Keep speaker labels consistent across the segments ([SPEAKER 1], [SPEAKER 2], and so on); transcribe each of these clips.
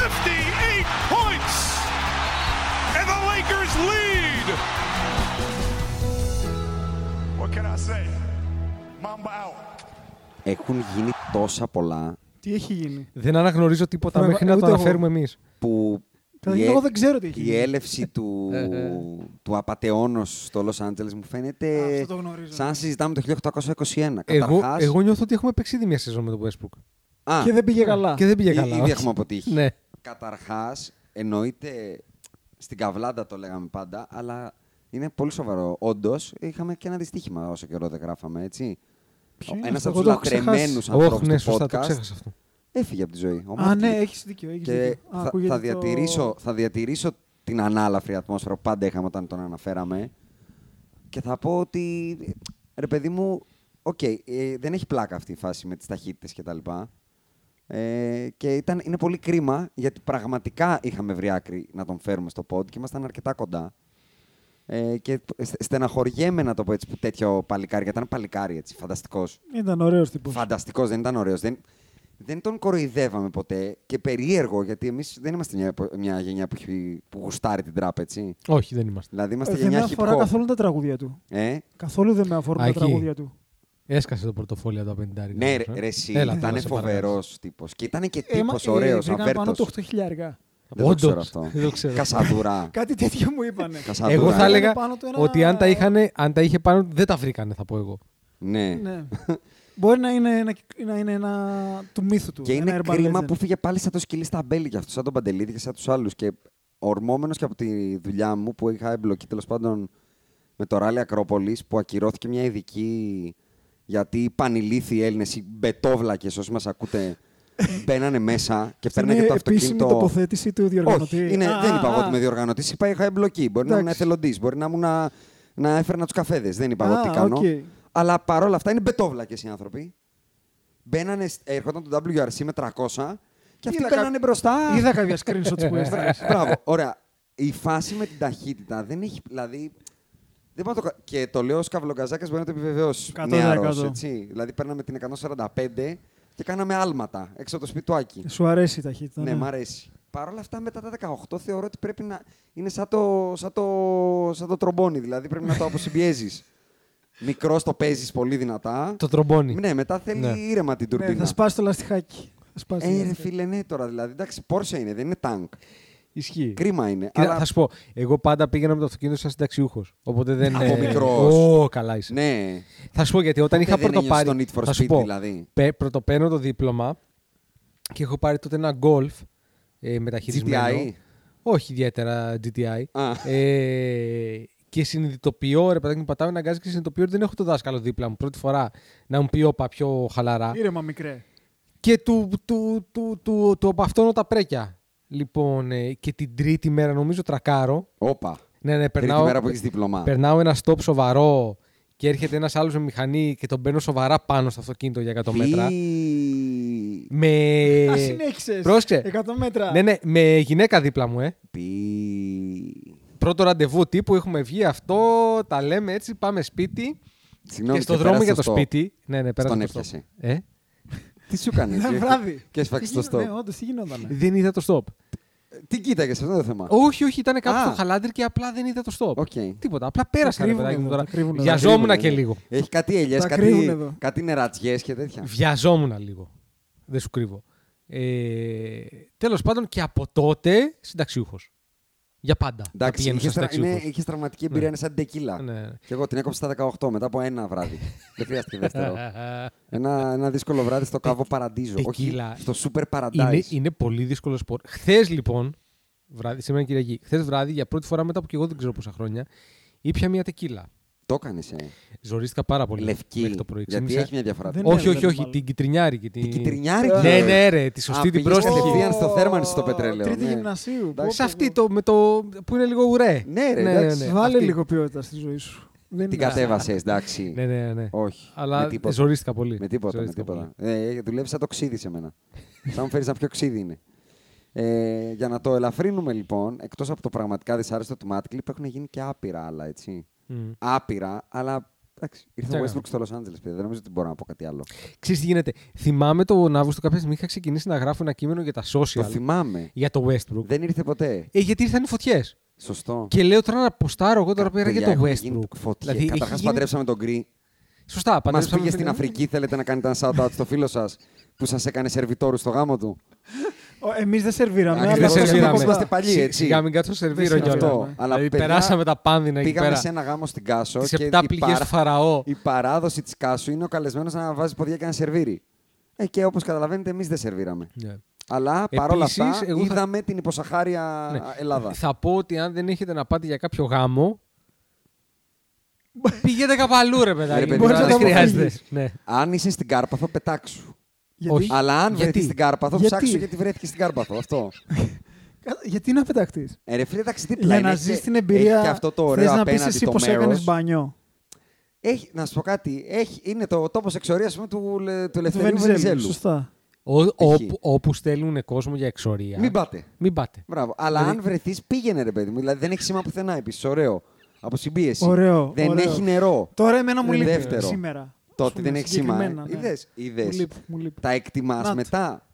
[SPEAKER 1] 58 points! And the Lakers lead!
[SPEAKER 2] What can I say? Mamba out.
[SPEAKER 3] Έχουν γίνει τόσα πολλά
[SPEAKER 4] Τι έχει γίνει.
[SPEAKER 5] Δεν αναγνωρίζω τίποτα
[SPEAKER 4] Μα,
[SPEAKER 5] μέχρι να
[SPEAKER 4] ούτε
[SPEAKER 5] το
[SPEAKER 4] εγώ.
[SPEAKER 5] αναφέρουμε εμείς.
[SPEAKER 3] που
[SPEAKER 4] Καταρχήν,
[SPEAKER 3] η ε-
[SPEAKER 4] εγώ δεν Ε, ξέρω τι έχει
[SPEAKER 3] η
[SPEAKER 4] γίνει.
[SPEAKER 3] έλευση του, του απατεώνος στο Λος Άντζελες μου
[SPEAKER 4] Α,
[SPEAKER 3] φαίνεται
[SPEAKER 4] αυτό το γνωρίζω. ναι.
[SPEAKER 3] σαν συζητάμε το 1821.
[SPEAKER 5] Εγώ,
[SPEAKER 3] Καταρχάς,
[SPEAKER 5] εγώ νιώθω ότι έχουμε παίξει ήδη μια σεζόν με τον Westbrook.
[SPEAKER 3] α,
[SPEAKER 4] Και δεν πήγε καλά.
[SPEAKER 5] Και δεν πήγε
[SPEAKER 3] Ή-
[SPEAKER 5] καλά.
[SPEAKER 3] ήδη έχουμε αποτύχει.
[SPEAKER 5] Ναι.
[SPEAKER 3] Καταρχάς, εννοείται στην καβλάντα το λέγαμε πάντα, αλλά είναι πολύ σοβαρό. Όντως, είχαμε και ένα δυστύχημα όσο καιρό δεν γράφαμε, έτσι.
[SPEAKER 4] είναι
[SPEAKER 3] Ένας
[SPEAKER 4] αυτό,
[SPEAKER 3] από
[SPEAKER 4] εγώ
[SPEAKER 3] του
[SPEAKER 4] το έχω ξεχάσει.
[SPEAKER 3] λατρεμένους
[SPEAKER 5] Όχι,
[SPEAKER 3] ανθρώπου
[SPEAKER 5] ναι,
[SPEAKER 3] του
[SPEAKER 5] σωστά, το
[SPEAKER 3] podcast
[SPEAKER 5] ξέχασα αυτό.
[SPEAKER 3] έφυγε από τη ζωή.
[SPEAKER 4] Α,
[SPEAKER 3] Ομάχθηκε.
[SPEAKER 4] ναι, έχεις δίκιο. Έχεις
[SPEAKER 3] Και
[SPEAKER 4] δίκιο. Α,
[SPEAKER 3] θα,
[SPEAKER 4] ακούγεται
[SPEAKER 3] θα,
[SPEAKER 4] το-
[SPEAKER 3] διατηρήσω, θα διατηρήσω την ανάλαφρη ατμόσφαιρα που πάντα είχαμε όταν τον αναφέραμε. Και θα πω ότι, ρε παιδί μου, οκ, ε, δεν έχει πλάκα αυτή η φάση με τις ταχύτητες και τα λοιπά. Ε, και ήταν, είναι πολύ κρίμα, γιατί πραγματικά είχαμε βρει άκρη να τον φέρουμε στο pod και ήμασταν αρκετά κοντά. Ε, και στε- στεναχωριέμαι να το πω έτσι που τέτοιο παλικάρι, γιατί ήταν παλικάρι έτσι, φανταστικός.
[SPEAKER 4] Ήταν ωραίος τύπος.
[SPEAKER 3] Φανταστικός, δεν ήταν ωραίος. Δεν, δεν τον κοροϊδεύαμε ποτέ και περίεργο γιατί εμείς δεν είμαστε μια, επο- μια γενιά που, έχει- που γουστάρει την τραπ, έτσι.
[SPEAKER 5] Όχι, δεν είμαστε.
[SPEAKER 3] Δηλαδή είμαστε
[SPEAKER 4] Ε, Δεν με
[SPEAKER 3] γενιά
[SPEAKER 4] αφορά
[SPEAKER 3] χυπικό.
[SPEAKER 4] καθόλου τα τραγούδια του.
[SPEAKER 3] Ε?
[SPEAKER 4] Καθόλου δεν με αφορούν
[SPEAKER 5] Α,
[SPEAKER 4] τα
[SPEAKER 5] εκεί.
[SPEAKER 4] τραγούδια του.
[SPEAKER 5] Έσκασε το πορτοφόλι από τα 50.
[SPEAKER 3] Ναι, ρε,
[SPEAKER 4] ε.
[SPEAKER 3] ρε εσύ, ήταν φοβερό τύπος. Και ήταν και
[SPEAKER 4] Έμα- ε,
[SPEAKER 3] τύπο ωραίος,
[SPEAKER 4] βρήκαν πάνω το
[SPEAKER 3] αβέρτο.
[SPEAKER 4] 8.000.
[SPEAKER 3] Δεν το ξέρω αυτό.
[SPEAKER 5] Δεν το ξέρω.
[SPEAKER 3] Κασαδουρά.
[SPEAKER 4] Κάτι τέτοιο μου είπανε.
[SPEAKER 3] Κασαδουρά.
[SPEAKER 5] Εγώ θα
[SPEAKER 4] Βρήκανε
[SPEAKER 5] έλεγα
[SPEAKER 4] πάνω του ένα-
[SPEAKER 5] ότι αν τα, είχαν, αν τα είχε πάνω δεν τα βρήκανε, θα πω εγώ.
[SPEAKER 3] Ναι.
[SPEAKER 4] ναι. Μπορεί να είναι, ένα, να είναι ένα του μύθου του.
[SPEAKER 3] Και
[SPEAKER 4] ένα
[SPEAKER 3] είναι
[SPEAKER 4] urban
[SPEAKER 3] κρίμα
[SPEAKER 4] legend.
[SPEAKER 3] που φύγε πάλι σαν το σκυλί στα μπέλη και αυτό, σαν τον Παντελίδη και σαν τους άλλους. Και ορμόμενος και από τη δουλειά μου που είχα εμπλοκή τέλος πάντων με το ράλι Ακρόπολης που ακυρώθηκε μια ειδική. Γιατί οι πανηλήθιοι Έλληνες, οι μπετόβλακες, όσοι μας ακούτε, μπαίνανε μέσα και
[SPEAKER 4] Αυτή
[SPEAKER 3] παίρνανε
[SPEAKER 4] είναι
[SPEAKER 3] το
[SPEAKER 4] επίσημη
[SPEAKER 3] αυτοκίνητο.
[SPEAKER 4] τοποθέτηση του διοργανωτή.
[SPEAKER 3] Όχι, είναι,
[SPEAKER 4] Α,
[SPEAKER 3] δεν
[SPEAKER 4] α,
[SPEAKER 3] είπα εγώ
[SPEAKER 4] α.
[SPEAKER 3] ότι με διοργανωτής, είπα είχα εμπλοκή. Μπορεί να ήμουν
[SPEAKER 4] Εντάξει.
[SPEAKER 3] εθελοντής, μπορεί να ήμουν να, να έφερνα τους καφέδες. Δεν είπα εγώ
[SPEAKER 4] Α,
[SPEAKER 3] τι κάνω.
[SPEAKER 4] οκ.
[SPEAKER 3] Αλλά παρόλα αυτά είναι μπετόβλακες οι άνθρωποι. Μπαίνανε, σ- έρχονταν το WRC με 300 και αυτοί
[SPEAKER 4] Είδα
[SPEAKER 3] μπαίνανε
[SPEAKER 4] κάποιο-
[SPEAKER 3] μπροστά. Ε,
[SPEAKER 4] Είδα κάποια screenshots που έστειλες.
[SPEAKER 3] Μπράβο, ωραία. Η φάση με την ταχύτητα δεν έχει. Δηλαδή. Δεν μπορώ να το... κα- Και το λέω ο Σκαυλογκαζάκας μπορεί να το επιβεβαιώσεις.
[SPEAKER 4] 100%.
[SPEAKER 3] Νεαρός, έτσι. Δηλαδή παίρναμε την 145 και κάναμε άλματα έξω από το σπιτουάκι.
[SPEAKER 4] Σου αρέσει η ταχύτητα.
[SPEAKER 3] Ναι, μ' αρέσει. Παρ' όλα αυτά, μετά τα 18 θεωρώ ότι πρέπει να. είναι σαν το, σαν το, σαν το τρομπόνι, δηλαδή πρέπει να το αποσυμπιέζεις. Μικρός το παίζεις πολύ δυνατά.
[SPEAKER 5] Το τρομπόνι.
[SPEAKER 3] Ναι, μετά θέλει
[SPEAKER 5] Ναι.
[SPEAKER 3] ήρεμα την
[SPEAKER 4] Ναι,
[SPEAKER 3] τουρμπίνα.
[SPEAKER 4] θα σπάσει το λαστιχάκι. Θα σπάσει το
[SPEAKER 3] Ε, ρε
[SPEAKER 4] λαστιχάκι.
[SPEAKER 3] φίλε, ναι τώρα δηλαδή. Εντάξει, Πόρσε είναι, δεν είναι τάγκ.
[SPEAKER 5] Ισχύει.
[SPEAKER 3] Κρίμα είναι.
[SPEAKER 5] Κοίτα,
[SPEAKER 3] αλλά...
[SPEAKER 5] θα σου πω, εγώ πάντα πήγαινα με το αυτοκίνητο σαν συνταξιούχος. Οπότε δεν.
[SPEAKER 3] Από
[SPEAKER 5] ε,
[SPEAKER 3] μικρός.
[SPEAKER 5] Ω, καλά είσαι.
[SPEAKER 3] Ναι.
[SPEAKER 5] Θα σου πω γιατί όταν
[SPEAKER 3] Ποτέ
[SPEAKER 5] είχα
[SPEAKER 3] δεν ένιωσες το
[SPEAKER 5] πρωτοπάρει.
[SPEAKER 3] Need for
[SPEAKER 5] θα σου
[SPEAKER 3] Speed,
[SPEAKER 5] πω,
[SPEAKER 3] δηλαδή.
[SPEAKER 5] πε- πρωτοπαίρνω το δίπλωμα και έχω πάρει τότε ένα golf ε, μεταχειρισμένο.
[SPEAKER 3] GTI?
[SPEAKER 5] Όχι ιδιαίτερα GTI.
[SPEAKER 3] Α.
[SPEAKER 5] Ε, και συνειδητοποιώ, ρε παιδάκι μου, πατάω ένα γκάζι και συνειδητοποιώ ότι δεν έχω το δάσκαλο δίπλα μου. Πρώτη φορά να μου πει όπα πιο χαλαρά.
[SPEAKER 4] Ήρεμα μικρέ.
[SPEAKER 5] Και του, του, του, του, του απαυτώνω τα πρέκια. Λοιπόν, ε, και την τρίτη μέρα νομίζω τρακάρω.
[SPEAKER 3] Όπα.
[SPEAKER 5] Ναι, ναι,
[SPEAKER 3] Τρίτη
[SPEAKER 5] περνάω,
[SPEAKER 3] μέρα που έχεις δίπλωμα.
[SPEAKER 5] περνάω ένα στόπ σοβαρό και έρχεται ένας άλλος με μηχανή και τον παίρνω σοβαρά πάνω στο αυτοκίνητο για 100 μέτρα.
[SPEAKER 3] Φι- Ε,
[SPEAKER 5] Με...
[SPEAKER 4] Α συνέχισες.
[SPEAKER 5] Πρόσεξε.
[SPEAKER 4] 100 μέτρα.
[SPEAKER 5] Ναι, ναι, με γυναίκα δίπλα μου, ε.
[SPEAKER 3] Πι...
[SPEAKER 5] Πρώτο ραντεβού τύπου, έχουμε βγει αυτό, τα λέμε έτσι, πάμε σπίτι.
[SPEAKER 3] Συγγνώμη,
[SPEAKER 5] και στο
[SPEAKER 3] και
[SPEAKER 5] δρόμο
[SPEAKER 3] πέρασε
[SPEAKER 5] για το
[SPEAKER 3] στο.
[SPEAKER 5] σπίτι. Ναι, ναι, πέρασε
[SPEAKER 3] Στον
[SPEAKER 5] το
[SPEAKER 3] έπιασε.
[SPEAKER 5] stop. Ε?
[SPEAKER 3] Τι σου κάνει.
[SPEAKER 4] Ένα βράδυ.
[SPEAKER 3] Ναι. Και έσφαξε το
[SPEAKER 4] Ναι,
[SPEAKER 3] στόχο.
[SPEAKER 4] όντως, τι γινόταν.
[SPEAKER 5] Δεν είδα το stop.
[SPEAKER 3] Τι κοίταγες, αυτό είναι το θέμα.
[SPEAKER 5] Όχι, όχι, ήταν κάπου
[SPEAKER 3] Α.
[SPEAKER 5] στο χαλάντρι και απλά δεν είδα το stop.
[SPEAKER 3] Οκ.
[SPEAKER 5] Τίποτα. Απλά πέρασα ρε
[SPEAKER 4] κρύβουνε
[SPEAKER 5] παιδάκι μου
[SPEAKER 4] εδώ,
[SPEAKER 5] τώρα.
[SPEAKER 4] τα κρύβουνε εδώ.
[SPEAKER 5] Βιαζόμουν
[SPEAKER 3] Κρύβουνε,
[SPEAKER 5] και
[SPEAKER 3] ναι.
[SPEAKER 5] λίγο.
[SPEAKER 3] Έχει κάτι ελιέ,
[SPEAKER 4] Τα κρύβουνε
[SPEAKER 3] κάτι,
[SPEAKER 4] εδώ.
[SPEAKER 3] κάτι νερατζιές και τέτοια.
[SPEAKER 5] Βιαζόμουν λίγο. Δεν σου κρύβω. Ε, Τέλος πάντων και από τότε συνταξιούχος. Για πάντα. θα
[SPEAKER 3] Εντάξει,
[SPEAKER 5] πηγαίνω σαν
[SPEAKER 3] είχε τρα... είναι,
[SPEAKER 5] συνταξιούχος.
[SPEAKER 3] είχες τραυματική εμπειρία, είναι σαν την τεκίλα.
[SPEAKER 5] Ναι.
[SPEAKER 3] Και εγώ την έκοψα στα 18 μετά από ένα βράδυ. Δεν χρειάστηκε δεύτερο. ένα, ένα δύσκολο βράδυ στο καβό Παραντίζο.
[SPEAKER 5] τεκίλα.
[SPEAKER 3] Όχι, στο Σούπερ
[SPEAKER 5] Είναι,
[SPEAKER 3] Παραντάζ.
[SPEAKER 5] είναι πολύ δύσκολο σπορ. Χθες λοιπόν, βράδυ, σήμερα είναι Κυριακή, χθες βράδυ για πρώτη φορά μετά από και εγώ δεν ξέρω πόσα χρόνια, ήπια μια τεκίλα.
[SPEAKER 3] Το έκανες. Ε.
[SPEAKER 5] Ζορίστηκα πάρα πολύ.
[SPEAKER 3] Λευκή.
[SPEAKER 5] Μέχρι το πρωί.
[SPEAKER 3] Γιατί
[SPEAKER 5] Ξύπνησα-
[SPEAKER 3] έχει μια διαφορά.
[SPEAKER 4] Δεν-
[SPEAKER 5] Όχι,
[SPEAKER 4] Ναι,
[SPEAKER 5] όχι, όχι,
[SPEAKER 4] μάλλον.
[SPEAKER 5] την κυτρινιάρικη. Την,
[SPEAKER 3] Την κυτρινιάρικη.
[SPEAKER 5] Ναι,
[SPEAKER 3] ε.
[SPEAKER 5] ναι, ρε, τη σωστή
[SPEAKER 3] Α,
[SPEAKER 5] την
[SPEAKER 3] πήγες
[SPEAKER 5] πρόστιχη.
[SPEAKER 3] κατευθείαν στο θέρμανση στο πετρέλαιο.
[SPEAKER 4] Τρίτη
[SPEAKER 3] ναι.
[SPEAKER 4] γυμνασίου.
[SPEAKER 3] Εντάξει.
[SPEAKER 5] Σε αυτή το, με το, που είναι λίγο ουρέ.
[SPEAKER 3] Ναι, ρε,
[SPEAKER 5] ναι,
[SPEAKER 3] εντάξει.
[SPEAKER 5] ναι.
[SPEAKER 4] Βάλε
[SPEAKER 5] Αυτή.
[SPEAKER 4] λίγο ποιότητα στη ζωή σου. Δεν
[SPEAKER 3] Την
[SPEAKER 4] είναι-
[SPEAKER 3] κατέβασες, εντάξει.
[SPEAKER 5] Ναι, ναι, ναι.
[SPEAKER 3] Όχι.
[SPEAKER 5] Αλλά
[SPEAKER 3] με τίποτα.
[SPEAKER 5] ζορίστηκα πολύ.
[SPEAKER 3] Με τίποτα, με
[SPEAKER 5] Ζορίστηκα
[SPEAKER 3] τίποτα. Ε, δουλεύεις σαν το ξύδι σε μένα. σαν μου φέρεις να πιο ξύδι είναι. Ε, για να το ελαφρύνουμε λοιπόν, εκτός από το πραγματικά δυσάρεστο του Μάτ Κλιπ, έχουν γίνει και άπειρα άλλα, έτσι.
[SPEAKER 5] Μμμ.
[SPEAKER 3] Άπειρα, αλλά. Εντάξει, ήρθε ο
[SPEAKER 5] Τσάκα.
[SPEAKER 3] Westbrook στο Los Angeles, παιδιά. Δεν νομίζω ότι μπορώ να πω κάτι άλλο.
[SPEAKER 5] Ξέρεις τι γίνεται. Θυμάμαι τον Αύγουστο κάποια στιγμή είχα ξεκινήσει να γράφω ένα κείμενο για τα
[SPEAKER 3] Το
[SPEAKER 5] social
[SPEAKER 3] θυμάμαι.
[SPEAKER 5] για το Westbrook.
[SPEAKER 3] Δεν ήρθε ποτέ.
[SPEAKER 5] Ε, γιατί ήρθαν οι φωτιές.
[SPEAKER 3] Σωστό.
[SPEAKER 5] Και λέω τώρα να αποστάρω εγώ τώρα πέρα
[SPEAKER 3] Παιδιά,
[SPEAKER 5] για το
[SPEAKER 3] έχουν γίνει
[SPEAKER 5] Westbrook. Δηλαδή,
[SPEAKER 3] Φωτιές.
[SPEAKER 5] έχει
[SPEAKER 3] Καταρχάς,
[SPEAKER 5] γίνει-
[SPEAKER 3] παντρέψαμε τον Γκρι.
[SPEAKER 5] Σωστά,
[SPEAKER 3] Μας
[SPEAKER 5] παντρέψαμε
[SPEAKER 3] πήγε στην
[SPEAKER 5] τον-
[SPEAKER 3] Αφρική. Θέλετε να κάνετε ένα shout-out στο φίλο σας που σας έκανε σερβιτόρους στο γάμο του.
[SPEAKER 4] Ο- εμείς δεν σερβίραμε.
[SPEAKER 3] Εντάξει,
[SPEAKER 5] Δεν
[SPEAKER 4] αλλά
[SPEAKER 3] δεν
[SPEAKER 4] το
[SPEAKER 3] σερβίραμε.
[SPEAKER 4] κάναμε
[SPEAKER 3] Είμαστε
[SPEAKER 4] κοντά.
[SPEAKER 3] παλιοί,
[SPEAKER 5] Σι-
[SPEAKER 3] έτσι.
[SPEAKER 5] Σιγά μην κάτσω σερβίρο
[SPEAKER 4] Δεν
[SPEAKER 5] κιόλα.
[SPEAKER 4] αυτό.
[SPEAKER 3] Αλλά,
[SPEAKER 5] Δηλαδή,
[SPEAKER 3] παιδιά,
[SPEAKER 5] περάσαμε τα πάνδυνα εκεί
[SPEAKER 3] Πήγαμε
[SPEAKER 5] πέρα.
[SPEAKER 3] σε ένα γάμο στην Κάσο.
[SPEAKER 5] Τις
[SPEAKER 3] και
[SPEAKER 5] επτά
[SPEAKER 3] η
[SPEAKER 5] πληγές Φαραώ.
[SPEAKER 3] Η παράδοση της Κάσου είναι ο καλεσμένος να βάζει ποδιά και να σερβίρει. Ε, και όπως καταλαβαίνετε, εμείς δεν σερβίραμε.
[SPEAKER 5] Ναι.
[SPEAKER 3] Αλλά παρόλα
[SPEAKER 5] Επίσης,
[SPEAKER 3] αυτά,
[SPEAKER 5] εγώ θα-
[SPEAKER 3] είδαμε την υποσαχάρια
[SPEAKER 5] Ναι.
[SPEAKER 3] Ελλάδα.
[SPEAKER 5] Θα πω ότι αν δεν έχετε να πάτε για κάποιο γάμο. πηγαίνετε κάπου αλλού, ρε
[SPEAKER 3] Ρε,
[SPEAKER 5] παιδάκι.
[SPEAKER 3] παιδιά,
[SPEAKER 5] Μπορείς να
[SPEAKER 3] να
[SPEAKER 5] δεν
[SPEAKER 3] αποφύγεις.
[SPEAKER 5] χρειάζεται. Ναι.
[SPEAKER 3] Αν είσαι στην Κάρπαθο, πετάξου.
[SPEAKER 4] Γιατί-
[SPEAKER 5] Όχι.
[SPEAKER 3] Αλλά αν
[SPEAKER 5] Γιατί?
[SPEAKER 3] βρεθεί στην Κάρπαθο,
[SPEAKER 4] Γιατί?
[SPEAKER 3] ψάξου γιατί βρέθηκε στην Κάρπαθο. Αυτό.
[SPEAKER 4] Κα- Γιατί να πεταχτείς.
[SPEAKER 3] Ε, ρε φίλε, εντάξει, δίπλα
[SPEAKER 4] Για
[SPEAKER 3] είναι.
[SPEAKER 4] να
[SPEAKER 3] Έχει
[SPEAKER 4] ζεις
[SPEAKER 3] και-
[SPEAKER 4] την εμπειρία.
[SPEAKER 3] Έχει και αυτό το
[SPEAKER 4] θες
[SPEAKER 3] ωραίο
[SPEAKER 4] να πεις
[SPEAKER 3] απέναντι
[SPEAKER 4] εσύ
[SPEAKER 3] το
[SPEAKER 4] πώ έκανε
[SPEAKER 3] μέρος.
[SPEAKER 4] μπανιό.
[SPEAKER 3] Έχει, να σου πω κάτι. Έχει, είναι το τόπος εξορίας του, λε- του
[SPEAKER 4] Του
[SPEAKER 3] Ελευθερίου
[SPEAKER 4] Βενιζέλου.
[SPEAKER 3] Βενιζέλου.
[SPEAKER 4] Σωστά.
[SPEAKER 5] Ό,
[SPEAKER 3] Π.χ.
[SPEAKER 5] όπου, όπου στέλνουν κόσμο για εξορία.
[SPEAKER 3] Μην πάτε.
[SPEAKER 5] Μην πάτε.
[SPEAKER 3] Μπράβο. Αλλά αν βρεθείς, πήγαινε ρε παιδί μου. Δηλαδή δεν έχει σήμα πουθενά επίσης. Ωραίο. Από συμπίεση.
[SPEAKER 4] Ωραίο,
[SPEAKER 3] Δεν
[SPEAKER 4] ωραίο.
[SPEAKER 3] έχει νερό.
[SPEAKER 4] Τώρα εμένα μου
[SPEAKER 3] Ε,
[SPEAKER 4] λείπει
[SPEAKER 3] δεύτερο.
[SPEAKER 4] σήμερα.
[SPEAKER 3] Το
[SPEAKER 4] Ας
[SPEAKER 3] ότι
[SPEAKER 4] πούμε,
[SPEAKER 3] δεν έχει σήμα. ε.
[SPEAKER 4] συγκεκριμένα, ναι.
[SPEAKER 3] Είδες,
[SPEAKER 4] Μου
[SPEAKER 3] είδες.
[SPEAKER 4] λείπει, μου λείπει.
[SPEAKER 3] Τα εκτιμάς
[SPEAKER 4] Να το.
[SPEAKER 3] μετά.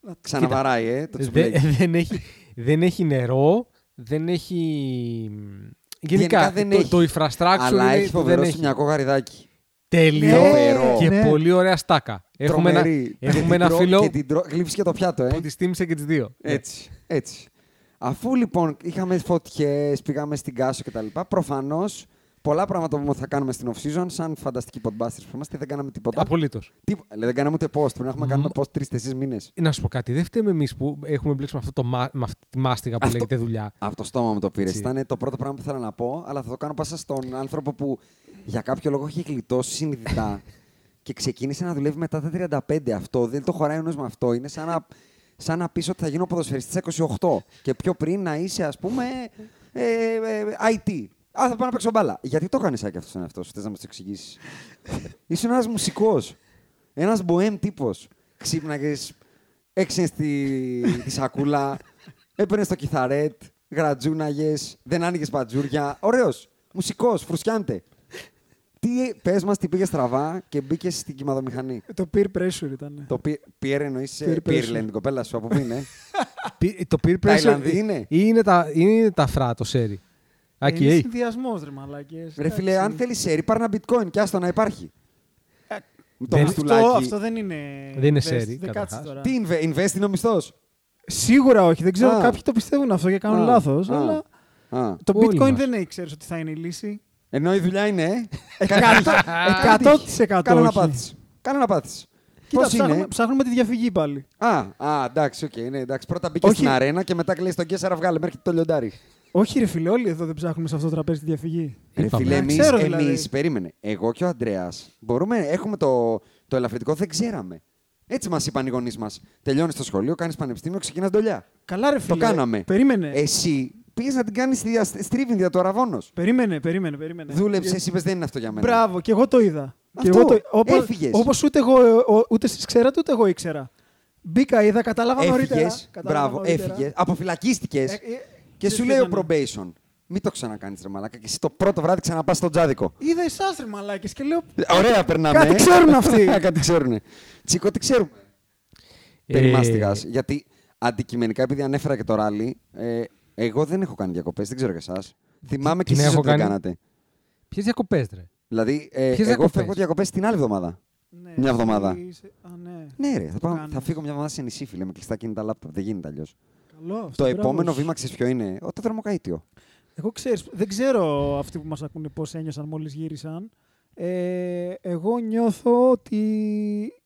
[SPEAKER 4] Να το.
[SPEAKER 3] Ξαναβαράει, ε, το
[SPEAKER 5] Δε-
[SPEAKER 3] τσιμπλέκι.
[SPEAKER 5] δεν, έχει, δεν έχει νερό, δεν έχει. Γενικά,
[SPEAKER 3] Γενικά δεν
[SPEAKER 5] το,
[SPEAKER 3] έχει.
[SPEAKER 5] το infrastructure
[SPEAKER 3] Αλλά
[SPEAKER 5] είναι-
[SPEAKER 3] έχει φοβερό
[SPEAKER 5] δεν έχει.
[SPEAKER 3] σουμιακό γαριδάκι.
[SPEAKER 5] Τέλειο
[SPEAKER 3] Φοβερό.
[SPEAKER 5] και
[SPEAKER 4] Ναι.
[SPEAKER 5] πολύ ωραία στάκα. Έχουμε ένα,
[SPEAKER 3] Τρομερή. Και την
[SPEAKER 5] έχουμε ένα
[SPEAKER 3] τρώω-
[SPEAKER 5] φίλο
[SPEAKER 3] Και την τρώω- γλύψεις και το πιάτο,
[SPEAKER 5] που
[SPEAKER 3] ε.
[SPEAKER 5] τη τίμησε και τις δύο.
[SPEAKER 3] Έτσι. Ε, Έτσι. Αφού λοιπόν είχαμε φωτιές, πήγαμε στην Κάσο κτλ. Προφανώς πολλά πράγματα που θα κάνουμε στην off season, σαν φανταστικοί podbusters που είμαστε, δεν κάναμε τίποτα.
[SPEAKER 5] Απολύτως.
[SPEAKER 3] Τι, λέει, δεν κάναμε ούτε post. Πρέπει να έχουμε κάνει ένα post τρει-τεσσέρι μήνες.
[SPEAKER 5] Να σου πω κάτι. Δεν φταίμε εμείς που έχουμε μπλέξει με, αυτό το, μα- με αυτή τη μάστιγα που
[SPEAKER 3] Αυτό-
[SPEAKER 5] λέγεται δουλειά.
[SPEAKER 3] Από το στόμα μου το πήρε.
[SPEAKER 5] Έτσι.
[SPEAKER 3] Ήταν το πρώτο πράγμα που ήθελα να πω, αλλά θα το κάνω πάσα στον άνθρωπο που για κάποιο λόγο έχει γλιτώσει συνειδητά και ξεκίνησε να δουλεύει μετά τα 35. Αυτό δεν το χωράει ο νους με αυτό. Είναι σαν να, σαν να πεις ότι θα γίνω ποδοσφαιριστής στα 28 και πιο πριν να είσαι, ας πούμε, ε, ε, ε, IT. Α, θα πάω να παίξω μπάλα. Γιατί το έκανε άκη αυτό στον εαυτό σου, θες να μας το εξηγήσεις. Ήσουν ένας μουσικός. Ένας μποέμ τύπος. Ξύπναγες, έξινε τη, τη σακούλα, έπαιρνες το κιθαρέτ, γρατζούναγες, δεν άνοιγες μπατζούρια. Ωραίος. Μουσικός, φρουσκιάντε. Τι πες μας, τι πήγε στραβά και μπήκες στην κυματομηχανή.
[SPEAKER 4] Ε, Το peer pressure ήταν. ναι.
[SPEAKER 3] Το πι- πήρε εννοείς
[SPEAKER 4] Peer
[SPEAKER 3] σε
[SPEAKER 4] pressure.
[SPEAKER 3] πήρε, λένε την κοπέλα σου από πού είναι.
[SPEAKER 5] Πι- το peer pressure
[SPEAKER 3] Ταϊλανδοί είναι.
[SPEAKER 5] είναι τα, είναι τα φρά, το σερι. Άκη,
[SPEAKER 4] Είναι
[SPEAKER 5] ε,
[SPEAKER 4] συνδυασμός ρε μαλάκες.
[SPEAKER 3] Ρε φίλε,
[SPEAKER 4] Εντάξει.
[SPEAKER 3] αν θέλεις σερι, πάρε ένα bitcoin και άστο να υπάρχει. Το
[SPEAKER 5] δεν-
[SPEAKER 3] μαστουλάκι.
[SPEAKER 4] Ε, Αυτό, αυτό δεν είναι.
[SPEAKER 5] Δεν είναι
[SPEAKER 4] invest,
[SPEAKER 5] σερι,
[SPEAKER 4] δεν
[SPEAKER 5] καταρχάς.
[SPEAKER 4] κάτσεις τώρα.
[SPEAKER 3] Τι inve- invest είναι ο μισθός.
[SPEAKER 4] Σίγουρα όχι. Δεν ξέρω.
[SPEAKER 3] Α.
[SPEAKER 4] Κάποιοι το πιστεύουν αυτό και κάνουν λάθο. Αλλά το
[SPEAKER 5] Όλοι
[SPEAKER 4] bitcoin
[SPEAKER 5] μας.
[SPEAKER 4] δεν ξέρεις ότι θα είναι η λύση.
[SPEAKER 3] Ενώ η δουλειά είναι. ε.
[SPEAKER 4] Εκατό- εκατό της εκατό
[SPEAKER 3] Κάνε να
[SPEAKER 4] όχι.
[SPEAKER 3] πάθει. Κάνε να πάθει.
[SPEAKER 4] Κοίτα,
[SPEAKER 3] Πώς
[SPEAKER 4] ψάχνουμε,
[SPEAKER 3] είναι.
[SPEAKER 4] ψάχνουμε τη διαφυγή πάλι.
[SPEAKER 3] Α, α, εντάξει, οκ. ναι, εντάξει. Πρώτα μπήκε
[SPEAKER 4] Όχι.
[SPEAKER 3] στην αρένα και μετά κλείνει τον Κέσσαρα, βγάλε μέχρι το λιοντάρι.
[SPEAKER 4] Όχι, ρε φίλε, όλοι εδώ δεν ψάχνουμε σε αυτό το τραπέζι τη διαφυγή.
[SPEAKER 3] Ρε
[SPEAKER 5] Είπαμε.
[SPEAKER 3] φίλε,
[SPEAKER 4] Να
[SPEAKER 3] εμεί.
[SPEAKER 4] Ε, ξέρω, δηλαδή.
[SPEAKER 3] περίμενε. Εγώ και ο Αντρέα μπορούμε. Έχουμε το, το ελαφρυντικό, δεν ξέραμε. Έτσι μας είπαν οι γονείς μας. Τελειώνεις το σχολείο, κάνεις πανεπιστήμιο, ξεκινάς δουλειά.
[SPEAKER 4] Καλά, ρε
[SPEAKER 3] Το
[SPEAKER 4] φίλε.
[SPEAKER 3] κάναμε.
[SPEAKER 4] Περίμενε.
[SPEAKER 3] Εσύ πήγες να την κάνεις στρίβινγκ για το αραβόνο.
[SPEAKER 4] Περίμενε, περίμενε, περίμενε.
[SPEAKER 3] Δούλεψες, είπες δεν είναι αυτό για μένα.
[SPEAKER 4] Μπράβο, και εγώ το είδα.
[SPEAKER 3] Ναι, Αυτό,
[SPEAKER 4] Και εγώ το... Όπως,
[SPEAKER 3] έφυγες.
[SPEAKER 4] όπως ούτε εγώ, ε, ο- ούτε εσείς ξέρατε, ούτε εγώ ήξερα. Μπήκα, είδα, κατάλαβα νωρίτερα.
[SPEAKER 3] Έφυγες.
[SPEAKER 4] Κατάλαβα
[SPEAKER 3] Μπράβο,
[SPEAKER 4] νωρίτερα.
[SPEAKER 3] έφυγες. Αποφυλακίστηκες.
[SPEAKER 4] Ε, ε,
[SPEAKER 3] και
[SPEAKER 4] δεν
[SPEAKER 3] σου λέει ο
[SPEAKER 4] θυμάμαι.
[SPEAKER 3] probation. Μην το ξανακάνεις ρε μαλάκα. Και εσύ το πρώτο βράδυ ξαναπάς στον τζάδικο.
[SPEAKER 4] Είδα εσάς ρε μαλάκες και λέω.
[SPEAKER 3] Ωραία, περνάμε.
[SPEAKER 4] Κάτι
[SPEAKER 3] ε.
[SPEAKER 4] ξέρουν αυτοί.
[SPEAKER 3] Κάτι ξέρουν. Τσίκο, τι ξέρουμε.
[SPEAKER 5] Ε,
[SPEAKER 3] Περί μάστιγας. Γιατί αντικειμενικά, επειδή ανέφερα και το ράλι, ε, εγώ δεν έχω κάνει διακοπές, δεν ξέρω για εσάς. Θυμάμαι και
[SPEAKER 5] την
[SPEAKER 3] εσείς
[SPEAKER 5] έχω
[SPEAKER 3] ότι δεν
[SPEAKER 5] κάνει.
[SPEAKER 3] κάνατε.
[SPEAKER 5] Ποιες διακοπές, ρε.
[SPEAKER 3] Δηλαδή, ε,
[SPEAKER 5] Ποιες
[SPEAKER 3] εγώ
[SPEAKER 5] διακοπές?
[SPEAKER 3] φεύγω διακοπές την άλλη εβδομάδα.
[SPEAKER 4] Ναι,
[SPEAKER 3] Μια εβδομάδα.
[SPEAKER 4] εσύ είσαι- Α, ναι.
[SPEAKER 3] Ναι, ρε, θα, πάω-
[SPEAKER 4] κάνεις.
[SPEAKER 3] θα φύγω μια εβδομάδα σε νησί, φίλε, με κλειστά κινητά λάπτοπ. Δεν γίνεται αλλιώς.
[SPEAKER 4] Καλό αυτό,
[SPEAKER 3] Το
[SPEAKER 4] μπράβος
[SPEAKER 3] επόμενο
[SPEAKER 4] σου.
[SPEAKER 3] βήμα ξέρεις ποιο είναι. Ο, το θερμοκαίτιο.
[SPEAKER 4] Εγώ ξέρεις, δεν ξέρω αυτοί που μας ακούνε πώς ένιωσαν μόλις γύρισαν. Ε, εγώ νιώθω ότι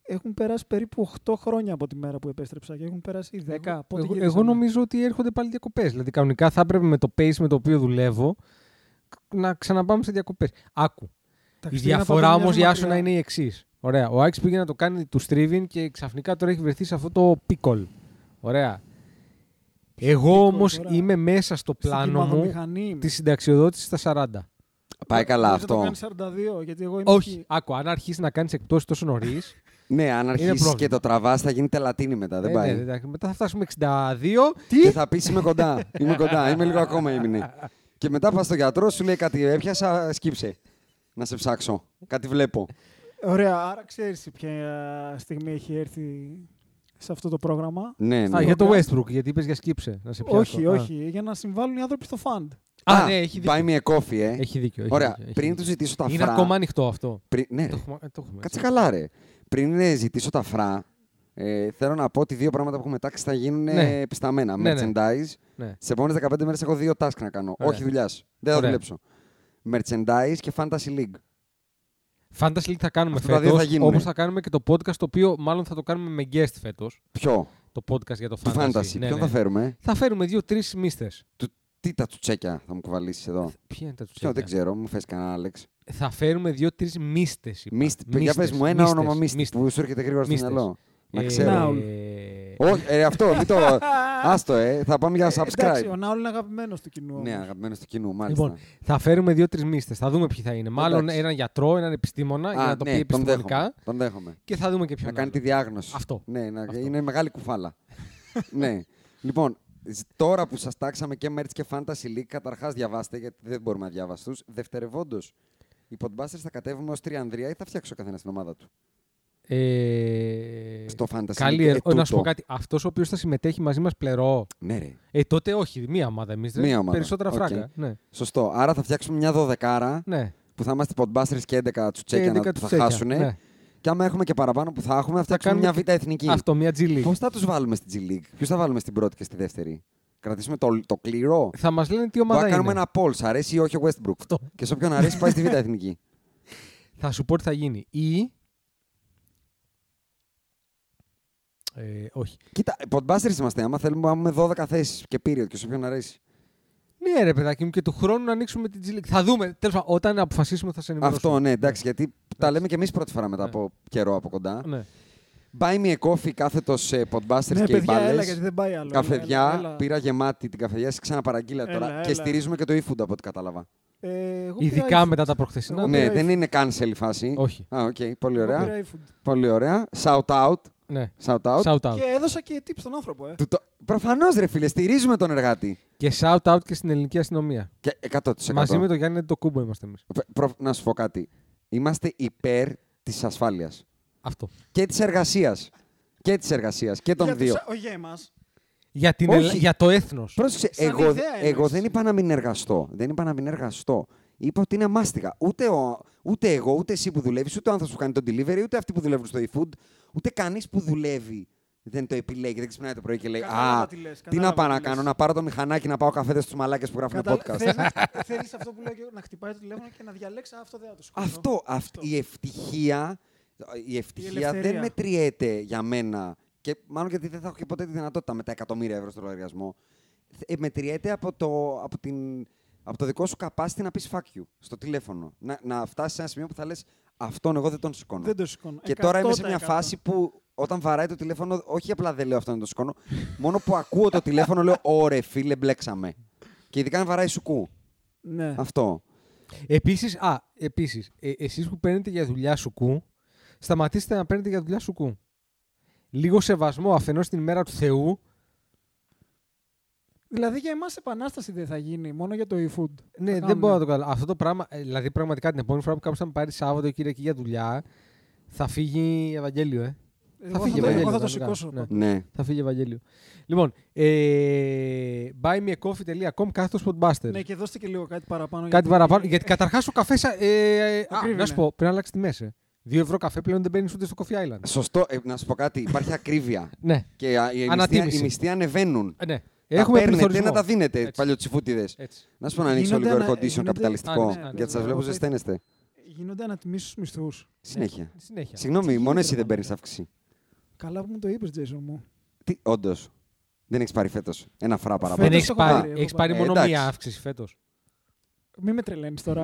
[SPEAKER 4] έχουν περάσει περίπου 8 χρόνια από τη μέρα που επέστρεψα και έχουν περάσει 10. Εγώ, πότε
[SPEAKER 5] Εγώ,
[SPEAKER 4] γύρισαμε.
[SPEAKER 5] εγώ νομίζω ότι έρχονται πάλι διακοπές. Δηλαδή, κανονικά θα έπρεπε με το pace με το οποίο δουλεύω να ξαναπάμε σε διακοπές. Άκου.
[SPEAKER 4] Τα
[SPEAKER 5] Η
[SPEAKER 4] Χριστούγεννα
[SPEAKER 5] διαφορά
[SPEAKER 4] πάμε
[SPEAKER 5] όμως για
[SPEAKER 4] μοιάζουν
[SPEAKER 5] άσονα
[SPEAKER 4] μακριά.
[SPEAKER 5] είναι η εξής. Ωραία. Ο Άκης πήγε να το κάνει του Στρίβιν και ξαφνικά τώρα έχει βρεθεί σε αυτό το πίκολ. Ωραία. Εγώ
[SPEAKER 4] πίκολ
[SPEAKER 5] όμω
[SPEAKER 4] τώρα?
[SPEAKER 5] είμαι μέσα στο
[SPEAKER 4] Στην
[SPEAKER 5] πλάνο μου
[SPEAKER 4] κυμαδομηχανή.
[SPEAKER 5] τη συνταξιοδότηση στα 40.
[SPEAKER 3] Πάει καλά
[SPEAKER 4] Μπορείς να
[SPEAKER 3] αυτό.
[SPEAKER 4] Το κάνει 42, γιατί εγώ είμαι
[SPEAKER 5] Όχι.
[SPEAKER 4] εκεί.
[SPEAKER 5] Άκου, αν αρχίσεις να κάνεις εκτός τόσο νωρίς.
[SPEAKER 3] Ναι, αν αρχίσει
[SPEAKER 5] πρόβλημα. Ε, ναι,
[SPEAKER 3] και το τραβάς, θα γίνεται λατίνη μετά. Δεν πάει.
[SPEAKER 5] μετά θα φτάσουμε 62.
[SPEAKER 3] Και θα πεις είμαι κοντά. είμαι κοντά. Είμαι λίγο ακόμα ήμινε. και μετά πας στο γιατρό, σου λέει κάτι έπιασα, σκύψε. Να σε ψάξω. Κάτι βλέπω.
[SPEAKER 4] Ωραία, άρα ξέρεις ποια στιγμή έχει έρθει σε αυτό το πρόγραμμα.
[SPEAKER 3] ναι,
[SPEAKER 5] Α,
[SPEAKER 3] ναι.
[SPEAKER 5] για το Westbrook, γιατί είπες για σκύψε. Να σε πιάσω.
[SPEAKER 4] όχι,
[SPEAKER 5] Α.
[SPEAKER 4] όχι, για να συμβάλλουν οι άνθρωποι στο φαντ.
[SPEAKER 5] Α, ναι, έχει δίκιο.
[SPEAKER 3] Buy me a coffee, ε.
[SPEAKER 5] Έχει δίκιο. έχει
[SPEAKER 3] Ωραία.
[SPEAKER 5] δίκιο, έχει
[SPEAKER 3] πριν
[SPEAKER 5] δίκιο.
[SPEAKER 3] τους ζητήσω τα
[SPEAKER 5] Είναι
[SPEAKER 3] φρά.
[SPEAKER 5] ακόμα ανοιχτό αυτό.
[SPEAKER 3] Πριν... Ναι,
[SPEAKER 5] Το
[SPEAKER 3] ρε.
[SPEAKER 5] έχουμε, το έχουμε,
[SPEAKER 3] Κάτσε
[SPEAKER 5] έτσι.
[SPEAKER 3] καλά, ρε. Πριν ε, ζητήσω τα φρά, ε, θέλω να πω ότι δύο πράγματα που έχουμε τάξει θα γίνουν ε,
[SPEAKER 5] Ναι.
[SPEAKER 3] επισταμένα.
[SPEAKER 5] Ναι, ναι.
[SPEAKER 3] Merchandise.
[SPEAKER 5] Ναι.
[SPEAKER 3] Τι επόμενε 15 μέρες έχω δύο task να κάνω.
[SPEAKER 5] Ωραία.
[SPEAKER 3] Όχι δουλειάς. Δεν θα
[SPEAKER 5] Ωραία.
[SPEAKER 3] δουλέψω. Merchandise και Fantasy League.
[SPEAKER 5] Fantasy League θα κάνουμε
[SPEAKER 3] Αυτά τα δύο θα
[SPEAKER 5] φέτος,
[SPEAKER 3] γίνουνε.
[SPEAKER 5] όπως θα κάνουμε και το podcast, το οποίο μάλλον θα το κάνουμε με guest φέτος,
[SPEAKER 3] Ποιο?
[SPEAKER 5] το podcast για το
[SPEAKER 3] Του
[SPEAKER 5] Fantasy.
[SPEAKER 3] Fantasy.
[SPEAKER 5] Ναι,
[SPEAKER 3] Ποιον θα
[SPEAKER 5] ναι.
[SPEAKER 3] φέρουμε. ε?
[SPEAKER 5] Θα φέρουμε δύο-τρεις μίστες.
[SPEAKER 3] Του... Τι τα τσουτσέκια θα μου κουβαλήσεις εδώ.
[SPEAKER 5] Ποια είναι
[SPEAKER 3] Ποιο
[SPEAKER 5] τα Ε, τσουτσέκια.
[SPEAKER 3] δεν ξέρω, μου φέρει κανένα Άλεξ.
[SPEAKER 5] Θα φέρουμε δύο-τρεις μίστες. είπα.
[SPEAKER 3] Μίστ, για πες
[SPEAKER 5] Μίστες,
[SPEAKER 3] μου ένα
[SPEAKER 5] μίστες,
[SPEAKER 3] όνομα μίστη
[SPEAKER 5] μίστες.
[SPEAKER 3] που σου έρχεται γρήγορα στο
[SPEAKER 5] Μίστες.
[SPEAKER 3] μυαλό. Να
[SPEAKER 5] Ε,
[SPEAKER 3] ξέρω.
[SPEAKER 4] Ναουλ.
[SPEAKER 5] ε,
[SPEAKER 3] Όχι, ε, αυτό, μην το. Άστο, ε. Θα πάμε για
[SPEAKER 4] Εντάξει,
[SPEAKER 3] subscribe.
[SPEAKER 4] ο Νάουλ είναι αγαπημένος του κοινού.
[SPEAKER 3] Ναι, αγαπημένος του κοινού, μάλιστα.
[SPEAKER 5] Λοιπόν, θα φέρουμε δύο-τρει μίστε. Θα δούμε ποιοι θα είναι. Μάλλον έναν γιατρό, έναν επιστήμονα για να το πει
[SPEAKER 3] ναι, τον δέχομαι.
[SPEAKER 5] επιστημονικά.
[SPEAKER 3] Τον δέχομαι.
[SPEAKER 5] Και θα δούμε και ποιον.
[SPEAKER 3] Να κάνει τη
[SPEAKER 5] άλλο.
[SPEAKER 3] διάγνωση.
[SPEAKER 5] Αυτό.
[SPEAKER 3] Ναι, να...
[SPEAKER 5] Αυτό.
[SPEAKER 3] είναι μεγάλη κουφάλα. ναι. Λοιπόν, ζ- τώρα που σας τάξαμε και Merch και Fantasy League, καταρχάς διαβάστε, γιατί δεν μπορούμε να διαβαστού. Δευτερευόντως, οι Podbusters θα κατέβουμε ως τριανδρία ή θα φτιάξει ο καθένας την ομάδα του.
[SPEAKER 5] Ε,
[SPEAKER 3] Στο Fantasy
[SPEAKER 5] Καλή
[SPEAKER 3] League, ε,
[SPEAKER 5] ερώτηση. Να σου πω
[SPEAKER 3] τούτο.
[SPEAKER 5] κάτι. Αυτός ο οποίος θα συμμετέχει μαζί μας πλερό.
[SPEAKER 3] Ναι, ρε.
[SPEAKER 5] Ε, τότε όχι. Μία ομάδα εμείς.
[SPEAKER 3] Μία ομάδα.
[SPEAKER 5] Περισσότερα
[SPEAKER 3] Οκ.
[SPEAKER 5] φράγκα. Ναι.
[SPEAKER 3] Σωστό. Άρα θα φτιάξουμε μια δωδεκάρα
[SPEAKER 5] ναι. Ε,
[SPEAKER 3] που θα είμαστε Podbusters και 11
[SPEAKER 5] Και
[SPEAKER 3] τσουτσέκια
[SPEAKER 5] 11
[SPEAKER 3] να που θα
[SPEAKER 5] τσουτσέκια,
[SPEAKER 3] χάσουν.
[SPEAKER 5] ναι.
[SPEAKER 3] Και άμα έχουμε και παραπάνω που θα έχουμε, θα φτιάξουμε
[SPEAKER 5] κάνουμε
[SPEAKER 3] μια β' εθνική.
[SPEAKER 5] Αυτό, μία G League.
[SPEAKER 3] Πώς θα τους βάλουμε στην G League, Ποιου θα βάλουμε στην πρώτη και στη δεύτερη. Κρατήσουμε το, το κληρό.
[SPEAKER 5] Θα μας λένε τι
[SPEAKER 3] Μπορεί
[SPEAKER 5] ομάδα
[SPEAKER 3] να
[SPEAKER 5] είναι.
[SPEAKER 3] κάνουμε ένα poll. Σ' αρέσει ή όχι ο Westbrook.
[SPEAKER 5] Αυτό.
[SPEAKER 3] Και σε όποιον αρέσει πάει στη Β' Εθνική.
[SPEAKER 5] Θα σου πω τι θα γίνει. Ή. Ε, όχι.
[SPEAKER 3] Κοίτα, podbusters είμαστε. Άμα θέλουμε, άμα με 12 θέσεις και period και σε όποιον αρέσει.
[SPEAKER 5] Ναι, ρε παιδάκι μου, και του χρόνου να ανοίξουμε την G League. Θα δούμε. Τέλος πάντων, όταν αποφασίσουμε θα σε ενημερώσουμε.
[SPEAKER 3] Αυτό, ναι, εντάξει, γιατί τα λέμε και εμείς πρώτη φορά μετά από καιρό από κοντά.
[SPEAKER 5] Ναι.
[SPEAKER 3] Buy me a coffee κάθετος podbusters
[SPEAKER 4] Ναι,
[SPEAKER 3] και οι
[SPEAKER 4] παιδιά, έλα,
[SPEAKER 3] μπάλε.
[SPEAKER 4] γιατί δεν πάει άλλο.
[SPEAKER 3] Καφεδιά,
[SPEAKER 4] Έλα, έλα.
[SPEAKER 3] πήρα γεμάτη την καφεδιά, σα ξαναπαραγγείλα
[SPEAKER 4] Έλα,
[SPEAKER 3] τώρα.
[SPEAKER 4] έλα.
[SPEAKER 3] Και στηρίζουμε και το e-food από ό,τι κατάλαβα.
[SPEAKER 4] Ε, εγώ πήρα
[SPEAKER 5] Ειδικά
[SPEAKER 4] iFood.
[SPEAKER 5] μετά τα προχθεσινά.
[SPEAKER 4] Εγώ
[SPEAKER 3] ναι,
[SPEAKER 4] πήρα
[SPEAKER 3] δεν είναι cancel η φάση.
[SPEAKER 5] Όχι.
[SPEAKER 3] Α, οκ, πολύ
[SPEAKER 4] Εγώ
[SPEAKER 3] ωραία.
[SPEAKER 4] πήρα iFood.
[SPEAKER 3] Πολύ ωραία. Shout out.
[SPEAKER 5] Ναι.
[SPEAKER 3] Shout out.
[SPEAKER 5] Shout out.
[SPEAKER 4] Και
[SPEAKER 5] Και...
[SPEAKER 4] έδωσα και tips στον άνθρωπο. Ε.
[SPEAKER 3] Του το... Προφανώς, ρε φίλε, στηρίζουμε τον εργάτη.
[SPEAKER 5] shout out και στην ελληνική αστυνομία.
[SPEAKER 3] Και 100%.
[SPEAKER 5] Μαζί με τον Γιάννη το κούμπο είμαστε εμείς.
[SPEAKER 3] Προ- προ- Να σου πω κάτι. Είμαστε υπέρ της ασφάλειας
[SPEAKER 5] Αυτό.
[SPEAKER 3] και της εργασίας. Και της εργασίας και των
[SPEAKER 4] Για
[SPEAKER 3] δύο.
[SPEAKER 4] τους- Ο γέ μας.
[SPEAKER 5] Για, την
[SPEAKER 3] Όχι.
[SPEAKER 5] Ελλά- για το έθνος.
[SPEAKER 3] Πρόσεξε,
[SPEAKER 4] Σαν
[SPEAKER 3] εγώ,
[SPEAKER 4] ιδέα
[SPEAKER 3] εγώ
[SPEAKER 4] εννοείς.
[SPEAKER 3] δεν είπα να μην εργαστώ. Δεν είπα να μην εργαστώ. Είπα ότι είναι μάστιγα. Ούτε, ο, ούτε εγώ, ούτε εσύ που δουλεύεις, ούτε ο άνθρωπος που κάνει το delivery, ούτε αυτοί που δουλεύουν στο e-food, ούτε κανείς που δουλεύει δεν το επιλέγει. Δεν ξυπνάει το πρωί και λέει
[SPEAKER 4] Κατάλαβα
[SPEAKER 3] Α,
[SPEAKER 4] τι λες,
[SPEAKER 3] τι να
[SPEAKER 4] κατάλαβα
[SPEAKER 3] πάω
[SPEAKER 4] τι
[SPEAKER 3] να
[SPEAKER 4] λες».
[SPEAKER 3] κάνω, να πάρω το μηχανάκι να πάω καφέδες στους μαλάκες που γράφουν
[SPEAKER 4] Κατα...
[SPEAKER 3] podcast.
[SPEAKER 4] Θες, να- θέλεις αυτό που λέω και εγώ, να χτυπάει το τηλέφωνο και να διαλέξει «Α, αυτό δεν θα το σκοτώ.
[SPEAKER 3] Αυτό, αυτή η ευτυχία, η ευτυχία δεν
[SPEAKER 4] ελευθερία.
[SPEAKER 3] μετριέται για μένα. Και μάλλον γιατί δεν θα έχω και ποτέ τη δυνατότητα με τα εκατομμύρια ευρώ στο λογαριασμό. Ε, μετριέται από το, από, την, από το δικό σου capacity να πεις fuck you στο τηλέφωνο. Να, να φτάσεις σε ένα σημείο που θα λες Αυτόν εγώ δεν τον σηκώνω.
[SPEAKER 4] Δεν το σηκώνω.
[SPEAKER 3] Και τώρα είμαι σε μια
[SPEAKER 4] 100%.
[SPEAKER 3] φάση που όταν βαράει το τηλέφωνο, όχι απλά δεν λέω αυτόν τον σηκώνω, μόνο που ακούω το τηλέφωνο λέω Ωρε φίλε, μπλέξαμε. Και ειδικά αν βαράει σουκού.
[SPEAKER 4] Ναι.
[SPEAKER 3] Αυτό.
[SPEAKER 5] Επίσης, α, επίσης, ε, εσείς που παίρνετε για δουλειά σουκού, σταματήστε να παίρνετε για δουλειά σουκού. λίγο σεβασμό αφενός στην ημέρα του Θεού.
[SPEAKER 4] Δηλαδή για εμάς επανάσταση δεν θα γίνει, μόνο για το e-food. Θα
[SPEAKER 5] Ναι, δεν
[SPEAKER 4] κάνουμε.
[SPEAKER 5] μπορώ να το καταλάβω. Αυτό το πράγμα, ε, δηλαδή πραγματικά την επόμενη φορά που κάποιος θα με πάρει Σάββατο ή Κυριακή για δουλειά, θα φύγει Ευαγγέλιο, ε.
[SPEAKER 4] Εγώ
[SPEAKER 5] φύγει,
[SPEAKER 4] το-
[SPEAKER 5] Ευαγγέλιο,
[SPEAKER 4] Εγώ θα το
[SPEAKER 5] θα το κάνω.
[SPEAKER 4] σηκώσω.
[SPEAKER 5] Ναι.
[SPEAKER 3] Ναι.
[SPEAKER 5] Θα φύγει Ευαγγέλιο. Λοιπόν, ε, buymeacoffee.com κάθετος podbuster.
[SPEAKER 4] Ναι, και δώστε και λίγο κάτι παραπάνω. ε,
[SPEAKER 5] Κάτι παραπάνω. Γιατί καταρχάς ο καφές. Ε, ε, α,
[SPEAKER 4] Ακρίβεια
[SPEAKER 5] να σου
[SPEAKER 4] είναι.
[SPEAKER 5] πω, πρέπει να αλλάξει τη μέση. Δύο ευρώ καφέ πλέον δεν παίρνεις ούτε στο Coffee Island.
[SPEAKER 3] Σωστό, ε, να σου πω κάτι. Υπάρχει ακρίβεια.
[SPEAKER 5] Ναι.
[SPEAKER 3] και α, οι μισθοί,
[SPEAKER 5] Ανατίμηση.
[SPEAKER 3] οι μισθοί ανεβαίνουν.
[SPEAKER 5] Ε, ναι.
[SPEAKER 3] Τα
[SPEAKER 5] Έχουμε
[SPEAKER 3] παίρνετε,
[SPEAKER 5] πληθωρισμό.
[SPEAKER 3] να τα δίνετε
[SPEAKER 5] Έτσι.
[SPEAKER 3] παλιοτσιφούτιδε.
[SPEAKER 5] Έτσι.
[SPEAKER 3] Να σου πω να ανοίξω
[SPEAKER 4] Γίνονται
[SPEAKER 3] λίγο air
[SPEAKER 4] ανα-
[SPEAKER 3] condition
[SPEAKER 4] γίνονται-
[SPEAKER 5] Α,
[SPEAKER 3] καπιταλιστικό.
[SPEAKER 5] ναι, ναι,
[SPEAKER 3] γιατί σας
[SPEAKER 4] ναι,
[SPEAKER 3] βλέπω
[SPEAKER 4] ναι.
[SPEAKER 3] ζεσταίνεστε.
[SPEAKER 4] Γίνονται ανατιμήσεις στους μισθούς.
[SPEAKER 3] Συνέχεια.
[SPEAKER 5] Ναι. Συνέχεια.
[SPEAKER 3] Συγγνώμη, μόνο εσύ δεν
[SPEAKER 4] ρε,
[SPEAKER 3] παίρνεις αύξηση.
[SPEAKER 4] Καλά που μου το είπες, Τζέισον μου.
[SPEAKER 3] Τι, όντως. Δεν έχεις πάρει φέτος ένα φρά παραπάνω.
[SPEAKER 4] Φέτος
[SPEAKER 5] Δεν έχει
[SPEAKER 4] έχω
[SPEAKER 5] πάρει,
[SPEAKER 4] πάρει, έχω
[SPEAKER 5] έχεις πάρει
[SPEAKER 3] πάρει.
[SPEAKER 5] μόνο
[SPEAKER 3] Ε, εντάξει.
[SPEAKER 5] μία αύξηση φέτος.
[SPEAKER 4] Μη με τρελαίνεις τώρα.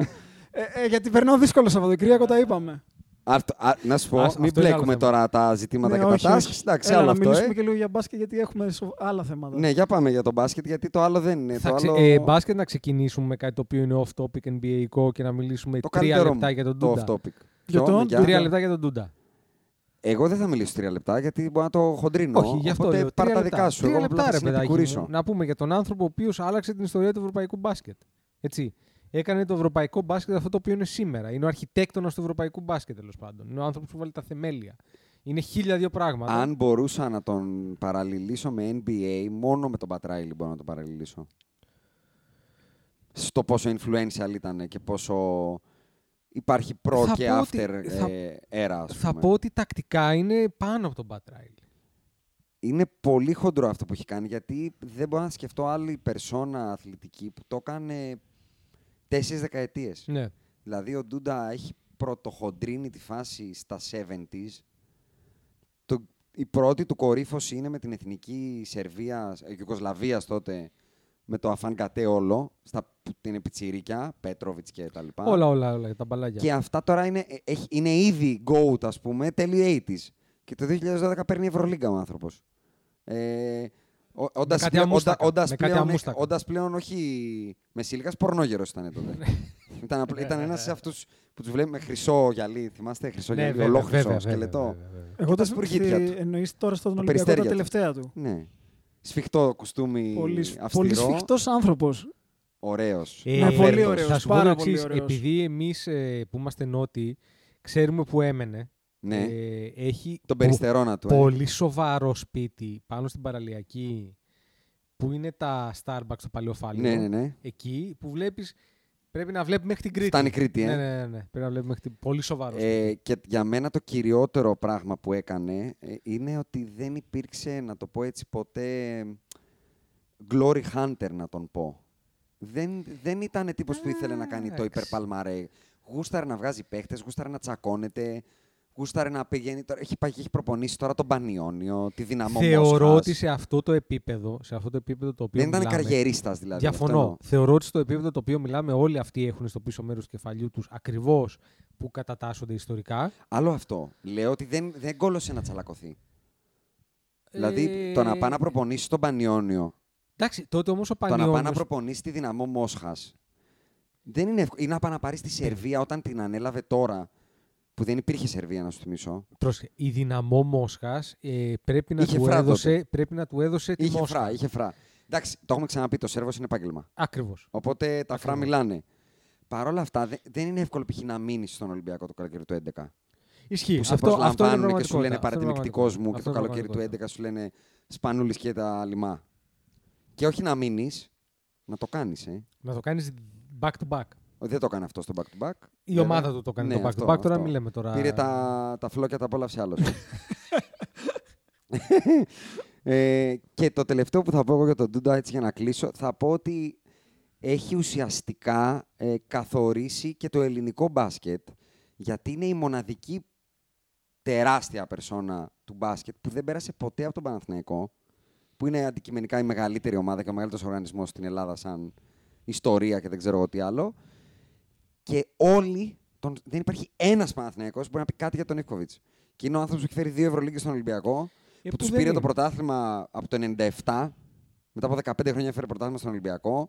[SPEAKER 4] ε, ε, γιατί περνάω δύσκολο Σαββατοκύριακο, τα είπαμε.
[SPEAKER 3] Αυτό- α, να σου πω,
[SPEAKER 5] Ας-
[SPEAKER 3] μην
[SPEAKER 5] αυτό είναι άλλο
[SPEAKER 3] μπλέκουμε
[SPEAKER 5] θέμα.
[SPEAKER 3] τώρα τα ζητήματα
[SPEAKER 5] Ναι,
[SPEAKER 3] και τα
[SPEAKER 4] Ναι, όχι,
[SPEAKER 3] tasks.
[SPEAKER 4] όχι.
[SPEAKER 3] Εντάξει,
[SPEAKER 4] Έλα,
[SPEAKER 3] άλλο
[SPEAKER 4] να
[SPEAKER 3] αυτό.
[SPEAKER 4] μιλήσουμε
[SPEAKER 3] Ε.
[SPEAKER 4] και λίγο για μπάσκετ, γιατί έχουμε σο- άλλα θέματα.
[SPEAKER 3] Ναι, για πάμε για τον μπάσκετ, γιατί το άλλο δεν είναι.
[SPEAKER 5] Θα
[SPEAKER 3] το
[SPEAKER 5] ξε...
[SPEAKER 3] άλλο...
[SPEAKER 5] ε, μπάσκετ να ξεκινήσουμε με κάτι το οποίο είναι off-topic NBA και να μιλήσουμε
[SPEAKER 3] το
[SPEAKER 5] τρία
[SPEAKER 3] καλύτερο
[SPEAKER 5] λεπτά για τον
[SPEAKER 3] το
[SPEAKER 5] Ντούντα.
[SPEAKER 3] off-topic.
[SPEAKER 4] Για τον
[SPEAKER 3] για-
[SPEAKER 5] Τρία λεπτά για τον Ντούντα.
[SPEAKER 3] Εγώ δεν θα μιλήσω τρία λεπτά γιατί μπορώ να το χοντρίνω.
[SPEAKER 5] Όχι, γι' αυτό
[SPEAKER 3] Οπότε
[SPEAKER 5] λέω.
[SPEAKER 3] πάρ'
[SPEAKER 5] τρία
[SPEAKER 3] τα
[SPEAKER 5] λεπτά.
[SPEAKER 3] δικά σου.
[SPEAKER 5] Τρία
[SPEAKER 3] Εγώ απλά
[SPEAKER 5] λεπτά,
[SPEAKER 3] θα
[SPEAKER 5] ρε παιδάκι.
[SPEAKER 3] συνεπικουρήσω.
[SPEAKER 5] μου. Να πούμε για τον άνθρωπο ο οποίος άλλαξε την ιστορία του ευρωπαϊκού μπάσκετ. Έτσι. Έκανε το ευρωπαϊκό μπάσκετ αυτό το οποίο είναι σήμερα. Είναι ο αρχιτέκτονας του ευρωπαϊκού μπάσκετ τέλος πάντων. Είναι ο άνθρωπος που βάλει τα θεμέλια. Είναι χίλια δύο πράγματα.
[SPEAKER 3] Αν μπορούσα να τον παραλληλήσω με NBA, μόνο με τον Πατράιλι μπορώ να τον παραλληλήσω. Στο πόσο influential ήταν και πόσο υπάρχει προ
[SPEAKER 5] Θα
[SPEAKER 3] και
[SPEAKER 5] πω
[SPEAKER 3] after
[SPEAKER 5] ότι- θα-
[SPEAKER 3] ε, era, ας
[SPEAKER 5] Θα
[SPEAKER 3] πούμε.
[SPEAKER 5] πω ότι τακτικά είναι πάνω από τον Πατράιλ.
[SPEAKER 3] Είναι πολύ χοντρό αυτό που έχει κάνει, γιατί δεν μπορώ να σκεφτώ άλλη περσόνα αθλητική που το έκανε τέσσερις δεκαετίες.
[SPEAKER 5] Ναι.
[SPEAKER 3] Δηλαδή ο Ντούντα έχει πρωτοχοντρίνει τη φάση στα 70s. Το, η πρώτη του κορύφωση είναι με την εθνική Σερβία, Ιουγκοσλαβία τότε, με το Αφάν Κατέ όλο, στα, που είναι πιτσιρίκια, Πέτροβιτς και τα λοιπά.
[SPEAKER 5] Όλα, όλα, όλα. Τα μπαλάκια.
[SPEAKER 3] Και αυτά τώρα είναι, ε, έχει- είναι ήδη GOAT, ας πούμε, τέλειο 80s. Και το 2012 παίρνει Ευρωλίγκα ο άνθρωπος. Ε, ο- όντας
[SPEAKER 5] κάτι
[SPEAKER 3] πλέον-
[SPEAKER 5] αμούστακα,
[SPEAKER 3] όντα- όντας
[SPEAKER 5] με κάτι
[SPEAKER 3] πλέον-
[SPEAKER 5] αμούστακα.
[SPEAKER 3] όντας πλέον όχι μεσήλικας, πορνόγερος ήταν τότε.
[SPEAKER 5] Ναι.
[SPEAKER 3] ήταν απλ- ήταν ένας από αυτούς που τους βλέπει με χρυσό γυαλί, θυμάστε, χρυσό
[SPEAKER 5] Ναι,
[SPEAKER 3] γυαλί,
[SPEAKER 5] βέβαια, βέβαια,
[SPEAKER 3] ολόχρυσο,
[SPEAKER 5] βέβαια,
[SPEAKER 3] σκελετό.
[SPEAKER 5] βέβαια, βέβαια.
[SPEAKER 4] Εγώ
[SPEAKER 3] τα
[SPEAKER 4] το
[SPEAKER 3] σπουργίτια του.
[SPEAKER 4] Εννοείς τώρα στον
[SPEAKER 3] Τα
[SPEAKER 4] Ολυμπιακό
[SPEAKER 3] περιστέρια
[SPEAKER 4] τα
[SPEAKER 3] του.
[SPEAKER 4] τελευταία του.
[SPEAKER 3] Ναι. Σφιχτό κουστούμι
[SPEAKER 4] Πολύ, πολύ
[SPEAKER 3] αυστηρό,
[SPEAKER 4] σφιχτός άνθρωπος.
[SPEAKER 3] ωραίος.
[SPEAKER 4] Ναι,
[SPEAKER 3] Ε,
[SPEAKER 4] πολύ
[SPEAKER 3] φέρτος.
[SPEAKER 4] ωραίος,
[SPEAKER 5] Θα σου πω
[SPEAKER 4] πάρα
[SPEAKER 5] το
[SPEAKER 4] πολύ
[SPEAKER 5] εξής,
[SPEAKER 4] ωραίος.
[SPEAKER 5] Επειδή εμείς που είμαστε νότιοι ξέρουμε που έμενε.
[SPEAKER 3] Ναι,
[SPEAKER 5] Ε, έχει
[SPEAKER 3] τον
[SPEAKER 5] πο-
[SPEAKER 3] περιστερώνα του. ε.
[SPEAKER 5] πολύ σοβαρό σπίτι πάνω στην παραλιακή που είναι τα Starbucks στο παλαιό φάλιρο.
[SPEAKER 3] Ναι, ναι, ναι.
[SPEAKER 5] Εκεί που βλέπεις. Πρέπει να βλέπεις μέχρι την Κρήτη.
[SPEAKER 3] Φτάνει η Κρήτη, ε.
[SPEAKER 5] Ναι, ναι, ναι, ναι. Πρέπει να βλέπεις μέχρι την. Πολύ σοβαρό. σπίτι.
[SPEAKER 3] Ε, και για μένα το κυριότερο πράγμα που έκανε ε, είναι ότι δεν υπήρξε, να το πω έτσι, ποτέ glory hunter να τον πω. Δεν, δεν ήταν τύπος που ήθελε να κάνει το
[SPEAKER 5] Εντάξει.
[SPEAKER 3] υπερπαλμαρέ. Γούσταρε να βγάζει παίχτες, γούσταρε να τσακώνεται, γούσταρε να πηγαίνει τώρα. Έχει, πάει και έχει προπονήσει τώρα τον Πανιόνιο, τη δυναμό
[SPEAKER 5] Θεωρώ
[SPEAKER 3] Μόσχας.
[SPEAKER 5] ότι σε αυτό το επίπεδο, σε αυτό το επίπεδο το οποίο
[SPEAKER 3] Δεν ήταν
[SPEAKER 5] μιλάμε,
[SPEAKER 3] καριερίστας δηλαδή. αυτό
[SPEAKER 5] Διαφωνώ.
[SPEAKER 3] εννοώ.
[SPEAKER 5] Θεωρώ ότι στο επίπεδο το οποίο μιλάμε, όλοι αυτοί έχουν στο πίσω μέρος του κεφαλιού τους ακριβώς που κατατάσσονται ιστορικά.
[SPEAKER 3] Άλλο αυτό. Λέω ότι δεν, δεν κόλωσε να τσαλακωθεί.
[SPEAKER 5] Ε,
[SPEAKER 3] Δηλαδή το να πάει να προπονήσει τον Πανιόνιο
[SPEAKER 5] Εντάξει, τότε όμως ο
[SPEAKER 3] Το να πάει να
[SPEAKER 5] Πανιόνιος-
[SPEAKER 3] προπονήσει τη δυναμό Μόσχας. Δεν είναι εύκολο. Ή να πάει να πάρει τη Σερβία όταν την ανέλαβε τώρα. Που δεν υπήρχε Σερβία, να σου θυμίσω.
[SPEAKER 5] Πρόσεχε, η δυναμό Μόσχας ε, πρέπει, να
[SPEAKER 3] Είχε
[SPEAKER 5] του
[SPEAKER 3] φρά
[SPEAKER 5] έδωσε, πρέπει να του έδωσε τη
[SPEAKER 3] Είχε
[SPEAKER 5] Μόσχα.
[SPEAKER 3] φρά, είχε φρά. Εντάξει, το έχουμε ξαναπεί, το Σέρβος είναι επάγγελμα.
[SPEAKER 5] Ακριβώς.
[SPEAKER 3] Οπότε τα φρά
[SPEAKER 5] Ακριβώς.
[SPEAKER 3] μιλάνε. Παρ' όλα αυτά, δε- δεν είναι εύκολο π.χ. να μείνεις στον Ολυμπιακό το καλοκαίρι του 11.
[SPEAKER 5] Ισχύει.
[SPEAKER 3] Που σε
[SPEAKER 5] αυτό, αυτό είναι
[SPEAKER 3] προσλαμβάνουν και σου λένε
[SPEAKER 5] πραγματικότητα. Αυτό είναι
[SPEAKER 3] παρατημεκτικό μου και το
[SPEAKER 5] πραγματικότητα. Αυτό είναι
[SPEAKER 3] καλοκαίρι του
[SPEAKER 5] πραγματικότητα.
[SPEAKER 3] 11 σου λένε σπανούλης και τα λιμά. Και όχι να μείνεις, να το κάνεις. Ε.
[SPEAKER 5] Να το κάνεις back to back.
[SPEAKER 3] Δεν το έκανε αυτό στο back-to-back.
[SPEAKER 5] Η
[SPEAKER 3] βέβαια.
[SPEAKER 5] ομάδα του το έκανε το back
[SPEAKER 3] Ναι, αυτό,
[SPEAKER 5] to back. Τώρα
[SPEAKER 3] αυτό.
[SPEAKER 5] μην λέμε τώρα.
[SPEAKER 3] Πήρε τα, τα φλόκια, τα απόλαυσε άλλος. ε, και το τελευταίο που θα πω εγώ για τον Ντούντα, έτσι για να κλείσω, θα πω ότι έχει ουσιαστικά ε, καθορίσει και το ελληνικό μπάσκετ, γιατί είναι η μοναδική τεράστια περσόνα του μπάσκετ που δεν πέρασε ποτέ από τον Παναθηναϊκό, που είναι αντικειμενικά η μεγαλύτερη ομάδα και ο μεγαλύτερος οργανισμός στην Ελλάδα σαν ιστορία και δεν ξέρω εγώ τι άλλο. Και όλοι, τον, δεν υπάρχει ένας Παναθηναϊκός που μπορεί να πει κάτι για τον Ιβκοβιτ. Και είναι ο άνθρωπος που έχει φέρει δύο Ευρωλίγκες στον Ολυμπιακό,
[SPEAKER 5] Ε,
[SPEAKER 3] που
[SPEAKER 5] που
[SPEAKER 3] τους
[SPEAKER 5] δεν
[SPEAKER 3] πήρε το
[SPEAKER 5] είναι.
[SPEAKER 3] πρωτάθλημα από το 97, μετά από 15 χρόνια έφερε πρωτάθλημα στον Ολυμπιακό,